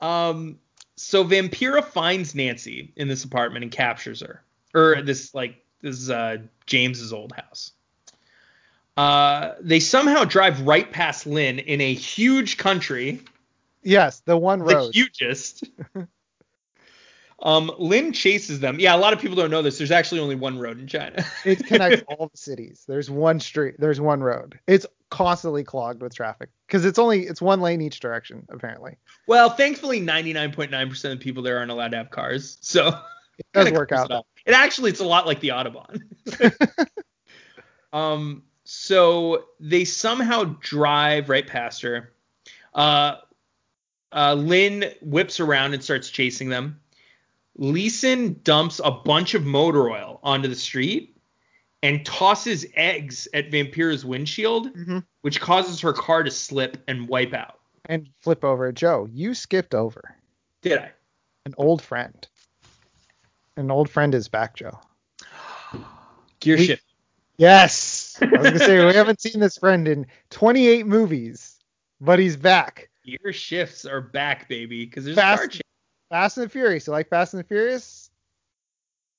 Speaker 2: Um, so Vampira finds Nancy in this apartment and captures her, or this like this is uh, James's old house. Uh, they somehow drive right past Lynn in a huge country,
Speaker 1: yes the one
Speaker 2: the
Speaker 1: road
Speaker 2: hugest. um, Lynn chases them. Yeah, a lot of people don't know this. There's actually only one road in China.
Speaker 1: it connects all the cities there's one street there's one road it's constantly clogged with traffic because it's only it's one lane each direction apparently
Speaker 2: well, thankfully, 99.9% of the people there aren't allowed to have cars, so.
Speaker 1: it does
Speaker 2: kinda
Speaker 1: work
Speaker 2: covers
Speaker 1: out
Speaker 2: It, all. It actually it's a lot like the Audubon. um so they somehow drive right past her. Uh uh Lynn whips around and starts chasing them. Leeson dumps a bunch of motor oil onto the street and tosses eggs at Vampira's windshield,
Speaker 1: Mhm.
Speaker 2: which causes her car to slip and wipe out.
Speaker 1: and flip over joe you skipped over
Speaker 2: Did I?
Speaker 1: an old friend an old friend is back joe
Speaker 2: Gear
Speaker 1: We-
Speaker 2: shift.
Speaker 1: yes i was gonna say we haven't seen this friend in 28 movies but he's back
Speaker 2: Gear shifts are back, baby, because there's
Speaker 1: Fast-
Speaker 2: a car change.
Speaker 1: fast and the furious you like fast and the furious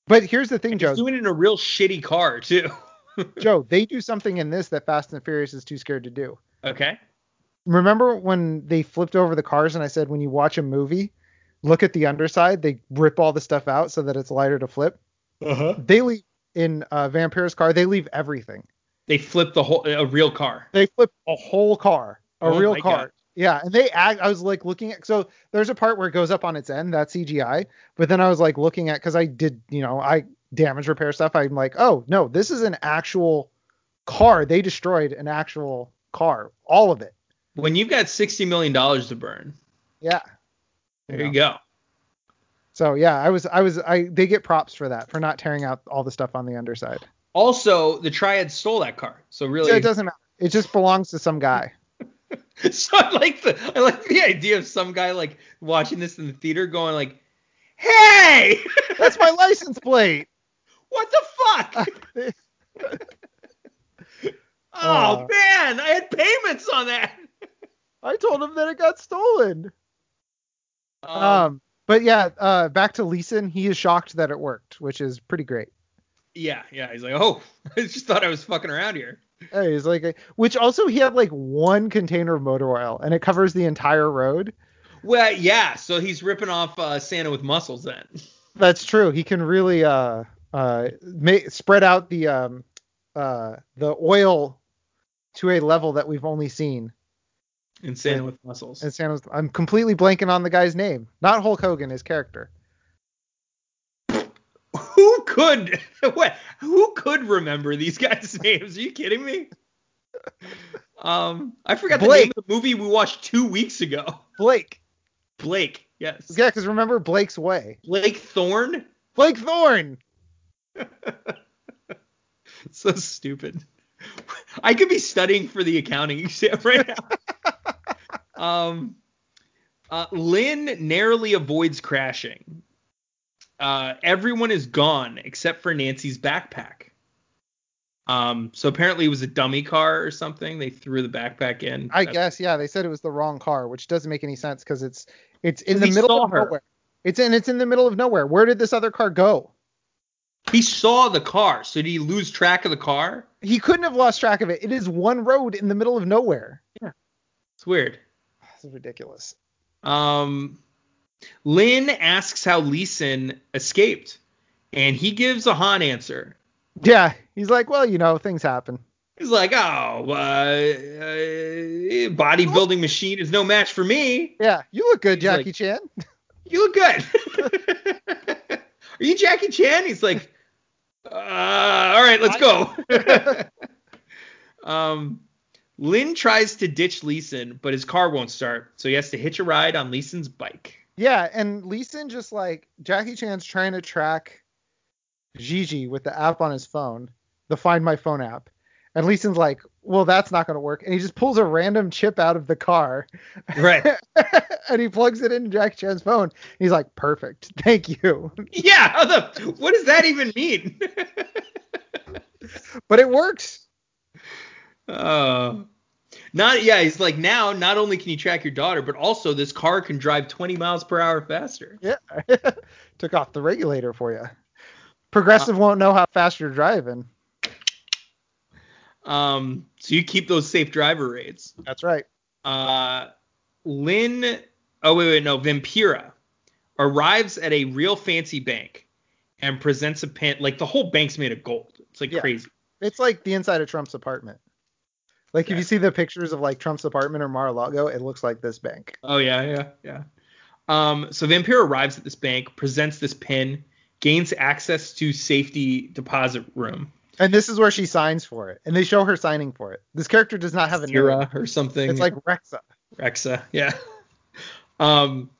Speaker 1: but here's the thing joe
Speaker 2: He's doing it in a real shitty car too.
Speaker 1: joe they do something in this that fast and the furious is too scared to do
Speaker 2: Okay.
Speaker 1: remember when they flipped over the cars and I said when you watch a movie, look at the underside, they rip all the stuff out so that it's lighter to flip.
Speaker 2: Uh-huh.
Speaker 1: They leave in uh, Vampira's car, they leave everything.
Speaker 2: They flip the whole a real car.
Speaker 1: They flip a whole car, a
Speaker 2: Oh
Speaker 1: real
Speaker 2: my
Speaker 1: car.
Speaker 2: God.
Speaker 1: Yeah, and they act. I was like looking at. So there's a part where it goes up on its end. That's CGI. But then I was like looking at because I did, you know, I damage repair stuff. I'm like, oh no, this is an actual car. They destroyed an actual car, all of it.
Speaker 2: When you've got sixty million dollars to burn,
Speaker 1: Yeah.
Speaker 2: there
Speaker 1: know.
Speaker 2: you go.
Speaker 1: So yeah, I was I was I they get props for that for not tearing out all the stuff on the underside.
Speaker 2: Also, the triad stole that car. So really,
Speaker 1: So it doesn't matter. It just belongs to some guy.
Speaker 2: so I like the I like the idea of some guy like watching this in the theater, going like, "Hey,
Speaker 1: That's my license plate.
Speaker 2: what the fuck? oh
Speaker 1: Aw.
Speaker 2: man, I had payments on that."
Speaker 1: I told him that it got stolen.
Speaker 2: Um,
Speaker 1: Um, but yeah, uh back to Leeson, he is shocked that it worked, which is pretty great.
Speaker 2: yeah, yeah. He's like, "Oh, I just thought I was fucking around here."
Speaker 1: Hey, he's like which also he had like one container of motor oil and it covers the entire road.
Speaker 2: Well, yeah. So he's ripping off uh, Santa with muscles then.
Speaker 1: That's true. He can really uh uh ma- spread out the um uh the oil to a level that we've only seen
Speaker 2: And Santa
Speaker 1: And-
Speaker 2: with muscles.
Speaker 1: And Sam was, I'm completely blanking on the guy's name. Not Hulk Hogan, his character.
Speaker 2: Who could what who could remember these guys' names? Are you kidding me? Um I forgot the name
Speaker 1: Blake.
Speaker 2: of the movie we watched two weeks ago.
Speaker 1: Blake.
Speaker 2: Blake, yes.
Speaker 1: Yeah, because remember Blake's Way.
Speaker 2: Blake Thorne?
Speaker 1: Blake Thorne.
Speaker 2: So stupid. I could be studying for the accounting exam right now. um uh, Lynn narrowly avoids crashing. Uh, everyone is gone except for Nancy's backpack. Um, so apparently it was a dummy car or something. They threw the backpack in.
Speaker 1: I
Speaker 2: That's-
Speaker 1: guess, yeah, they said it was the wrong car, which doesn't make any sense because it's it's in
Speaker 2: 'Cause
Speaker 1: the
Speaker 2: he
Speaker 1: middle
Speaker 2: saw
Speaker 1: of
Speaker 2: her.
Speaker 1: nowhere. It's in it's in the middle of nowhere. Where did this other car go?
Speaker 2: He saw the car, so did he lose track of the car?
Speaker 1: He couldn't have lost track of it. It is one road in the middle of nowhere.
Speaker 2: It's weird.
Speaker 1: This is ridiculous.
Speaker 2: Um, Lynn asks how Leeson escaped, and he gives a Han answer.
Speaker 1: Yeah, he's like, well, you know, things happen.
Speaker 2: He's like, "Oh, uh, uh, bodybuilding machine is no match for me.
Speaker 1: Yeah, you look good,
Speaker 2: He's like-
Speaker 1: Jackie Chan.
Speaker 2: You look good. Are you Jackie Chan?" He's like, uh, "All right, let's go." um, Lynn tries to ditch Leeson, but his car won't start, so he has to hitch a ride on Leeson's bike.
Speaker 1: Yeah, and Leeson just like Jackie Chan's trying to track Gigi with the app on his phone, the Find My Phone app. And Leeson's like, well, that's not going to work. And he just pulls a random chip out of the car
Speaker 2: Right?
Speaker 1: and he plugs it into Jackie Chan's phone. And he's like, perfect. Thank you.
Speaker 2: yeah. How the? What does that even mean?
Speaker 1: But it works.
Speaker 2: Uh, not yeah. He's like now. Not only can you track your daughter, but also this car can drive 20 miles per hour faster.
Speaker 1: Yeah. Took off the regulator for you.
Speaker 2: Ah.
Speaker 1: Progressive won't know how fast you're driving.
Speaker 2: Um, so you keep those safe driver rates.
Speaker 1: That's right.
Speaker 2: Uh, Lynn. Oh wait, wait, no. Vampira arrives at a real fancy bank and presents a pen. Like the whole bank's made of gold. It's like
Speaker 1: Yeah.
Speaker 2: crazy.
Speaker 1: It's like the inside of Trump's apartment. Like if
Speaker 2: Yeah.
Speaker 1: you see the pictures of like Trump's apartment or Mar-a-Lago, it looks like this bank.
Speaker 2: Oh yeah, yeah, yeah. Um, so Vampira arrives at this bank, presents this pin, gains access to safety deposit room.
Speaker 1: And this is where she signs for it. And they show her signing for it. This character does not have a name.
Speaker 2: Vampira or something.
Speaker 1: It's like Rexa.
Speaker 2: Rexa. Yeah. Um.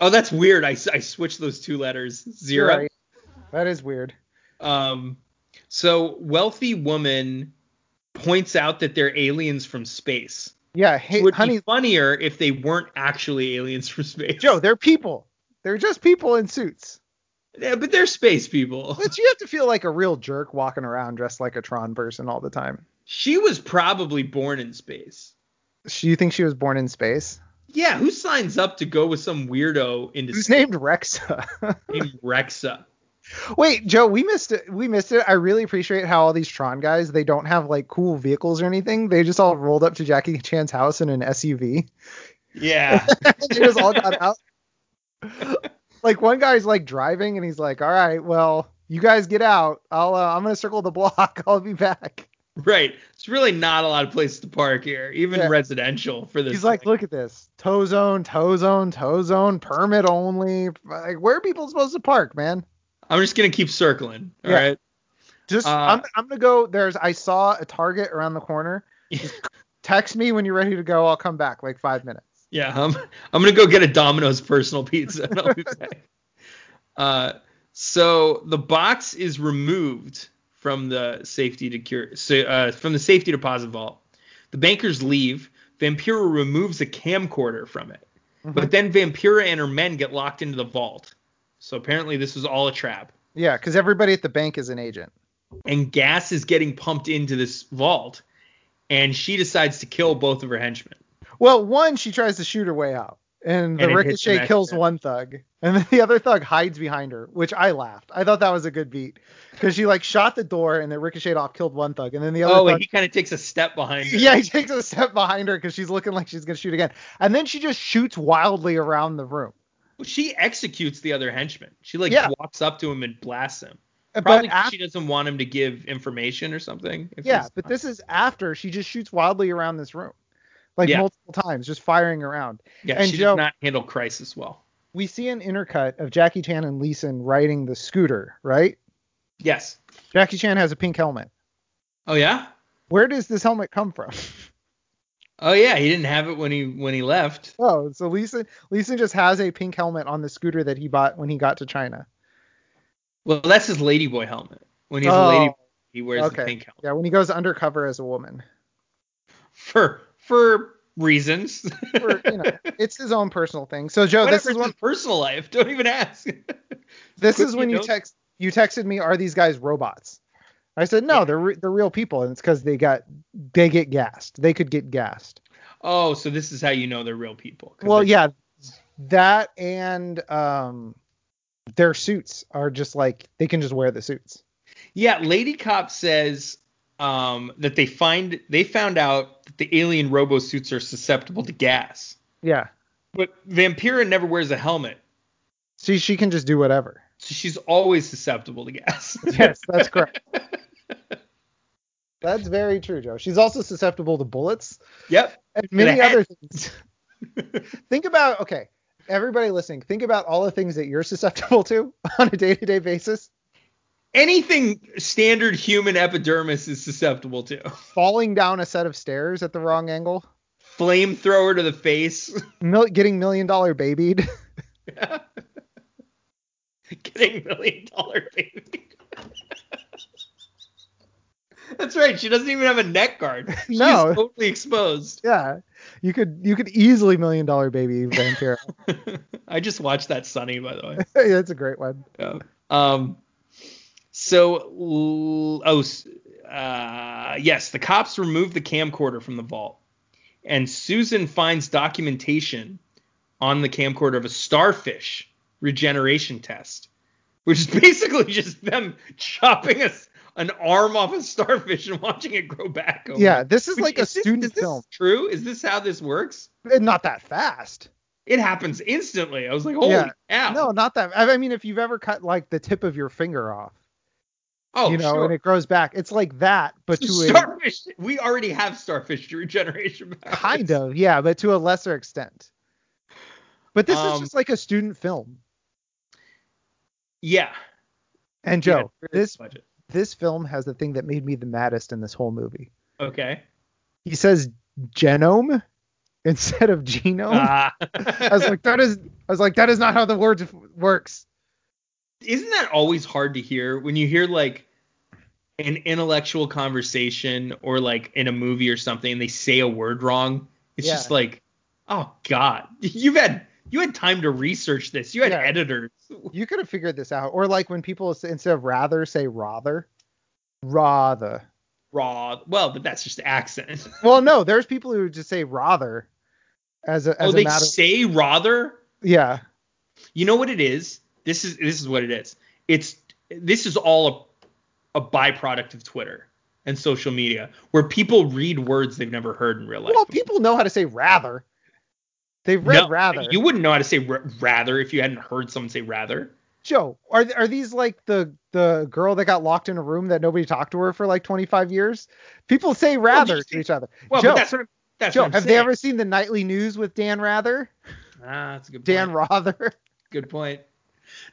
Speaker 2: Oh, that's weird. I, s- I switched those two letters.
Speaker 1: You're
Speaker 2: Zero.
Speaker 1: right. That is weird.
Speaker 2: Um. So wealthy woman points out that they're aliens from space.
Speaker 1: Yeah,
Speaker 2: It
Speaker 1: hey
Speaker 2: would
Speaker 1: honey
Speaker 2: be funnier if they weren't actually aliens from space.
Speaker 1: Joe, they're people. They're just people in suits.
Speaker 2: Yeah, but they're space people.
Speaker 1: But you have to feel like a real jerk walking around dressed like a Tron person all the time.
Speaker 2: She was probably born in space.
Speaker 1: She, you think she was born in space?
Speaker 2: Yeah, who signs up to go with some weirdo into
Speaker 1: Who's
Speaker 2: space
Speaker 1: named Rexa?
Speaker 2: named Rexa?
Speaker 1: Wait, Joe, we missed it. We missed it. I really appreciate how all these Tron guys they don't have like cool vehicles or anything. They just all rolled up to Jackie Chan's house in an SUV.
Speaker 2: Yeah.
Speaker 1: they just all got out. Like one guy's like driving and he's like, "All right, well, you guys get out. I'll uh, I'm gonna circle the block. I'll be back."
Speaker 2: Right. It's really not a lot of places to park here, even
Speaker 1: Yeah.
Speaker 2: residential for this.
Speaker 1: He's like,
Speaker 2: thing.
Speaker 1: "Look at this tow zone, tow zone, tow zone, permit only. Like, where are people supposed to park, man?"
Speaker 2: I'm just gonna keep circling. All
Speaker 1: Yeah.
Speaker 2: right.
Speaker 1: Just
Speaker 2: Uh,
Speaker 1: I'm I'm gonna go. There's I saw a Target around the corner. Just text me when you're ready to go. I'll come back like five minutes.
Speaker 2: Yeah. I'm I'm gonna go get a Domino's personal pizza and I'll be back. Uh, so the box is removed from the safety decure so, uh, from the safety deposit vault. The bankers leave. Vampira removes a camcorder from it.
Speaker 1: Mm-hmm.
Speaker 2: But then Vampira and her men get locked into the vault. So apparently this was all a trap.
Speaker 1: Yeah, because everybody at the bank is an agent.
Speaker 2: And gas is getting pumped into this vault, and she decides to kill both of her henchmen.
Speaker 1: Well, one she tries to shoot her way out, and the
Speaker 2: And it hits the
Speaker 1: ricochet
Speaker 2: next
Speaker 1: kills
Speaker 2: guy.
Speaker 1: one thug, and then the other thug hides behind her, which I laughed. I thought that was a good beat because she like shot the door and it ricocheted off, killed one thug, and then the other.
Speaker 2: Oh,
Speaker 1: thug,
Speaker 2: and he kind of takes a step behind her.
Speaker 1: yeah, he takes a step behind her because she's looking like she's gonna shoot again, and then she just shoots wildly around the room.
Speaker 2: She executes the other henchman. She like
Speaker 1: Yeah.
Speaker 2: walks up to him and blasts him.
Speaker 1: But
Speaker 2: Probably 'cause
Speaker 1: after-
Speaker 2: she doesn't want him to give information or something. if
Speaker 1: Yeah,
Speaker 2: he's-
Speaker 1: but this is after she just shoots wildly around this room, like
Speaker 2: Yeah.
Speaker 1: multiple times, just firing around.
Speaker 2: yeah,
Speaker 1: and
Speaker 2: she
Speaker 1: Joe-
Speaker 2: does not handle crisis well.
Speaker 1: We see an intercut of Jackie Chan and Leeson riding the scooter, right?
Speaker 2: Yes.
Speaker 1: Jackie Chan has a pink helmet.
Speaker 2: Oh yeah.
Speaker 1: Where does this helmet come from?
Speaker 2: Oh yeah. He didn't have it when he when he left.
Speaker 1: Oh, so Leeson Leeson just has a pink helmet on the scooter that he bought when he got to China.
Speaker 2: Well, that's his ladyboy helmet. When he's a
Speaker 1: Oh,
Speaker 2: lady, he wears the
Speaker 1: okay.
Speaker 2: pink helmet.
Speaker 1: Yeah, when he goes undercover as a woman.
Speaker 2: for for reasons.
Speaker 1: For, you know, it's his own personal thing. So Joe,
Speaker 2: Whatever,
Speaker 1: this
Speaker 2: it's
Speaker 1: is when
Speaker 2: his personal life. Don't even ask.
Speaker 1: this
Speaker 2: quick
Speaker 1: is when
Speaker 2: you
Speaker 1: you
Speaker 2: know.
Speaker 1: text you texted me are these guys robots? I said no, they're re- they're real people and it's cuz they got they get gassed. They could get gassed.
Speaker 2: oh, so this is how you know they're real people. 'cause
Speaker 1: Well,
Speaker 2: they're-
Speaker 1: yeah, that and um their suits are just like they can just wear the suits.
Speaker 2: Yeah, Lady Cop says um, that they find they found out that the alien robo suits are susceptible to gas.
Speaker 1: Yeah.
Speaker 2: But Vampira never wears a helmet,
Speaker 1: See, she can just do whatever.
Speaker 2: so she's always susceptible to gas.
Speaker 1: Yes, that's correct. That's very true, Joe. She's also susceptible to bullets
Speaker 2: yep.
Speaker 1: and many
Speaker 2: a-
Speaker 1: other things. think about okay, everybody listening, think about all the things that you're susceptible to on a day-to-day basis.
Speaker 2: Anything standard human epidermis is susceptible to.
Speaker 1: Falling down a set of stairs at the wrong angle,
Speaker 2: Flamethrower to the face.
Speaker 1: mil- getting million dollar babied.
Speaker 2: Getting million dollar baby. That's right. She doesn't even have a neck guard. She's
Speaker 1: No.
Speaker 2: totally exposed.
Speaker 1: yeah. You could you could easily million dollar baby vampire.
Speaker 2: I just watched that Sunny, by the way.
Speaker 1: That's a great one.
Speaker 2: Yeah. Um. So, l- oh, s- uh, yes, the cops remove the camcorder from the vault, and Susan finds documentation on the camcorder of a starfish regeneration test, which is basically just them chopping us an arm off a starfish and watching it grow back. over.
Speaker 1: Yeah, this is
Speaker 2: Oh, Which-
Speaker 1: like a
Speaker 2: this-
Speaker 1: student
Speaker 2: is this
Speaker 1: film.
Speaker 2: True? Is this how this works?
Speaker 1: And not that fast.
Speaker 2: It happens instantly. I was like, holy
Speaker 1: Yeah.
Speaker 2: cow!
Speaker 1: No, not that. I I mean, if you've ever cut like the tip of your finger off,
Speaker 2: oh,
Speaker 1: you know,
Speaker 2: sure.
Speaker 1: and it grows back, it's like that, but to a
Speaker 2: starfish. We already have starfish regeneration. powers.
Speaker 1: kind of, yeah, but to a lesser extent. But this is
Speaker 2: Um,
Speaker 1: just like a student film.
Speaker 2: Yeah.
Speaker 1: And Joe,
Speaker 2: Yeah, there is
Speaker 1: this
Speaker 2: budget.
Speaker 1: this film has the thing that made me the maddest in this whole movie.
Speaker 2: Okay.
Speaker 1: He says genome instead of genome.
Speaker 2: Ah.
Speaker 1: I was like, that is. I was like, that is not how the word f- works.
Speaker 2: Isn't that always hard to hear when you hear like an intellectual conversation or like in a movie or something and they say a word wrong? It's
Speaker 1: Yeah.
Speaker 2: just like, oh god, you've had you had time to research this. You had
Speaker 1: Yeah.
Speaker 2: editors.
Speaker 1: You could have figured this out. Or like when people s- instead of rather say rather, rather.
Speaker 2: Raw. Well, but that's just accent.
Speaker 1: Well, no, there's people who just say rather as a as
Speaker 2: oh,
Speaker 1: a
Speaker 2: they
Speaker 1: matter.
Speaker 2: say rather.
Speaker 1: yeah,
Speaker 2: You know what it is? This is this is what it is. It's this is all a, a byproduct of Twitter and social media where people read words they've never heard in real life.
Speaker 1: well, people know how to say rather. They've read
Speaker 2: No,
Speaker 1: rather.
Speaker 2: You wouldn't know how to say r- rather if you hadn't heard someone say rather.
Speaker 1: Joe, are th- are these like the the girl that got locked in a room that nobody talked to her for like 25 years? People say rather
Speaker 2: just-
Speaker 1: to each other.
Speaker 2: Well,
Speaker 1: Joe,
Speaker 2: but that's what I'm, that's
Speaker 1: Joe,
Speaker 2: what I'm
Speaker 1: have they
Speaker 2: saying.
Speaker 1: ever seen the nightly news with Dan Rather?
Speaker 2: Ah, that's a good
Speaker 1: Dan
Speaker 2: point.
Speaker 1: Rather.
Speaker 2: Good point.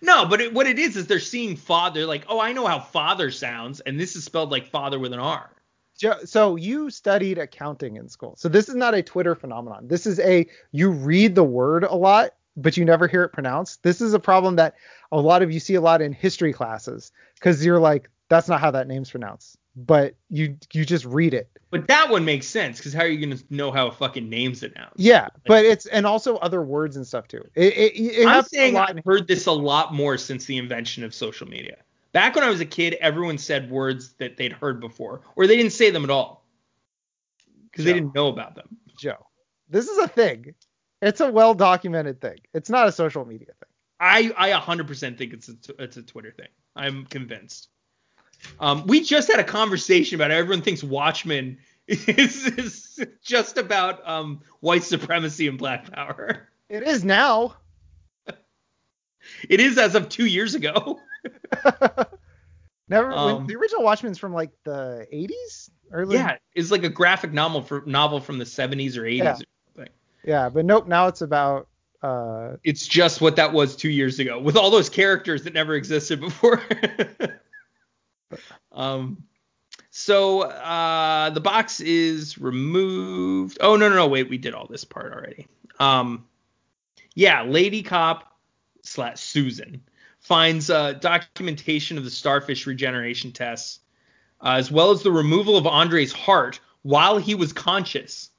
Speaker 2: No, but it, what it is is they're seeing father like, oh, I know how father sounds, and this is spelled like father with an R.
Speaker 1: Joe, so you studied accounting in school. So this is not a Twitter phenomenon. This is a you read the word a lot, but you never hear it pronounced. This is a problem that a lot of you see a lot in history classes because you're like, that's not how that name's pronounced. But you you just read it.
Speaker 2: But that one makes sense because how are you gonna know how a fucking name's announced?
Speaker 1: Yeah, but it's and also other words and stuff too. It, it, it
Speaker 2: I'm
Speaker 1: happens
Speaker 2: saying
Speaker 1: a lot.
Speaker 2: I've heard this a lot more since the invention of social media. Back when I was a kid, everyone said words that they'd heard before, or they didn't say them at all because they
Speaker 1: Yeah.
Speaker 2: didn't know about them.
Speaker 1: Joe, this is a thing. It's a well documented thing. It's not a social media thing.
Speaker 2: I I 100% think it's a, it's a Twitter thing. I'm convinced. Um, we just had a conversation about how everyone thinks Watchmen is, is just about um, white supremacy and black power.
Speaker 1: It is now.
Speaker 2: It is as of two years ago.
Speaker 1: Never.
Speaker 2: Um,
Speaker 1: when, the original Watchmen's from like the 80s, early.
Speaker 2: yeah, it's like a graphic novel for, novel from the 70s or 80s
Speaker 1: Yeah.
Speaker 2: or something.
Speaker 1: Yeah, but nope. Now it's about. Uh,
Speaker 2: it's just what that was two years ago with all those characters that never existed before. um, so uh, the box is removed. Oh no no no wait we did all this part already. Um, yeah, Lady Cop slash Susan finds uh, documentation of the starfish regeneration tests uh, as well as the removal of Andre's heart while he was conscious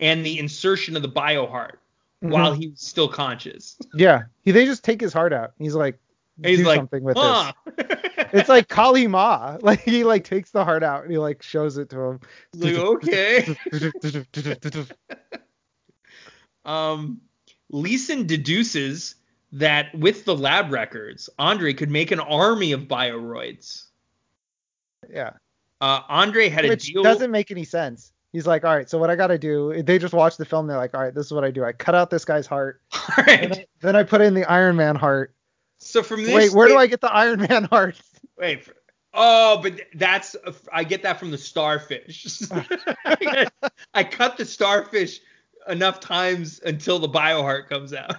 Speaker 2: and the insertion of the bio heart
Speaker 1: Mm-hmm.
Speaker 2: while he was still conscious.
Speaker 1: yeah, he, they just take his heart out. He's like,
Speaker 2: And he's
Speaker 1: do
Speaker 2: like,
Speaker 1: something with
Speaker 2: "Huh."
Speaker 1: this. It's like Kali Ma. Like he like takes the heart out and he like shows it to him.
Speaker 2: He's like, okay. Um, Leeson deduces that with the lab records, Andre could make an army of bioroids.
Speaker 1: Yeah.
Speaker 2: Uh, Andre had
Speaker 1: Which
Speaker 2: a deal.
Speaker 1: doesn't make any sense. He's like, all right, so what I got to do, they just watch the film. They're like, all right, this is what I do. I cut out this guy's heart. Then
Speaker 2: All right.
Speaker 1: I, then I put in the Iron Man heart.
Speaker 2: So from this,
Speaker 1: Wait, where do I get the Iron Man heart?
Speaker 2: Wait. For, oh, but that's I get that from the starfish. I cut the starfish enough times until the bioheart comes out.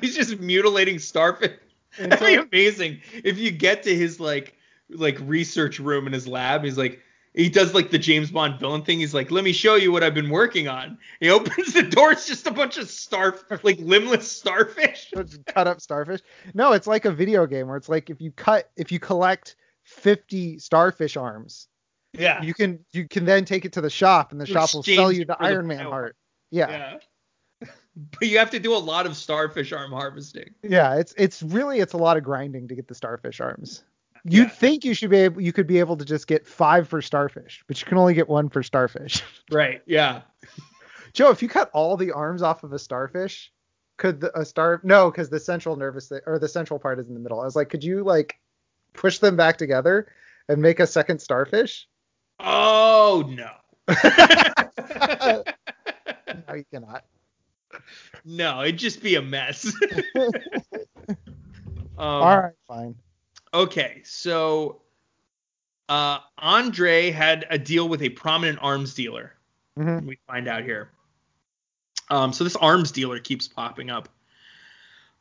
Speaker 2: He's just mutilating starfish. That'd be amazing if you get to his like like research room in his lab. He's like he does like the James Bond villain thing. He's like, let me show you what I've been working on. He opens the door. It's just a bunch of star like limbless starfish.
Speaker 1: Just cut up starfish. No, it's like a video game where it's like if you cut, if you collect 50 starfish arms,
Speaker 2: Yeah.
Speaker 1: you can you can then take it to the shop and the
Speaker 2: You
Speaker 1: shop will
Speaker 2: Ah. exchange
Speaker 1: sell you
Speaker 2: it
Speaker 1: the
Speaker 2: for the
Speaker 1: Iron Man
Speaker 2: bio-
Speaker 1: heart. Yeah. yeah.
Speaker 2: yeah. But you have to do a lot of starfish arm harvesting.
Speaker 1: it's it's really it's a lot of grinding to get the starfish arms. You'd
Speaker 2: Yeah.
Speaker 1: think you should be able you could be able to just get 5 for starfish, but you can only get 1 for starfish.
Speaker 2: Right. Yeah.
Speaker 1: Joe, if you cut all the arms off of a starfish, could the, a star? No, because the central nervous thi- or the central part is in the middle. I was like, could you like push them back together and make a second starfish?
Speaker 2: Oh no.
Speaker 1: Uh, No, you cannot.
Speaker 2: no, it'd just be a mess. um,
Speaker 1: all right, fine.
Speaker 2: Okay, so uh, Andre had a deal with a prominent arms dealer.
Speaker 1: Mhm.
Speaker 2: We find out here. Um, so this arms dealer keeps popping up.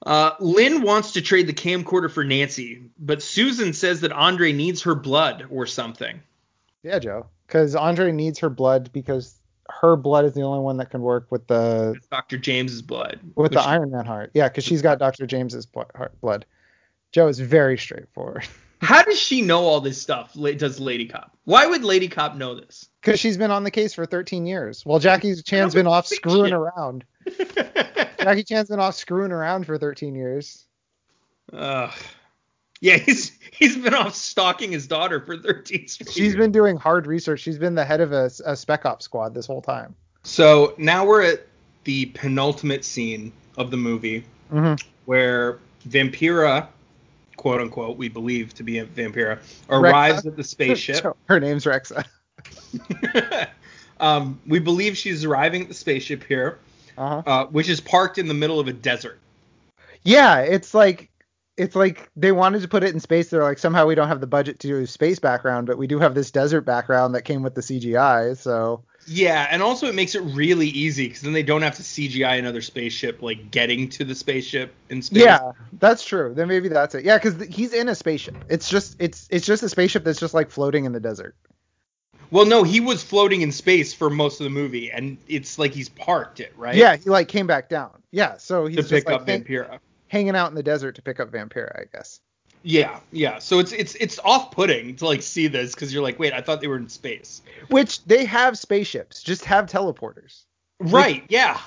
Speaker 2: Uh, Lynn wants to trade the camcorder for Nancy, but Susan says that Andre needs her blood or something.
Speaker 1: Yeah, Joe, because Andre needs her blood because her blood is the only one that can work with the
Speaker 2: It's Dr. James's blood.
Speaker 1: with the
Speaker 2: which-
Speaker 1: Iron Man heart. Yeah, because she's got Doctor James's blo- heart- blood. Joe is very straightforward
Speaker 2: How does she know all this stuff? la- Does Lady Cop? Why would Lady Cop know this?
Speaker 1: because she's been on the case for 13 years while Jackie Chan's been off
Speaker 2: think
Speaker 1: screwing
Speaker 2: she-
Speaker 1: around. Jackie Chan's been off screwing around for 13 years.
Speaker 2: Ugh. Yeah, he's he's been off stalking his daughter for 13 straight.
Speaker 1: She's been doing hard research. She's been the head of a, a spec ops squad this whole time.
Speaker 2: So now we're at the penultimate scene of the movie
Speaker 1: Mm-hmm.
Speaker 2: where Vampira, quote unquote, we believe to be a Vampira,
Speaker 1: Rexa?
Speaker 2: arrives at the spaceship.
Speaker 1: Her name's Rexa.
Speaker 2: um, we believe she's arriving at the spaceship here,
Speaker 1: Uh-huh.
Speaker 2: uh, which is parked in the middle of a desert.
Speaker 1: Yeah, it's like it's like they wanted to put it in space. They're like somehow we don't have the budget to do a space background, but we do have this desert background that came with the CGI. So
Speaker 2: Yeah, and also it makes it really easy because then they don't have to CGI another spaceship like getting to the spaceship in space.
Speaker 1: yeah, that's true. Then maybe that's it. Yeah, because he's in a spaceship. It's just it's it's just a spaceship that's just like floating in the desert.
Speaker 2: Well, no, he was floating in space for most of the movie, and it's like he's parked it, right?
Speaker 1: Yeah, he like came back down. Yeah, so he's
Speaker 2: to
Speaker 1: just
Speaker 2: pick
Speaker 1: like
Speaker 2: up
Speaker 1: hang-
Speaker 2: Vampira.
Speaker 1: hanging out in the desert to pick up Vampira, I guess.
Speaker 2: Yeah, yeah. So it's it's it's off-putting to like see this because you're like, wait, I thought they were in space.
Speaker 1: Which they have spaceships, just have teleporters.
Speaker 2: Right. yeah.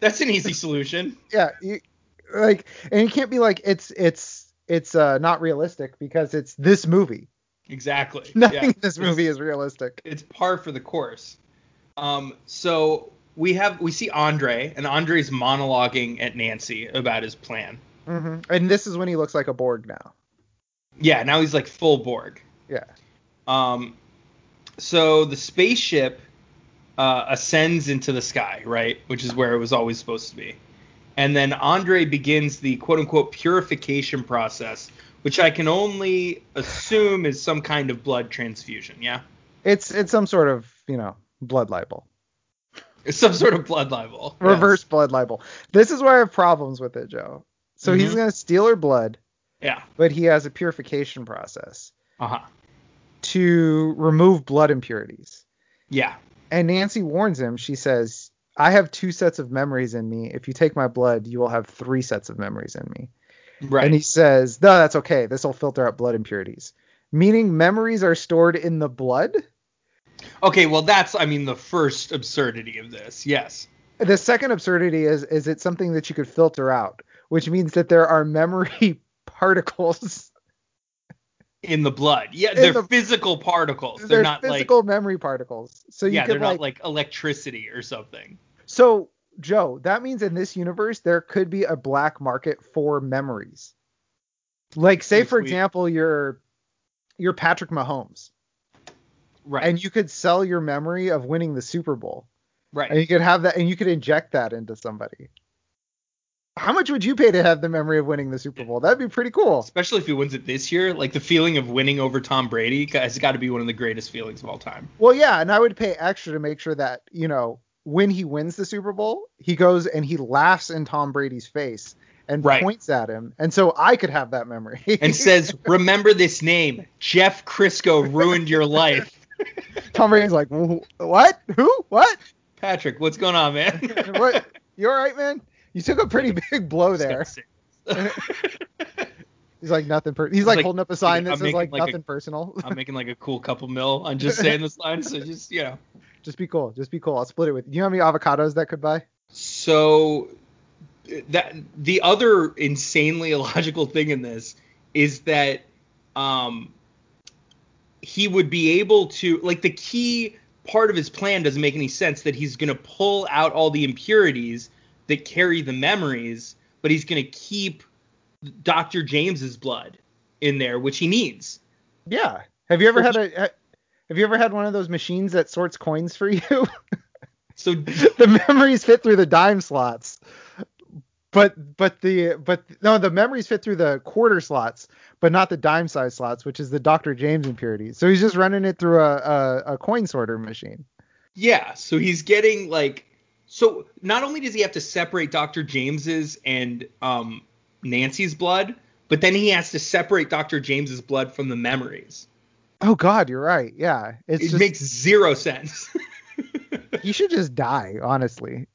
Speaker 2: That's an easy solution.
Speaker 1: Yeah, you, like and you can't be like it's it's it's uh not realistic because it's this movie.
Speaker 2: Exactly.
Speaker 1: Nothing
Speaker 2: yeah.
Speaker 1: in this movie is realistic.
Speaker 2: It's par for the course. Um. So we have we see Andre, and Andre's monologuing at Nancy about his plan.
Speaker 1: hmm And this is when he looks like a Borg now.
Speaker 2: Yeah. Now he's like full Borg.
Speaker 1: Yeah.
Speaker 2: Um, so the spaceship uh, ascends into the sky, right, which is where it was always supposed to be. And then Andre begins the quote unquote purification process, which I can only assume is some kind of blood transfusion. Yeah,
Speaker 1: It's it's some sort of you know blood libel,
Speaker 2: it's some sort of blood libel. Yes.
Speaker 1: reverse blood libel. This is where I have problems with it, Joe. So he's
Speaker 2: Mhm.
Speaker 1: gonna steal her blood,
Speaker 2: Yeah.
Speaker 1: but he has a purification process
Speaker 2: Uh huh.
Speaker 1: to remove blood impurities.
Speaker 2: Yeah.
Speaker 1: And Nancy warns him. She says, I have two sets of memories in me. If you take my blood, you will have three sets of memories in me.
Speaker 2: Right.
Speaker 1: And he says, No, that's okay. This will filter out blood impurities. Meaning memories are stored in the blood?
Speaker 2: okay. Well, that's I mean the first absurdity of this. Yes.
Speaker 1: The second absurdity is is it something that you could filter out, which means that there are memory particles.
Speaker 2: In the blood. Yeah.
Speaker 1: In
Speaker 2: They're
Speaker 1: the-
Speaker 2: physical particles. They're,
Speaker 1: They're,
Speaker 2: not like
Speaker 1: physical memory particles. So you
Speaker 2: yeah.
Speaker 1: could
Speaker 2: They're
Speaker 1: like,
Speaker 2: not like electricity or something.
Speaker 1: so Joe, that means in this universe there could be a black market for memories. Like say
Speaker 2: Yes,
Speaker 1: for
Speaker 2: we-
Speaker 1: example you're you're Patrick Mahomes
Speaker 2: Right.
Speaker 1: and you could sell your memory of winning the Super Bowl.
Speaker 2: right.
Speaker 1: And you could have that and you could inject that into somebody. How much would you pay to have the memory of winning the Super Bowl? That'd be pretty cool.
Speaker 2: Especially if he wins it this year, like the feeling of winning over Tom Brady has got to be one of the greatest feelings of all time.
Speaker 1: Well, yeah, and I would pay extra to make sure that, you know, when he wins the Super Bowl, he goes and he laughs in Tom Brady's face and
Speaker 2: Right.
Speaker 1: points at him. And so I could have that memory.
Speaker 2: And says, "Remember this name, Jeff Crisco ruined your life."
Speaker 1: Tom Brady's like, "Wh- what? Who? What?
Speaker 2: Patrick, what's going on, man?
Speaker 1: What? You all right, man? You took a pretty big blow there. He's like nothing. Per- he's like,
Speaker 2: like,
Speaker 1: holding up a sign
Speaker 2: I'm
Speaker 1: that says
Speaker 2: making
Speaker 1: like,
Speaker 2: like a-
Speaker 1: nothing personal.
Speaker 2: I'm making like a cool couple mil on just saying this line, so just you know.
Speaker 1: just be cool. Just be cool. I'll split it with you. You know how many avocados that could buy?
Speaker 2: So that the other insanely illogical thing in this is that um he would be able to like the key part of his plan doesn't make any sense that he's going to pull out all the impurities that carry the memories but he's going to keep Dr. James's blood in there which he needs.
Speaker 1: Yeah. Have you ever
Speaker 2: Well,
Speaker 1: had a? ha- Have you ever had one of those machines that sorts coins for you?
Speaker 2: So
Speaker 1: the memories fit through the dime slots. But but the but no the memories fit through the quarter slots, but not the dime size slots, which is the Dr. James impurity. So he's just running it through a, a, a coin sorter machine.
Speaker 2: Yeah, so he's getting like so not only does he have to separate Dr. James's and um Nancy's blood, but then he has to separate Dr. James's blood from the memories.
Speaker 1: Oh God, you're right. Yeah, it's
Speaker 2: it
Speaker 1: just
Speaker 2: makes zero sense.
Speaker 1: he should just die. Honestly,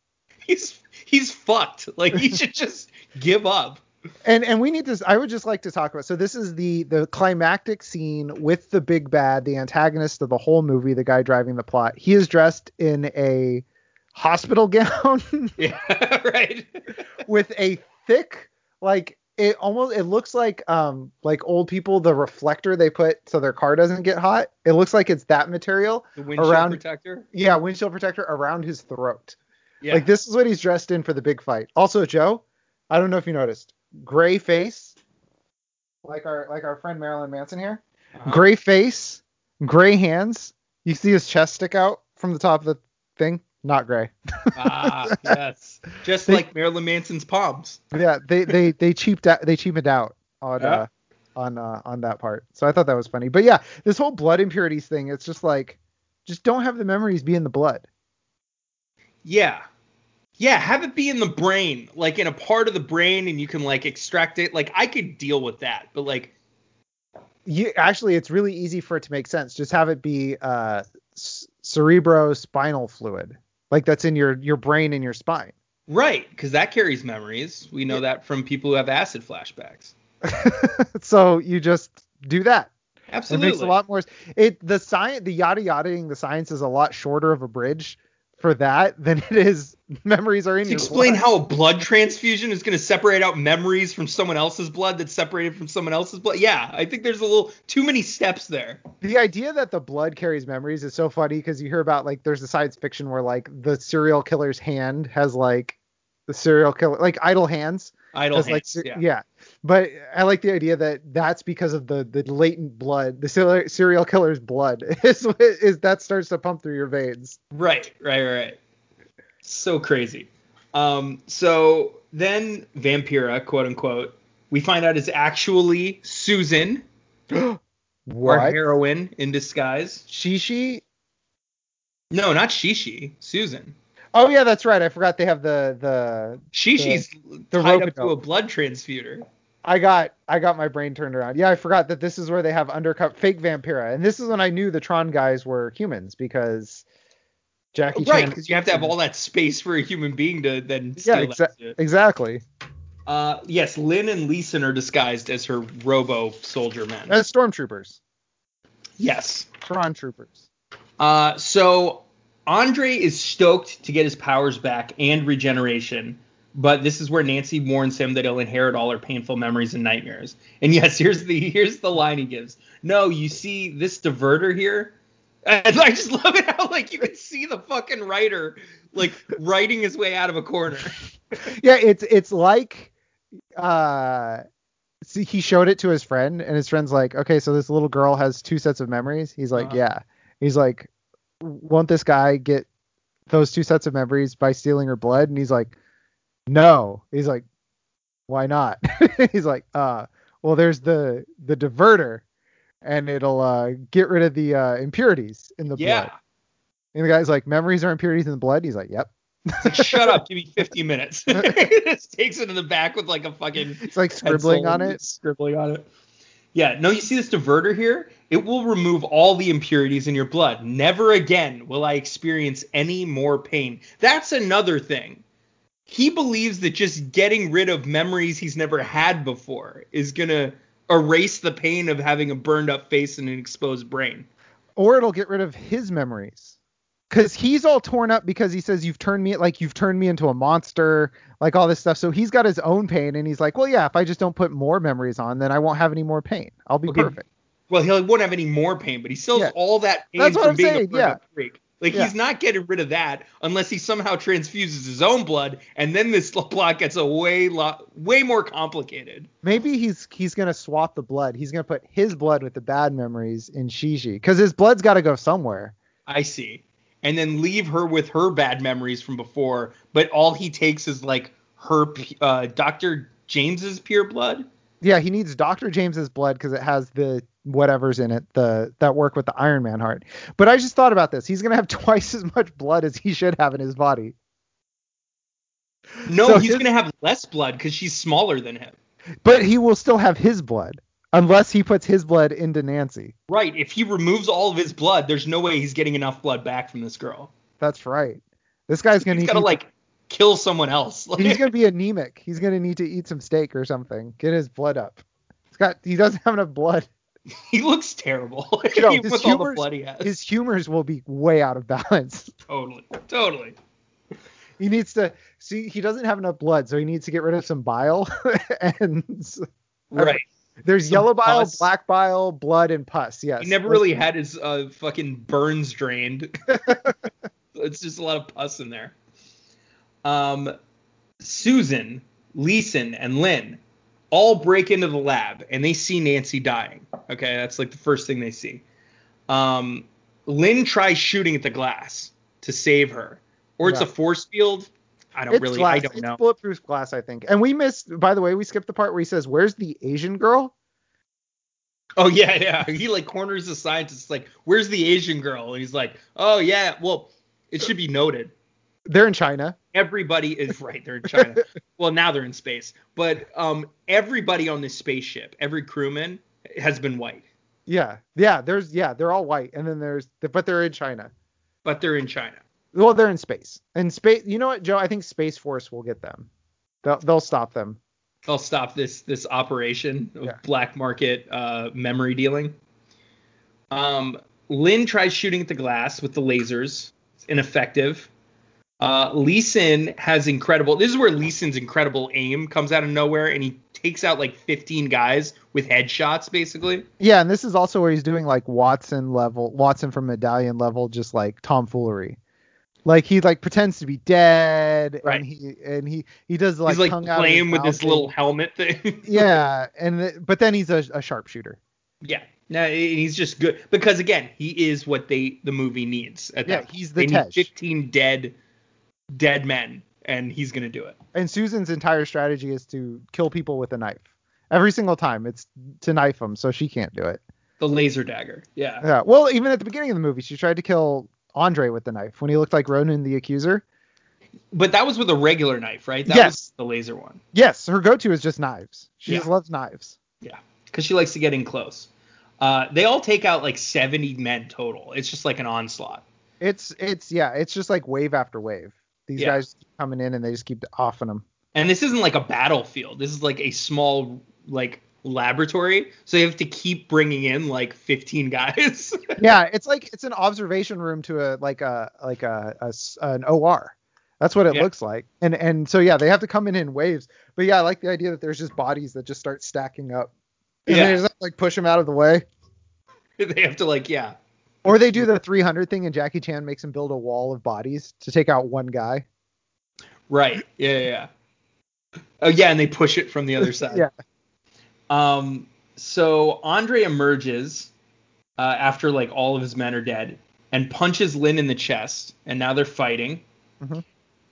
Speaker 2: he's he's fucked. Like he should just give up.
Speaker 1: and and we need to i would just like to talk about so this is the the climactic scene with the big bad the antagonist of the whole movie the guy driving the plot he is dressed in a hospital gown
Speaker 2: Yeah, right.
Speaker 1: with a thick like it almost it looks like um like old people the reflector they put so their car doesn't get hot it looks like it's that material
Speaker 2: The windshield
Speaker 1: Around-
Speaker 2: protector.
Speaker 1: yeah windshield protector around his throat
Speaker 2: Yeah.
Speaker 1: like this is what he's dressed in for the big fight. Also, Joe, I don't know if you noticed, gray face, like our like our friend Marilyn Manson here.
Speaker 2: Uh-huh.
Speaker 1: Gray face, gray hands. You see his chest stick out from the top of the thing. Not gray.
Speaker 2: Ah, yes. Just like Marilyn Manson's palms.
Speaker 1: Yeah, they they they cheaped out. They cheapened out on
Speaker 2: Yeah.
Speaker 1: uh, on uh, on that part. So I thought that was funny. But yeah, this whole blood impurities thing. It's just like, just don't have the memories be in the blood.
Speaker 2: Yeah. Yeah, have it be in the brain, like in a part of the brain, and you can like extract it. Like I could deal with that, but like
Speaker 1: you actually it's really easy for it to make sense just have it be uh c- cerebrospinal fluid like that's in your your brain and your spine
Speaker 2: right, because that carries memories. We know that from people who have acid flashbacks.
Speaker 1: so you just do that
Speaker 2: Absolutely.
Speaker 1: it makes a lot more s- it the science the yada yadaing the science is a lot shorter of a bridge for that than it is memories are in
Speaker 2: Just
Speaker 1: your
Speaker 2: explain
Speaker 1: blood.
Speaker 2: how a blood transfusion is going to separate out memories from someone else's blood that's separated from someone else's blood. Yeah, I think there's a little too many steps there.
Speaker 1: the idea that the blood carries memories is so funny because you hear about like there's a science fiction where like the serial killer's hand has like the serial killer like idle hands
Speaker 2: Idle
Speaker 1: As,
Speaker 2: hands.
Speaker 1: like,
Speaker 2: yeah.
Speaker 1: yeah. yeah. But I like the idea that that's because of the the latent blood, the serial- serial killer's blood is what- is that starts to pump through your veins.
Speaker 2: Right, right, right, right. So crazy. Um, so then Vampira, quote unquote, we find out is actually Susan, our
Speaker 1: What?
Speaker 2: heroine in disguise.
Speaker 1: Shishi?
Speaker 2: No, not Shishi, Susan.
Speaker 1: Oh yeah, that's right. I forgot they have the the
Speaker 2: Shishi's
Speaker 1: the
Speaker 2: tied up
Speaker 1: rope
Speaker 2: to a blood transfuser.
Speaker 1: I got I got my brain turned around. Yeah, I forgot that this is where they have undercut fake Vampira. And this is when I knew the Tron guys were humans because Jackie
Speaker 2: Right,
Speaker 1: Chan
Speaker 2: because you have to have all that space for a human being to then steal
Speaker 1: Yeah,
Speaker 2: that
Speaker 1: exactly.
Speaker 2: shit.
Speaker 1: Exactly.
Speaker 2: Uh, yes, Lynn and Leeson are disguised as her robo soldier men.
Speaker 1: As stormtroopers.
Speaker 2: yes.
Speaker 1: Tron troopers.
Speaker 2: Uh, so Andre is stoked to get his powers back and regeneration, but this is where Nancy warns him that he'll inherit all her painful memories and nightmares. And yes, here's the here's the line he gives. No, you see this diverter here? And I just love it how like you can see the fucking writer like writing his way out of a corner.
Speaker 1: yeah, it's it's like uh see he showed it to his friend and his friend's like, "Okay, so this little girl has two sets of memories." He's like,
Speaker 2: Uh-huh.
Speaker 1: "Yeah." He's like, "Won't this guy get those two sets of memories by stealing her blood?" And he's like, "No." He's like, "Why not?" he's like, "Uh, well there's the the diverter and it'll uh get rid of the uh impurities in the
Speaker 2: yeah.
Speaker 1: blood." And the guy's like, "Memories are impurities in the blood." He's like, "Yep."
Speaker 2: It's like, shut up, give me 50 minutes. It just takes it in the back with like a fucking
Speaker 1: It's like scribbling
Speaker 2: pencil
Speaker 1: on
Speaker 2: and
Speaker 1: it.
Speaker 2: Scribbling on it. Yeah, no, you see this diverter here? It will remove all the impurities in your blood. Never again will I experience any more pain. That's another thing. He believes that just getting rid of memories he's never had before is going to erase the pain of having a burned up face and an exposed brain.
Speaker 1: or it'll get rid of his memories because he's all torn up because he says you've turned me like you've turned me into a monster like all this stuff so he's got his own pain and he's like well yeah if i just don't put more memories on then i won't have any more pain i'll be
Speaker 2: Okay,
Speaker 1: perfect
Speaker 2: Well, he won't have any more pain, but he still has
Speaker 1: Yeah.
Speaker 2: all that pain
Speaker 1: That's what
Speaker 2: from
Speaker 1: I'm
Speaker 2: being a
Speaker 1: saying,
Speaker 2: burned
Speaker 1: yeah.
Speaker 2: up freak. Like
Speaker 1: Yeah.
Speaker 2: he's not getting rid of that unless he somehow transfuses his own blood, and then this l- plot gets a way lot, way more complicated.
Speaker 1: maybe he's he's gonna swap the blood he's gonna put his blood with the bad memories in shiji because his blood's got to go somewhere
Speaker 2: I see. And then leave her with her bad memories from before, but all he takes is like her p- uh, Dr. James's pure blood.
Speaker 1: yeah he needs dr james's blood because it has the whatever's in it the that work with the iron man heart but i just thought about this he's gonna have twice as much blood as he should have in his body
Speaker 2: No,
Speaker 1: So
Speaker 2: he's
Speaker 1: his-
Speaker 2: gonna have less blood because she's smaller than him.
Speaker 1: But he will still have his blood unless he puts his blood into Nancy.
Speaker 2: Right. If he removes all of his blood, there's no way he's getting enough blood back from this girl.
Speaker 1: That's right. This guy's gonna
Speaker 2: He's
Speaker 1: need
Speaker 2: gotta
Speaker 1: to-
Speaker 2: like kill someone else. Like-
Speaker 1: he's gonna be anemic. He's gonna need to eat some steak or something. Get his blood up. He's got he doesn't have enough blood.
Speaker 2: He looks terrible.
Speaker 1: Yo, his
Speaker 2: Even with all the
Speaker 1: humor's-
Speaker 2: blood he has.
Speaker 1: His humors will be way out of balance.
Speaker 2: Totally. Totally.
Speaker 1: He needs to see he doesn't have enough blood, so he needs to get rid of some bile. and s-
Speaker 2: Right.
Speaker 1: there's
Speaker 2: Some
Speaker 1: yellow bile,
Speaker 2: pus.
Speaker 1: black bile, blood, and pus. Yes.
Speaker 2: He never
Speaker 1: Those-
Speaker 2: really had his uh, fucking burns drained. it's just a lot of pus in there. Um, Susan, Leeson, and Lynn all break into the lab and they see Nancy dying. Okay, that's like the first thing they see. Um, Lynn tries shooting at the glass to save her, or it's
Speaker 1: Yeah.
Speaker 2: a force field. I don't
Speaker 1: it's
Speaker 2: really.
Speaker 1: glass.
Speaker 2: I don't
Speaker 1: it's
Speaker 2: know.
Speaker 1: bulletproof glass, I think. And we missed by the way, we skipped the part where he says, Where's the Asian girl?
Speaker 2: Oh yeah, yeah. He like corners the scientist, like, "Where's the Asian girl?" And he's like, "Oh yeah, well, it should be noted,
Speaker 1: They're in China.
Speaker 2: everybody is right. They're in China. well, now they're in space, but um, everybody on this spaceship, every crewman has been white,
Speaker 1: Yeah, yeah. There's yeah, they're all white, and then there's but they're in China.
Speaker 2: but they're in China.
Speaker 1: Well, they're in space. And space. You know what, Joe? I think Space Force will get them. They'll they'll stop them.
Speaker 2: They'll stop this this operation of
Speaker 1: Yeah.
Speaker 2: black market uh, memory dealing." Um, Lynn tries shooting at the glass with the lasers. It's ineffective. Uh, Leeson has incredible. This is where Leeson's incredible aim comes out of nowhere, and he takes out like 15 guys with headshots, basically.
Speaker 1: Yeah, and this is also where he's doing like Watson level, Watson from Medallion level, just like tomfoolery. Like he like pretends to be dead,
Speaker 2: Right.
Speaker 1: and he and he he does like,
Speaker 2: He's like
Speaker 1: tongue out of his
Speaker 2: playing with
Speaker 1: mouth
Speaker 2: this little helmet thing.
Speaker 1: thing. yeah, and th- but then he's a, a sharpshooter.
Speaker 2: yeah. No, and he's just good because again, he is what they the movie needs. At
Speaker 1: Yeah,
Speaker 2: that. point.
Speaker 1: he's the
Speaker 2: they
Speaker 1: Tej.
Speaker 2: need 15 dead, dead men, and he's gonna do it.
Speaker 1: And Susan's entire strategy is to kill people with a knife. Every single time, it's to knife them, so she can't do it.
Speaker 2: The laser dagger. Yeah.
Speaker 1: Yeah. Well, even at the beginning of the movie, she tried to kill Andre with the knife when he looked like Ronan the Accuser.
Speaker 2: But that was with a regular knife, right? That
Speaker 1: Yes.
Speaker 2: was the laser one.
Speaker 1: Yes, her go-to is just knives. She
Speaker 2: Yeah.
Speaker 1: just loves knives.
Speaker 2: Yeah, because she likes to get in close. Uh, they all take out like 70 men total. It's just like an onslaught.
Speaker 1: It's it's yeah, it's just like wave after wave. These
Speaker 2: Yeah.
Speaker 1: guys keep coming in and they just keep offing them.
Speaker 2: And this isn't like a battlefield. This is like a small like laboratory. So they have to keep bringing in like 15 guys.
Speaker 1: Yeah, it's like it's an observation room to a like a like a, a s- an OR. That's what it
Speaker 2: Yeah.
Speaker 1: looks like. And and so yeah, they have to come in in waves. But yeah, I like the idea that there's just bodies that just start stacking up. And
Speaker 2: Yeah.
Speaker 1: they just like push them out of the way.
Speaker 2: they have to like yeah
Speaker 1: Or they do the 300 thing and Jackie Chan makes him build a wall of bodies to take out one guy.
Speaker 2: Right. Yeah, yeah, yeah. Oh yeah, and they push it from the other side.
Speaker 1: Yeah.
Speaker 2: Um so Andre emerges uh, after like all of his men are dead and punches Lin in the chest and now they're fighting.
Speaker 1: Mhm.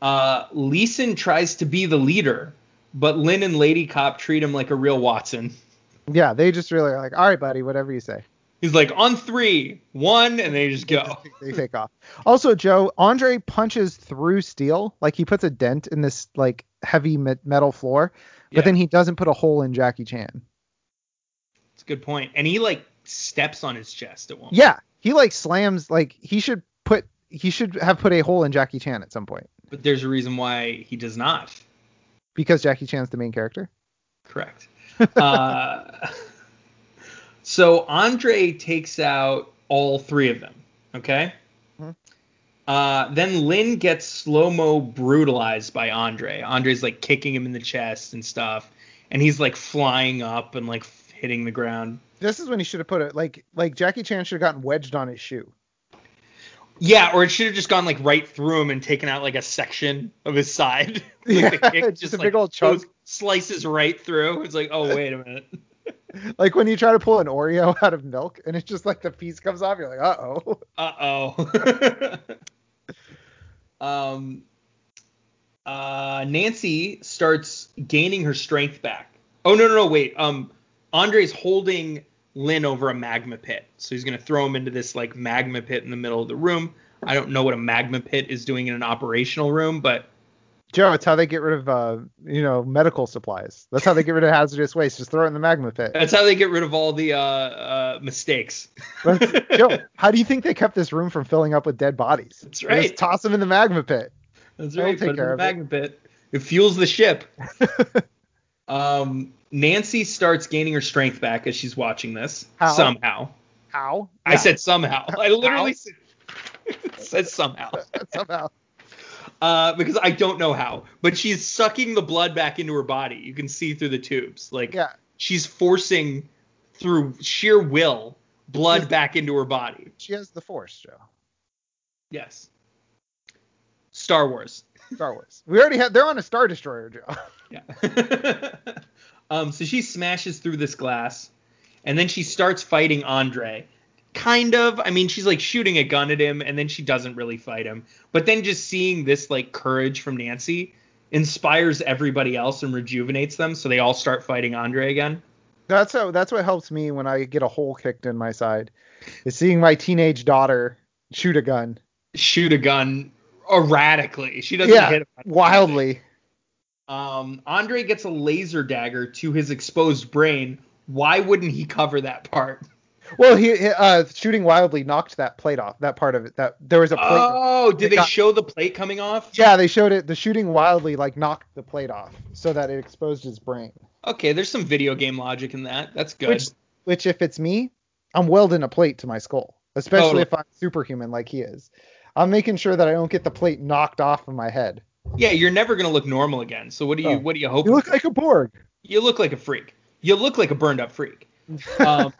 Speaker 2: Uh Leeson tries to be the leader, but Lin and Lady Cop treat him like a real Watson.
Speaker 1: Yeah, they just really are like, all right, buddy, whatever you say.
Speaker 2: He's like on three, one, and they just go.
Speaker 1: They take off. Also, Joe, Andre punches through steel. Like he puts a dent in this like heavy me- metal floor, but
Speaker 2: Yeah.
Speaker 1: then he doesn't put a hole in Jackie Chan.
Speaker 2: It's a good point. And he like steps on his chest at one.
Speaker 1: Yeah, he like slams like he should put he should have put a hole in Jackie Chan at some point
Speaker 2: But there's a reason why he does not.
Speaker 1: because Jackie Chan's the main character.
Speaker 2: Correct. uh, so Andre takes out all three of them. Okay.
Speaker 1: Mhm.
Speaker 2: Uh, then Lynn gets slow mo brutalized by Andre. Andre's like kicking him in the chest and stuff, and he's like flying up and like f- hitting the ground.
Speaker 1: This is when he should have put it like like Jackie Chan should have gotten wedged on his shoe.
Speaker 2: Yeah, or it should have just gone like right through him and taken out like a section of his side. Like,
Speaker 1: Yeah,
Speaker 2: the kick
Speaker 1: just a big old chunk.
Speaker 2: goes- slices right through. It's like, oh wait a minute.
Speaker 1: Like when you try to pull an Oreo out of milk and it's just like the piece comes off, you're like, uh oh.
Speaker 2: Uh oh. um, uh, Nancy starts gaining her strength back. Oh no no no wait. Um, Andre's holding Lynn over a magma pit, so he's gonna throw him into this like magma pit in the middle of the room. I don't know what a magma pit is doing in an operational room, but
Speaker 1: Joe, it's how they get rid of uh you know medical supplies. That's how they get rid of hazardous waste. Just throw it in the magma pit.
Speaker 2: that's how they get rid of all the uh, uh mistakes.
Speaker 1: That's- Joe, how do you think they kept this room from filling up with dead bodies?
Speaker 2: That's
Speaker 1: They just
Speaker 2: right.
Speaker 1: toss them in the magma pit.
Speaker 2: That's
Speaker 1: I'll
Speaker 2: right.
Speaker 1: take
Speaker 2: put it in
Speaker 1: care
Speaker 2: the
Speaker 1: of it.
Speaker 2: magnet pit. It fuels the ship. um, Nancy starts gaining her strength back as she's watching this.
Speaker 1: How?
Speaker 2: Somehow.
Speaker 1: How?
Speaker 2: I said somehow. I literally
Speaker 1: How?
Speaker 2: said, said somehow.
Speaker 1: somehow.
Speaker 2: Uh, because I don't know how. But she's sucking the blood back into her body. You can see through the tubes. Like
Speaker 1: Yeah.
Speaker 2: she's forcing through sheer will blood back into her body.
Speaker 1: She has the force, Joe.
Speaker 2: Yes. Star Wars.
Speaker 1: Star Wars. We already had they're on a Star Destroyer, Joe.
Speaker 2: Yeah. um, so she smashes through this glass, and then she starts fighting Andre. Kind of. I mean, she's like shooting a gun at him, and then she doesn't really fight him. But then just seeing this like courage from Nancy inspires everybody else and rejuvenates them, so they all start fighting Andre again.
Speaker 1: That's how that's what helps me when I get a hole kicked in my side. Is seeing my teenage daughter shoot a gun.
Speaker 2: Shoot a gun erratically. She doesn't
Speaker 1: Yeah,
Speaker 2: hit him.
Speaker 1: Wildly.
Speaker 2: Um, Andre gets a laser dagger to his exposed brain. Why wouldn't he cover that part?
Speaker 1: Well, he he- uh shooting wildly knocked that plate off, that part of it. That there was a plate.
Speaker 2: Oh, did
Speaker 1: They
Speaker 2: they,
Speaker 1: got-
Speaker 2: show the plate coming off?
Speaker 1: Yeah, they showed it. The shooting wildly like knocked the plate off so that it exposed his brain.
Speaker 2: Okay, there's some video game logic in that. That's good.
Speaker 1: Which- Which, if it's me, I'm welding a plate to my skull, especially
Speaker 2: Totally.
Speaker 1: if I'm superhuman like he is. I'm making sure that I don't get the plate knocked off of my head.
Speaker 2: yeah, you're never gonna look normal again. So what do you
Speaker 1: Oh.
Speaker 2: what do you
Speaker 1: You
Speaker 2: hoping?
Speaker 1: look
Speaker 2: for?
Speaker 1: like a Borg.
Speaker 2: you look like a freak. You look like a burned up freak. Um,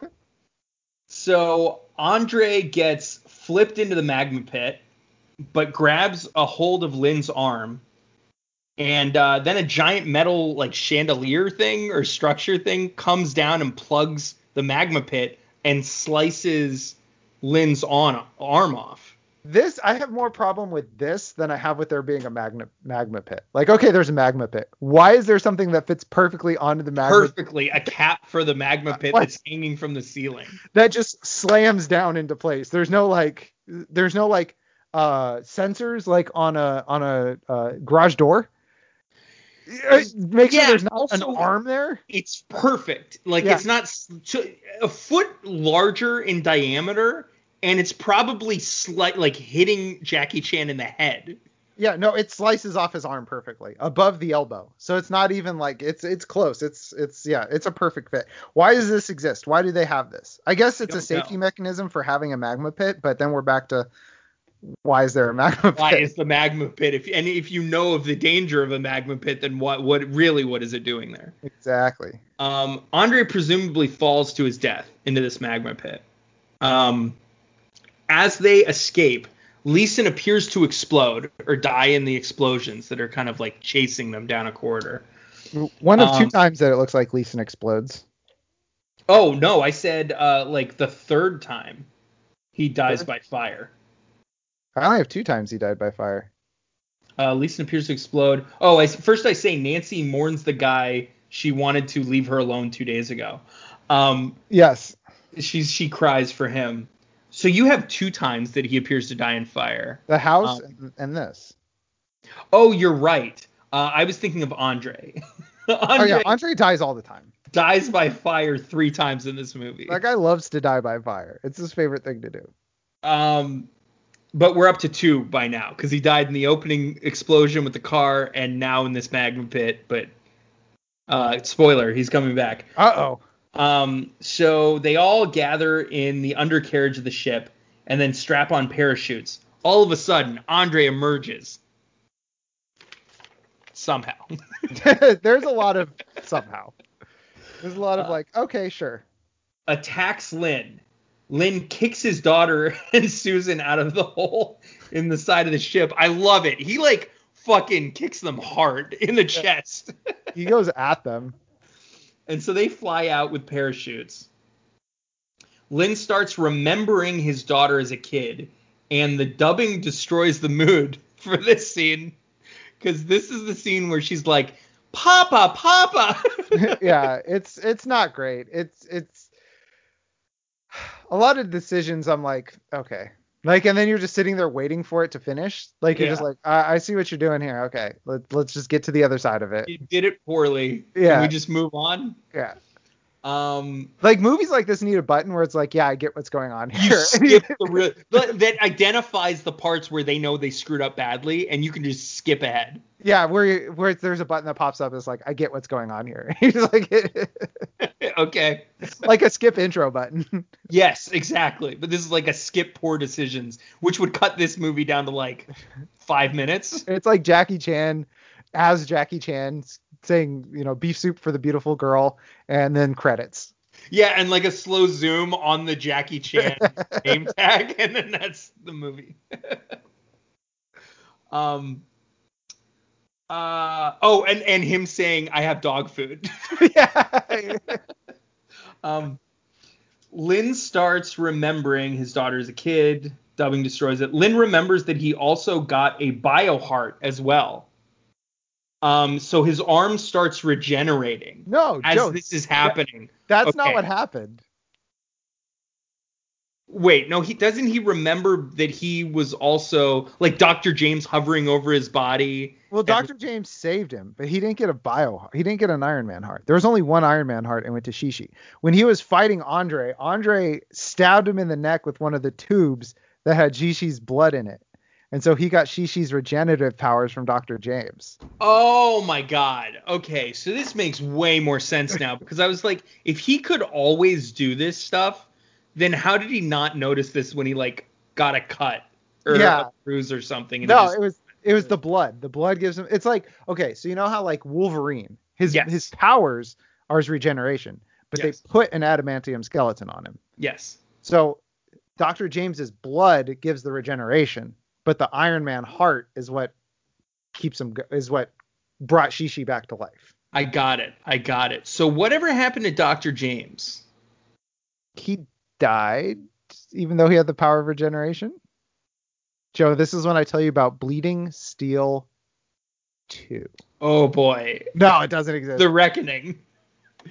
Speaker 2: so Andre gets flipped into the magma pit, but grabs a hold of Lynn's arm, and uh, then a giant metal like chandelier thing or structure thing comes down and plugs the magma pit and slices Lynn's on arm off.
Speaker 1: This I have more problem with this than I have with there being a magma magma pit. Like, okay, there's a magma pit. Why is there something that fits perfectly onto the magma
Speaker 2: perfectly a cap for the magma pit
Speaker 1: What?
Speaker 2: that's hanging from the ceiling.
Speaker 1: that just slams down into place? There's no like, there's no like uh sensors like on a on a uh, garage door. Uh, Make sure
Speaker 2: Yeah,
Speaker 1: there's not an
Speaker 2: also-
Speaker 1: arm there.
Speaker 2: It's perfect. Like
Speaker 1: Yeah.
Speaker 2: it's not s- to- a foot larger in diameter, and it's probably slight like hitting Jackie Chan in the head.
Speaker 1: Yeah, no, it slices off his arm perfectly above the elbow. So it's not even like it's it's close. It's it's yeah, it's a perfect fit. Why does this exist? Why do they have this? I guess it's a
Speaker 2: Don't
Speaker 1: safety
Speaker 2: know.
Speaker 1: mechanism for having a magma pit, but then we're back to why is there a magma
Speaker 2: Why
Speaker 1: pit?
Speaker 2: is the magma pit? If and if you know of the danger of a magma pit, then what what really what is it doing there?
Speaker 1: exactly.
Speaker 2: Um, Andre presumably falls to his death into this magma pit. Um, as they escape, Leeson appears to explode or die in the explosions that are kind of like chasing them down a corridor.
Speaker 1: One of two
Speaker 2: Um,
Speaker 1: times that it looks like Leeson explodes.
Speaker 2: Oh no, I said uh, like the third time he dies by fire.
Speaker 1: I only have two times he died by fire.
Speaker 2: Uh, Leeson appears to explode. Oh, I, first I say Nancy mourns the guy she wanted to leave her alone two days ago. Um,
Speaker 1: Yes.
Speaker 2: she she cries for him. So you have two times that he appears to die in fire.
Speaker 1: The house
Speaker 2: Um,
Speaker 1: and, and this.
Speaker 2: Oh, you're right. Uh, I was thinking of Andre. Andre
Speaker 1: Oh yeah, Andre dies all the time.
Speaker 2: dies by fire three times in this movie.
Speaker 1: That guy loves to die by fire. It's his favorite thing to do.
Speaker 2: Um, but we're up to two by now because he died in the opening explosion with the car, and now in this magma pit. But uh, spoiler, he's coming back.
Speaker 1: Uh oh.
Speaker 2: Um, so they all gather in the undercarriage of the ship and then strap on parachutes. All of a sudden, Andre emerges. Somehow.
Speaker 1: There's a lot of somehow. There's a lot
Speaker 2: Uh.
Speaker 1: of like, okay, sure.
Speaker 2: Attacks Lynn. Lynn kicks his daughter and Susan out of the hole in the side of the ship. I love it. He like fucking kicks them hard in the chest.
Speaker 1: He goes at them.
Speaker 2: And so they fly out with parachutes. Lynn starts remembering his daughter as a kid, and the dubbing destroys the mood for this scene because this is the scene where she's like, Papa, Papa.
Speaker 1: yeah, it's it's not great. It's it's a lot of decisions. I'm like, okay, like, and then you're just sitting there waiting for it to finish. Like you're just
Speaker 2: Yeah.
Speaker 1: like, I, I see what you're doing here. Okay, let, let's just get to the other side of it.
Speaker 2: you did it poorly. Can
Speaker 1: Yeah.
Speaker 2: we just move on?
Speaker 1: Yeah,
Speaker 2: Um,
Speaker 1: like movies like this need a button where it's like, yeah, I get what's going on
Speaker 2: you
Speaker 1: here.
Speaker 2: skip the real that that identifies the parts where they know they screwed up badly, and you can just skip ahead.
Speaker 1: yeah, where you- where there's a button that pops up. It's like, I get what's going on here. It's like
Speaker 2: okay.
Speaker 1: like a skip intro button.
Speaker 2: Yes, exactly. But this is like a skip poor decisions, which would cut this movie down to like five minutes.
Speaker 1: It's like Jackie Chan as Jackie Chan saying, you know, beef soup for the beautiful girl, and then credits.
Speaker 2: Yeah, and like a slow zoom on the Jackie Chan name tag, and then that's the movie. um. Uh oh, and and him saying I have dog food.
Speaker 1: yeah.
Speaker 2: Um, Lynn starts remembering his daughter as a kid. Dubbing destroys it. Lynn remembers that he also got a bio heart as well. Um, so his arm starts regenerating
Speaker 1: No,
Speaker 2: as
Speaker 1: Joe,
Speaker 2: this is happening.
Speaker 1: that's
Speaker 2: okay.
Speaker 1: not what happened.
Speaker 2: Wait, no, he doesn't. He remember that he was also like Dr. James hovering over his body.
Speaker 1: Well,
Speaker 2: Yeah.
Speaker 1: Dr. James saved him, but he didn't get a bio. He didn't get an Iron Man heart. There was only one Iron Man heart and went to Shishi. When he was fighting Andre, Andre stabbed him in the neck with one of the tubes that had Shishi's blood in it. And so he got Shishi's regenerative powers from Dr. James.
Speaker 2: Oh my god. Okay, so this makes way more sense now because I was like, if he could always do this stuff, then how did he not notice this when he like got a cut or
Speaker 1: Yeah.
Speaker 2: a bruise or something? and it
Speaker 1: No,
Speaker 2: just-
Speaker 1: it was it was the blood. The blood gives him. It's like okay, so you know how like Wolverine, his
Speaker 2: Yes.
Speaker 1: his powers are his regeneration, but
Speaker 2: Yes.
Speaker 1: they put an adamantium skeleton on him.
Speaker 2: yes.
Speaker 1: So Dr. James's blood gives the regeneration, but the Iron Man heart is what keeps him go- is what brought Shishi back to life.
Speaker 2: I got it. I got it. So whatever happened to Dr. James?
Speaker 1: He died even though he had the power of regeneration. Joe, this is when I tell you about Bleeding Steel 2.
Speaker 2: Oh boy.
Speaker 1: No, it doesn't exist.
Speaker 2: The reckoning.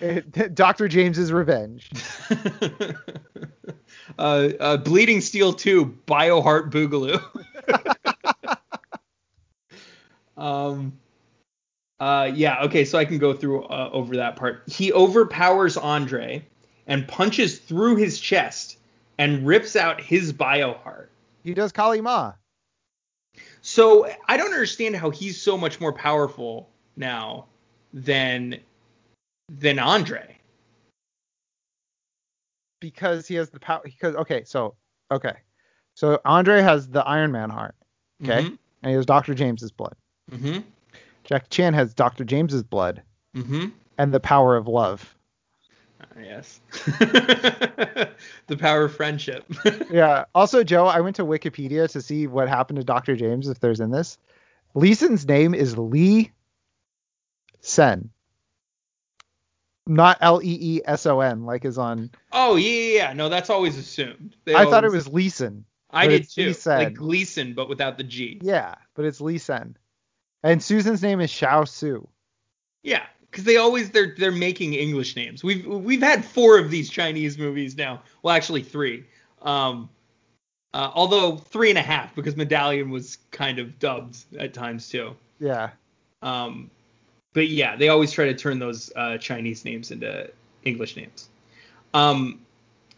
Speaker 1: It- Dr. James's revenge.
Speaker 2: uh, uh, Bleeding Steel 2, Bioheart Boogaloo. um, uh, yeah, okay, so I can go through uh, over that part. He overpowers Andre and punches through his chest and rips out his Bioheart.
Speaker 1: He does Kali Ma.
Speaker 2: So I don't understand how he's so much more powerful now than than Andre.
Speaker 1: because he has the power. Because okay, so okay, so Andre has the Iron Man heart, okay, and he has Doctor James's blood.
Speaker 2: Mm-hmm.
Speaker 1: Jackie Chan has Doctor James's blood
Speaker 2: Mm-hmm.
Speaker 1: and the power of love.
Speaker 2: yes. the power of friendship.
Speaker 1: yeah. Also, Joe, I went to Wikipedia to see what happened to Dr. James if there's in this. Leeson's name is Lee Sen. Not L E E S O N like is on.
Speaker 2: oh yeah, yeah, yeah. No, that's always assumed. They
Speaker 1: I thought it
Speaker 2: always-
Speaker 1: was Leeson.
Speaker 2: I
Speaker 1: but
Speaker 2: did
Speaker 1: it's
Speaker 2: too.
Speaker 1: Gleason.
Speaker 2: Like Gleason, but without the G.
Speaker 1: Yeah, but it's Leeson. And Susan's name is Xiao Su.
Speaker 2: Yeah, because they always they're they're making English names. We've we've had four of these Chinese movies now. Well, actually three. Um, uh, although three and a half because Medallion was kind of dubbed at times too.
Speaker 1: Yeah.
Speaker 2: Um, but yeah, they always try to turn those uh, Chinese names into English names. Um,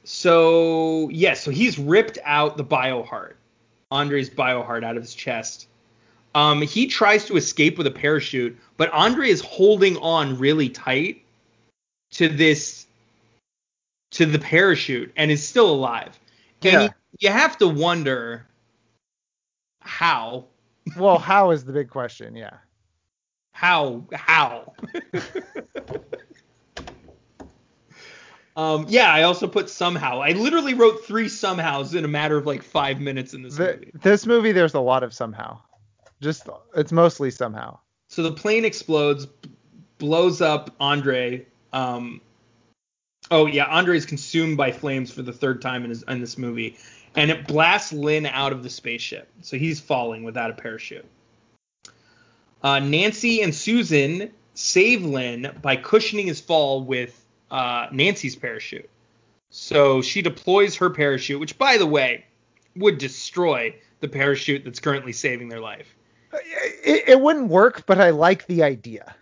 Speaker 2: so yes, so he's ripped out the bioheart, Andre's bioheart out of his chest. Um, he tries to escape with a parachute, but Andre is holding on really tight to this to the parachute and is still alive. And
Speaker 1: Yeah.
Speaker 2: you have to wonder how
Speaker 1: Well, how is the big question? Yeah.
Speaker 2: how how um yeah i also put somehow i literally wrote three somehows in a matter of like five minutes in this
Speaker 1: The,
Speaker 2: movie
Speaker 1: this movie, there's a lot of somehow. Just it's mostly somehow.
Speaker 2: so the plane explodes b- blows up andre um oh yeah andre is consumed by flames for the third time in, his, in this movie and it blasts lynn out of the spaceship so he's falling without a parachute uh, nancy and susan save lynn by cushioning his fall with uh, nancy's parachute so she deploys her parachute which by the way would destroy the parachute that's currently saving their life
Speaker 1: It, it wouldn't work, but I like the idea.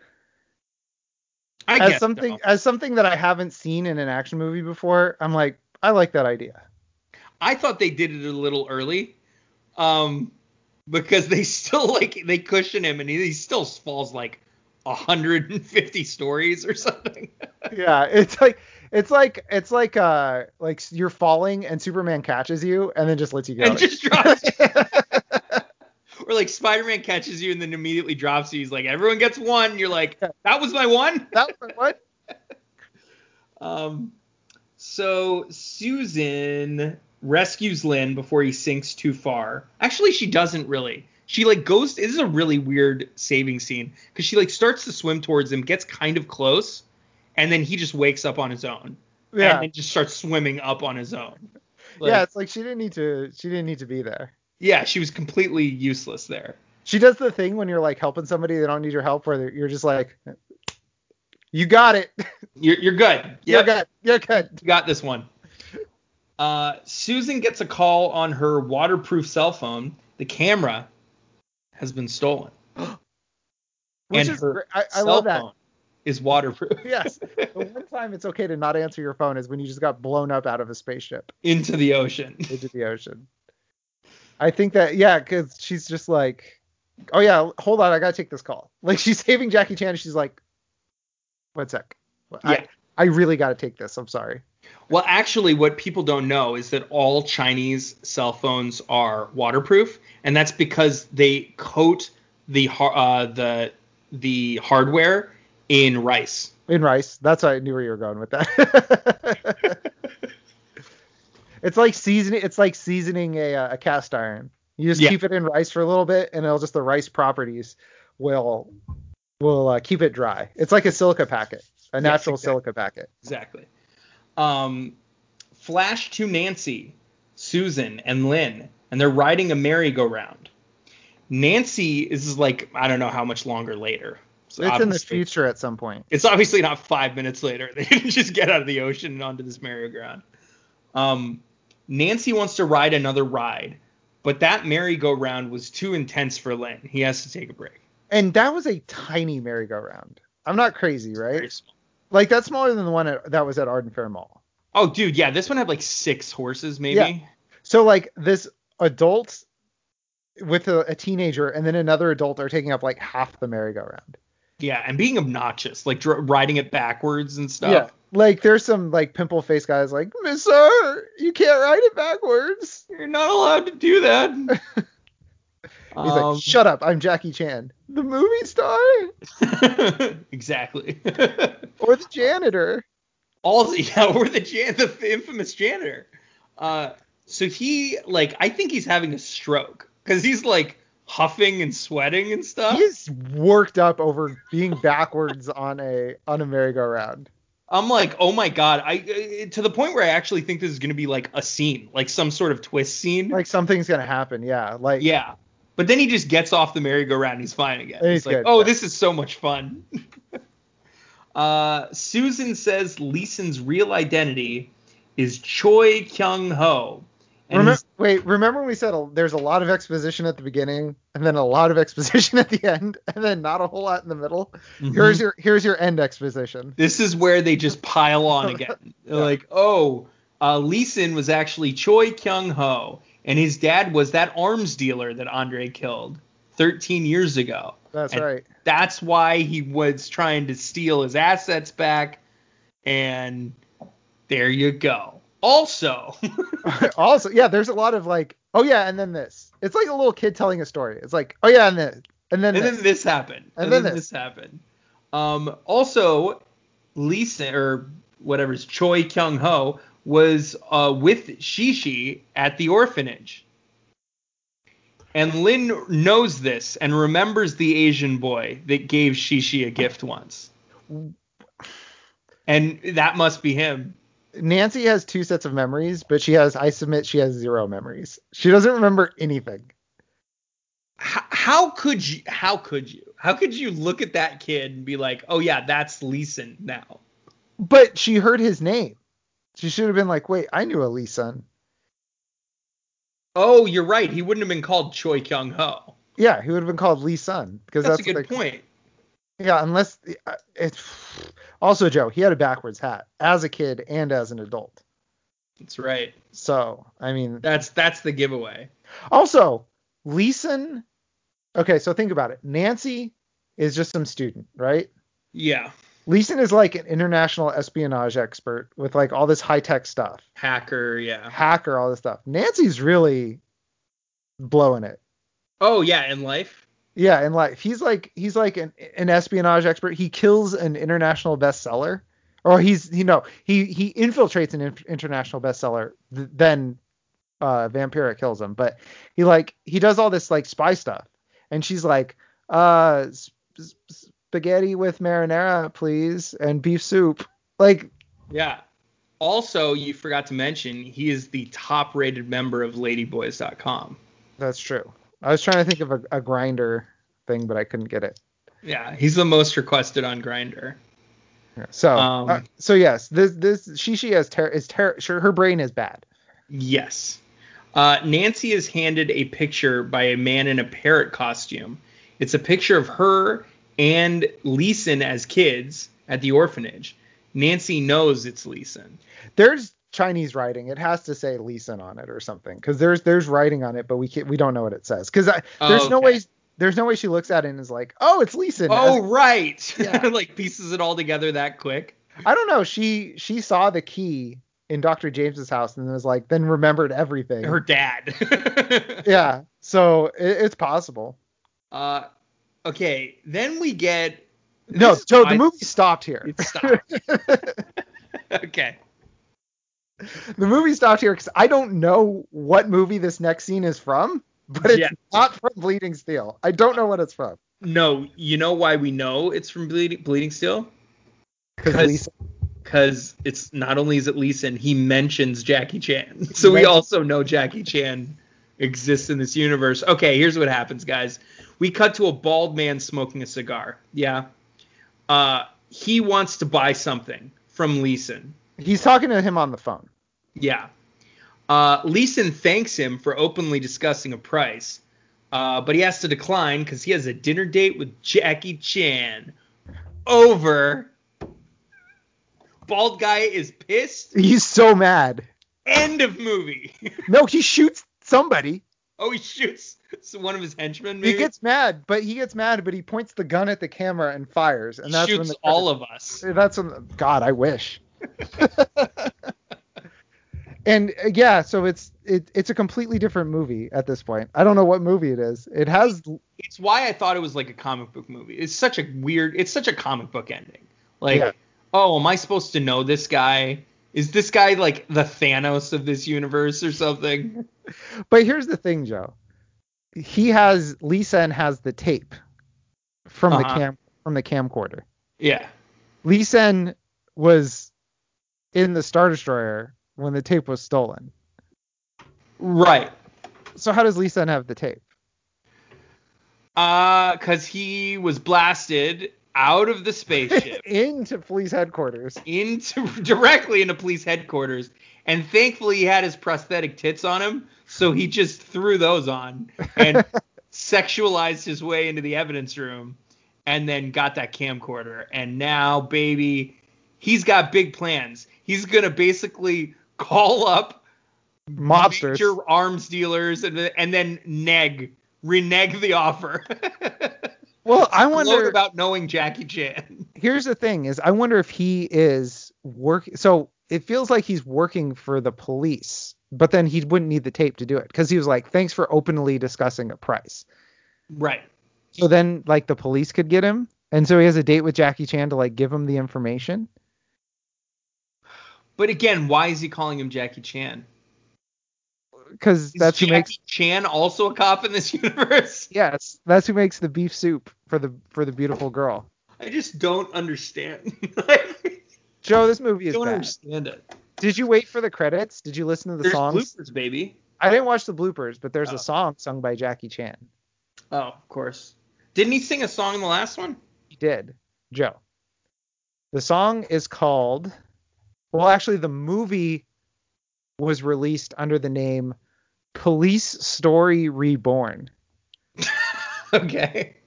Speaker 2: I
Speaker 1: as
Speaker 2: guess
Speaker 1: something
Speaker 2: so.
Speaker 1: as something that I haven't seen in an action movie before, I'm like, I like that idea.
Speaker 2: I thought they did it a little early, um, because they still like they cushion him and he, he still falls like 150 stories or something.
Speaker 1: yeah, it's like it's like it's like uh like you're falling and Superman catches you and then just lets you go.
Speaker 2: and just drops. you. or like Spider-Man catches you and then immediately drops you. He's like, everyone gets one. You're like, that was my one.
Speaker 1: that what?
Speaker 2: Um, so Susan rescues Lynn before he sinks too far. Actually, she doesn't really. She like goes. This is a really weird saving scene because she like starts to swim towards him, gets kind of close, and then he just wakes up on his own
Speaker 1: Yeah.
Speaker 2: and then just starts swimming up on his own. Like,
Speaker 1: yeah, it's like she didn't need to she didn't need to be there.
Speaker 2: yeah, she was completely useless there.
Speaker 1: She does the thing when you're like helping somebody they don't need your help where they're- you're just like you got it.
Speaker 2: You're you're good.
Speaker 1: You're
Speaker 2: Yep.
Speaker 1: good. You're good.
Speaker 2: You got this one. Uh, Susan gets a call on her waterproof cell phone. The camera has been stolen.
Speaker 1: Which
Speaker 2: And
Speaker 1: is
Speaker 2: her
Speaker 1: great. I, I
Speaker 2: Cell
Speaker 1: love that.
Speaker 2: phone is waterproof
Speaker 1: Yes. The one time it's okay to not answer your phone is when you just got blown up out of a spaceship
Speaker 2: into the ocean.
Speaker 1: into the ocean. I think that yeah, because she's just like, oh yeah, hold on, I gotta take this call. Like she's saving Jackie Chan. and She's like, one sec. I,
Speaker 2: Yeah.
Speaker 1: I really gotta take this. I'm sorry.
Speaker 2: Well, actually, what people don't know is that all Chinese cell phones are waterproof, and that's because they coat the har- uh, the the hardware in rice.
Speaker 1: In rice. That's why I knew where you were going with that. it's like seasoning. It's like seasoning a, uh, a cast iron. You just
Speaker 2: Yeah.
Speaker 1: keep it in rice for a little bit, and it'll just the rice properties will will uh, keep it dry. It's like a silica packet, a natural
Speaker 2: exactly.
Speaker 1: silica packet.
Speaker 2: Exactly. Um, flash to Nancy, Susan, and Lynn, and they're riding a merry-go-round. Nancy is like I don't know how much longer later. So
Speaker 1: It's in the
Speaker 2: obviously-
Speaker 1: future at some point.
Speaker 2: It's obviously not five minutes later. They didn't just get out of the ocean and onto this merry-go-round. Um, Nancy wants to ride another ride, but that merry-go-round was too intense for Lynn. He has to take a break.
Speaker 1: And that was a tiny merry-go-round. I'm not crazy,
Speaker 2: Very
Speaker 1: right?
Speaker 2: small.
Speaker 1: Like that's smaller than the one at, that was at Arden Fair Mall.
Speaker 2: Oh, dude, yeah, this one had like six horses, maybe.
Speaker 1: Yeah. So like this adult with a, a teenager and then another adult are taking up like half the merry-go-round.
Speaker 2: Yeah, and being obnoxious, like dr- riding it backwards and stuff.
Speaker 1: Like there's some like pimple face guys like, Sir, you can't ride it backwards.
Speaker 2: You're not allowed to do that. He's
Speaker 1: He's
Speaker 2: Um,
Speaker 1: like, Shut up, I'm Jackie Chan. The movie star
Speaker 2: exactly.
Speaker 1: or the janitor.
Speaker 2: All yeah, we're the jan- the infamous janitor. Uh, so he like I think he's having a stroke because he's like huffing and sweating and stuff.
Speaker 1: He's worked up over being backwards on a on a merry-go-round.
Speaker 2: I'm like, oh my god! I uh, to the point where I actually think this is gonna be like a scene, like some sort of twist scene.
Speaker 1: Like something's gonna happen. Yeah. Like
Speaker 2: yeah. But then he just gets off the merry-go-round and he's fine again.
Speaker 1: He's
Speaker 2: He's, like,
Speaker 1: good,
Speaker 2: oh,
Speaker 1: yeah.
Speaker 2: this is so much fun. uh, Susan says Leeson's real identity is Choi Kyung Ho. And
Speaker 1: Remem-
Speaker 2: he's-
Speaker 1: wait, remember when we said a, there's a lot of exposition at the beginning, and then a lot of exposition at the end, and then not a whole lot in the middle.
Speaker 2: Mm-hmm.
Speaker 1: Here's your here's your end exposition.
Speaker 2: this is where they just pile on again. They're Like, oh, uh, Leeson was actually Choi Kyung Ho, and his dad was that arms dealer that Andre killed 13 years ago.
Speaker 1: That's
Speaker 2: And
Speaker 1: right.
Speaker 2: That's why he was trying to steal his assets back. And there you go. Also,
Speaker 1: also, yeah, there's a lot of like, oh yeah, and then this. It's like a little kid telling a story. It's like, oh yeah, and then and then
Speaker 2: and
Speaker 1: this.
Speaker 2: then this happened. And, then, this. happened. Um, also, Lisa or whatever's Choi Kyung Ho was uh, with Shishi at the orphanage. And Lin knows this and remembers the Asian boy that gave Shishi a gift once. And that must be him.
Speaker 1: Nancy has two sets of memories, but she has I submit she has zero memories. She doesn't remember anything.
Speaker 2: H- how could you how could you how could you look at that kid and be like oh yeah that's leeson now
Speaker 1: But she heard his name. She should have been like, wait, I knew a Lee son.
Speaker 2: oh you're right he wouldn't have been called choi kyung ho
Speaker 1: Yeah, he would have been called Lee Sun because
Speaker 2: that's,
Speaker 1: that's,
Speaker 2: a good
Speaker 1: what they-
Speaker 2: point
Speaker 1: Yeah, unless uh, it's also Joe. He had a backwards hat as a kid and as an adult.
Speaker 2: that's right
Speaker 1: So I mean,
Speaker 2: that's that's the giveaway
Speaker 1: also Leeson. Okay, so think about it. Nancy is just some student, right?
Speaker 2: yeah
Speaker 1: Leeson is like an international espionage expert with like all this high tech stuff,
Speaker 2: hacker yeah
Speaker 1: hacker, all this stuff. Nancy's really blowing it.
Speaker 2: oh yeah in life
Speaker 1: Yeah, and like he's like he's like an, an espionage expert. He kills an international bestseller, or he's you know he he infiltrates an inf- international bestseller. Th- then uh, Vampira kills him, but he like he does all this like spy stuff, and she's like, uh, sp- sp- spaghetti with marinara, please, and beef soup. Like
Speaker 2: yeah also you forgot to mention he is the top rated member of ladyboys.com
Speaker 1: that's true. I was trying to think of a, a grinder thing, but I couldn't get it.
Speaker 2: yeah he's the most requested on grinder
Speaker 1: So
Speaker 2: Um,
Speaker 1: uh, so yes, this this she she has ter- is ter- sure her brain is bad.
Speaker 2: Yes. Uh, Nancy is handed a picture by a man in a parrot costume. It's a picture of her and Leeson as kids at the orphanage. Nancy knows it's Leeson.
Speaker 1: there's Chinese writing. It has to say Leeson on it or something because there's there's writing on it, but we can't we don't know what it says because there's no
Speaker 2: Oh, Okay.
Speaker 1: way there's no way she looks at it and is like, oh, it's Leeson.
Speaker 2: Oh, right.
Speaker 1: Yeah.
Speaker 2: like pieces it all together that quick.
Speaker 1: I don't know. She she saw the key in Dr. James's house and was like, then remembered everything.
Speaker 2: Her dad.
Speaker 1: yeah, so it, it's possible.
Speaker 2: uh, okay. Then we get.
Speaker 1: No,
Speaker 2: this is
Speaker 1: Joe,
Speaker 2: why
Speaker 1: the movie stopped here.
Speaker 2: It stopped. okay.
Speaker 1: The movie stopped here because I don't know what movie this next scene is from, but it's
Speaker 2: Yeah.
Speaker 1: not from Bleeding Steel. I don't know what it's from
Speaker 2: No, you know why we know it's from Bleeding, Bleeding Steel?
Speaker 1: because
Speaker 2: 'Cause-
Speaker 1: Leeson.
Speaker 2: because it's not only is it Leeson, he mentions Jackie Chan. So we
Speaker 1: Right.
Speaker 2: also know Jackie Chan exists in this universe. Okay, here's what happens, guys. We cut to a bald man smoking a cigar. Yeah. Uh, he wants to buy something from Leeson.
Speaker 1: He's talking to him on the phone.
Speaker 2: Yeah. Uh, Leeson thanks him for openly discussing a price, uh, but he has to decline because he has a dinner date with Jackie Chan. Over. Bald guy is pissed.
Speaker 1: He's so mad.
Speaker 2: End of movie.
Speaker 1: No, he shoots somebody.
Speaker 2: oh, he shoots one of his henchmen. Maybe
Speaker 1: He gets mad, but he gets mad, but he points the gun at the camera and fires, and that's
Speaker 2: shoots
Speaker 1: when the
Speaker 2: all of us.
Speaker 1: That's when God, I wish. and uh, yeah, so it's it, it's a completely different movie at this point. I don't know what movie it is. It has
Speaker 2: It's why I thought it was like a comic book movie. It's such a weird. It's such a comic book ending. Like
Speaker 1: Yeah.
Speaker 2: oh, am I supposed to know this guy? Is this guy like the Thanos of this universe or something?
Speaker 1: But here's the thing, Joe. He has Leeson has the tape from the
Speaker 2: Uh-huh.
Speaker 1: cam from the camcorder.
Speaker 2: Yeah.
Speaker 1: Leeson was in the Star Destroyer when the tape was stolen.
Speaker 2: Right.
Speaker 1: So how does Leeson have the tape?
Speaker 2: Uh, cause he was blasted out of the spaceship
Speaker 1: Into police headquarters.
Speaker 2: into directly into police headquarters, and thankfully he had his prosthetic tits on him, so he just threw those on and sexualized his way into the evidence room, and then got that camcorder, and now baby, he's got big plans. He's gonna basically call up
Speaker 1: Mobsters.
Speaker 2: major arms dealers and and then neg renege the offer.
Speaker 1: Well, I
Speaker 2: Wonder...
Speaker 1: wonder
Speaker 2: about knowing Jackie Chan.
Speaker 1: here's the thing is I wonder if he is work so it feels like he's working for the police, but then he wouldn't need the tape to do it because he was like, Thanks for openly discussing a price.
Speaker 2: Right.
Speaker 1: So then like the police could get him. And so he has a date with Jackie Chan to like give him the information.
Speaker 2: But again, why is he calling him Jackie Chan?
Speaker 1: Because
Speaker 2: Is
Speaker 1: that's who
Speaker 2: Jackie
Speaker 1: makes
Speaker 2: Chan also a cop in this universe?
Speaker 1: yes, that's who makes the beef soup for the for the beautiful girl.
Speaker 2: I just don't understand. Like,
Speaker 1: Joe, this movie is
Speaker 2: don't
Speaker 1: bad.
Speaker 2: understand it.
Speaker 1: Did you wait for the credits? Did you listen to the
Speaker 2: There's
Speaker 1: songs?
Speaker 2: bloopers, baby.
Speaker 1: I didn't watch the bloopers, but there's
Speaker 2: Oh.
Speaker 1: a song sung by Jackie Chan.
Speaker 2: Oh, of course. Didn't he sing a song in the last one?
Speaker 1: He did, Joe. The song is called. Well, actually, the movie was released under the name Police Story Reborn
Speaker 2: okay.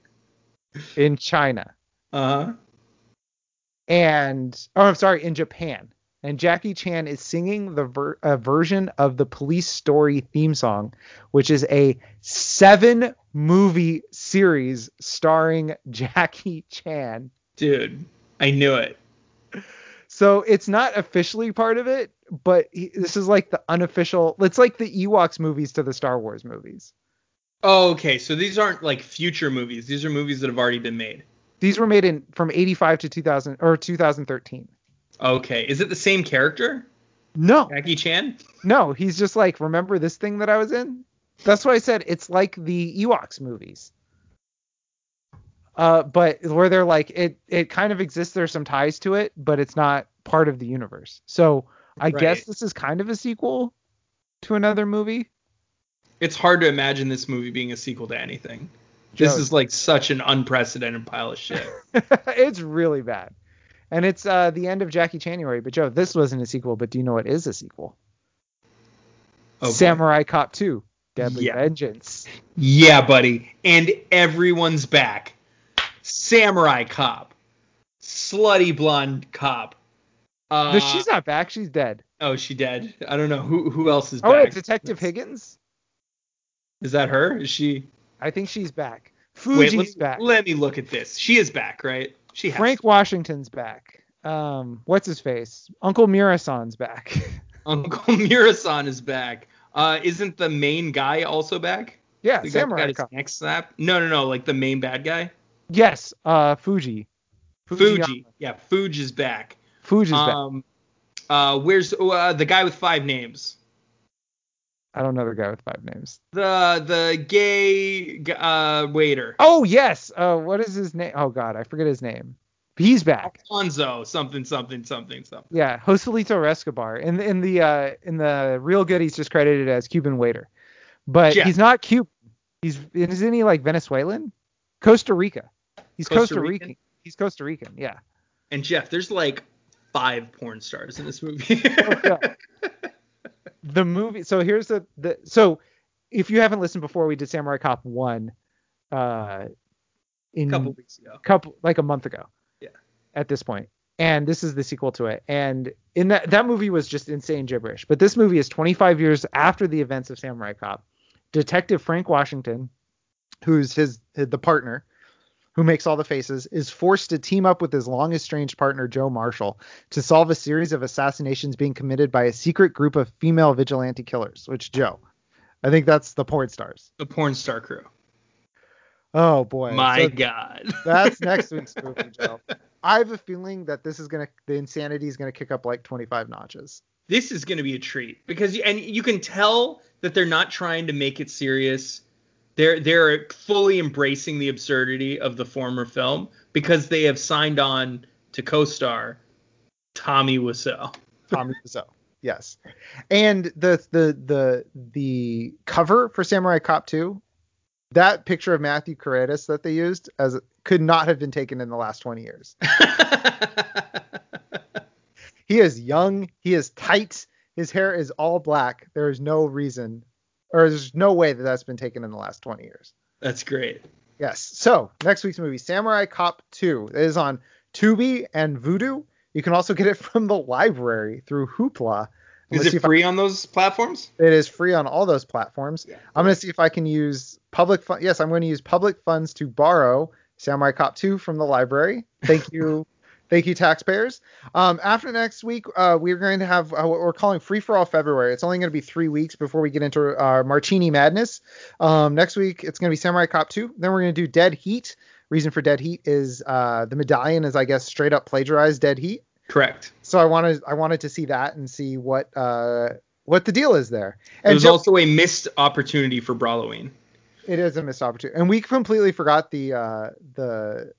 Speaker 1: in China,
Speaker 2: Uh huh.
Speaker 1: and oh, I'm sorry, in Japan. And Jackie Chan is singing the ver- a version of the Police Story theme song, which is a seven movie series starring Jackie Chan.
Speaker 2: Dude, I knew it.
Speaker 1: So it's not officially part of it, but he, this is like the unofficial. It's like the Ewoks movies to the Star Wars movies.
Speaker 2: Oh, okay. So these aren't like future movies. These are movies that have already been made.
Speaker 1: These were made in from 85 to 2000 or 2013.
Speaker 2: Okay. Is it the same character?
Speaker 1: No,
Speaker 2: Jackie Chan?
Speaker 1: no, he's just like, remember this thing that I was in? That's why I said it's like the Ewoks movies. Uh, but where they're like, it it kind of exists. There's some ties to it, but it's not part of the universe. So I
Speaker 2: Right.
Speaker 1: guess this is kind of a sequel to another movie.
Speaker 2: It's hard to imagine this movie being a sequel to anything. This
Speaker 1: Joe.
Speaker 2: is like such an unprecedented pile of shit.
Speaker 1: it's really bad. And it's uh, the end of Jackie January. But Joe, this wasn't a sequel. But do you know what is a sequel?
Speaker 2: Okay.
Speaker 1: Samurai Cop 2: Deadly
Speaker 2: Yeah.
Speaker 1: Vengeance.
Speaker 2: Yeah, buddy. And everyone's back. Samurai cop. Slutty blonde cop. Uh,
Speaker 1: no, she's not back. She's dead.
Speaker 2: oh, she dead. I don't know who who else is
Speaker 1: Oh
Speaker 2: back.
Speaker 1: wait, Detective Higgins.
Speaker 2: Is that her? Is she?
Speaker 1: I think she's back.
Speaker 2: Wait,
Speaker 1: Fuji's
Speaker 2: let,
Speaker 1: back.
Speaker 2: let me look at this. She is back, right? She has
Speaker 1: Frank Washington's back. Um, what's his face? Uncle Murasan's back.
Speaker 2: to. Uncle Murasan is back. Uh, isn't the main guy also back?
Speaker 1: yeah,
Speaker 2: The guy who got
Speaker 1: Samurai
Speaker 2: his
Speaker 1: Cop.
Speaker 2: neck slap? No, no, no. Like the main bad guy.
Speaker 1: Yes, uh, Fuji. uh,
Speaker 2: Fuji. Yeah, Fuji is back.
Speaker 1: Fuji's back.
Speaker 2: um, Uh, where's uh, the guy with five names?
Speaker 1: I don't know the guy with five names.
Speaker 2: The the gay g- uh, waiter.
Speaker 1: Oh yes. Uh, what is his name? Oh God, I forget his name. He's back.
Speaker 2: Alfonso something something something something.
Speaker 1: Yeah, Joselito Escobar. In in the uh, in the real good, he's just credited as Cuban waiter, but
Speaker 2: Yeah.
Speaker 1: he's not Cuban. He's isn't he like Venezuelan? Costa Rica. He's
Speaker 2: Costa
Speaker 1: Costa,
Speaker 2: Rican?
Speaker 1: Rican. He's Costa Rican. Yeah.
Speaker 2: And Jeff, there's like five porn stars in this movie.
Speaker 1: Oh, yeah. The movie. So here's the the so if you haven't listened before, we did Samurai Cop one, uh,
Speaker 2: a
Speaker 1: in
Speaker 2: couple weeks ago.
Speaker 1: couple like a month ago.
Speaker 2: Yeah.
Speaker 1: At this point. And this is the sequel to it. And in that that movie was just insane gibberish. But this movie is 25 years after the events of Samurai Cop. Detective Frank Washington, who's his the partner who makes all the faces, is forced to team up with his long estranged partner Joe Marshall to solve a series of assassinations being committed by a secret group of female vigilante killers, which Joe. I think that's the porn stars.
Speaker 2: The porn star crew.
Speaker 1: Oh boy.
Speaker 2: My
Speaker 1: So
Speaker 2: God.
Speaker 1: that's next week's movie, Joe. I have a feeling that this is gonna the insanity is gonna kick up like 25 notches.
Speaker 2: This is going to be a treat because you, and you can tell that they're not trying to make it serious. They're they're fully embracing the absurdity of the former film because they have signed on to co-star Tommy Wiseau.
Speaker 1: Tommy Wiseau, yes. And the the the the cover for Samurai Cop 2, that picture of Matthew Caratus that they used as could not have been taken in the last 20 years. he is young. He is tight. His hair is all black. There is no reason, or there's no way that that's been taken in the last 20 years.
Speaker 2: That's great.
Speaker 1: Yes. So next week's movie, Samurai Cop 2, it is on Tubi and Vudu. You can also get it from the library through Hoopla. I'm gonna
Speaker 2: Is
Speaker 1: see
Speaker 2: it
Speaker 1: if I-
Speaker 2: free on those platforms?
Speaker 1: it is free on all those platforms.
Speaker 2: Yeah.
Speaker 1: I'm going to see if I can use public fun. Yes, I'm going to use public funds to borrow Samurai Cop 2 from the library. Thank you. Thank you, taxpayers. Um, after next week, uh, we're going to have uh, what we're calling Free for All February. It's only going to be three weeks before we get into our Martini madness. Um, next week, it's going to be Samurai Cop 2. Then we're going to do Dead Heat. Reason for Dead Heat is uh, the medallion is, I guess, straight up plagiarized Dead Heat
Speaker 2: Correct.
Speaker 1: so I wanted I wanted to see that and see what uh what the deal is there. And
Speaker 2: There's
Speaker 1: Jeff,
Speaker 2: also a missed opportunity for Brawloween.
Speaker 1: it is a missed opportunity. And we completely forgot the uh the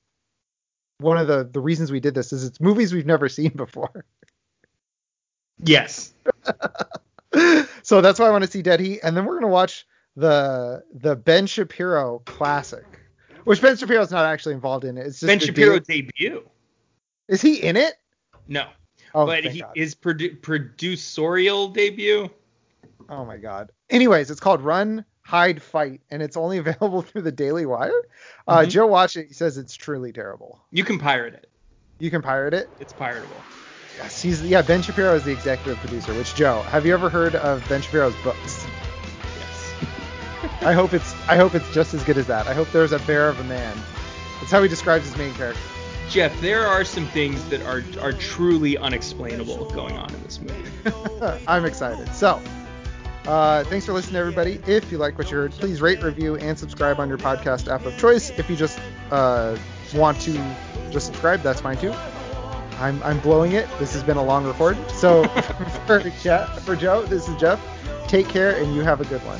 Speaker 1: one of the the reasons we did this is it's movies we've never seen before.
Speaker 2: Yes.
Speaker 1: so that's why I want to see Dead Heat and then we're going to watch the the Ben Shapiro classic. Which Ben Shapiro's not actually involved in it. It's just
Speaker 2: Ben
Speaker 1: the
Speaker 2: Shapiro
Speaker 1: deal-
Speaker 2: debut.
Speaker 1: Is he in it?
Speaker 2: No.
Speaker 1: Oh,
Speaker 2: but
Speaker 1: thank
Speaker 2: he,
Speaker 1: God.
Speaker 2: his produ- producerial debut.
Speaker 1: Oh my god. Anyways, it's called Run, Hide, Fight, and it's only available through the Daily Wire. Uh,
Speaker 2: Mhm.
Speaker 1: Joe watched it. He says it's truly terrible.
Speaker 2: You can pirate it.
Speaker 1: You can pirate it.
Speaker 2: It's piratable.
Speaker 1: Yes, he's yeah. Ben Shapiro is the executive producer. Which Joe, have you ever heard of Ben Shapiro's books?
Speaker 2: Yes.
Speaker 1: I hope it's I hope it's just as good as that. I hope there's a bear of a man. That's how he describes his main character.
Speaker 2: Jeff, there are some things that are are truly unexplainable going on in this movie.
Speaker 1: I'm excited. So, uh, thanks for listening, everybody. If you like what you heard, please rate, review, and subscribe on your podcast app of choice. If you just uh, want to just subscribe, that's fine too. I'm, I'm blowing it. This has been a long record. So, for, Jeff, for Joe, this is Jeff. Take care, and you have a good one.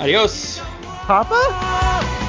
Speaker 2: Adios.
Speaker 1: Papa?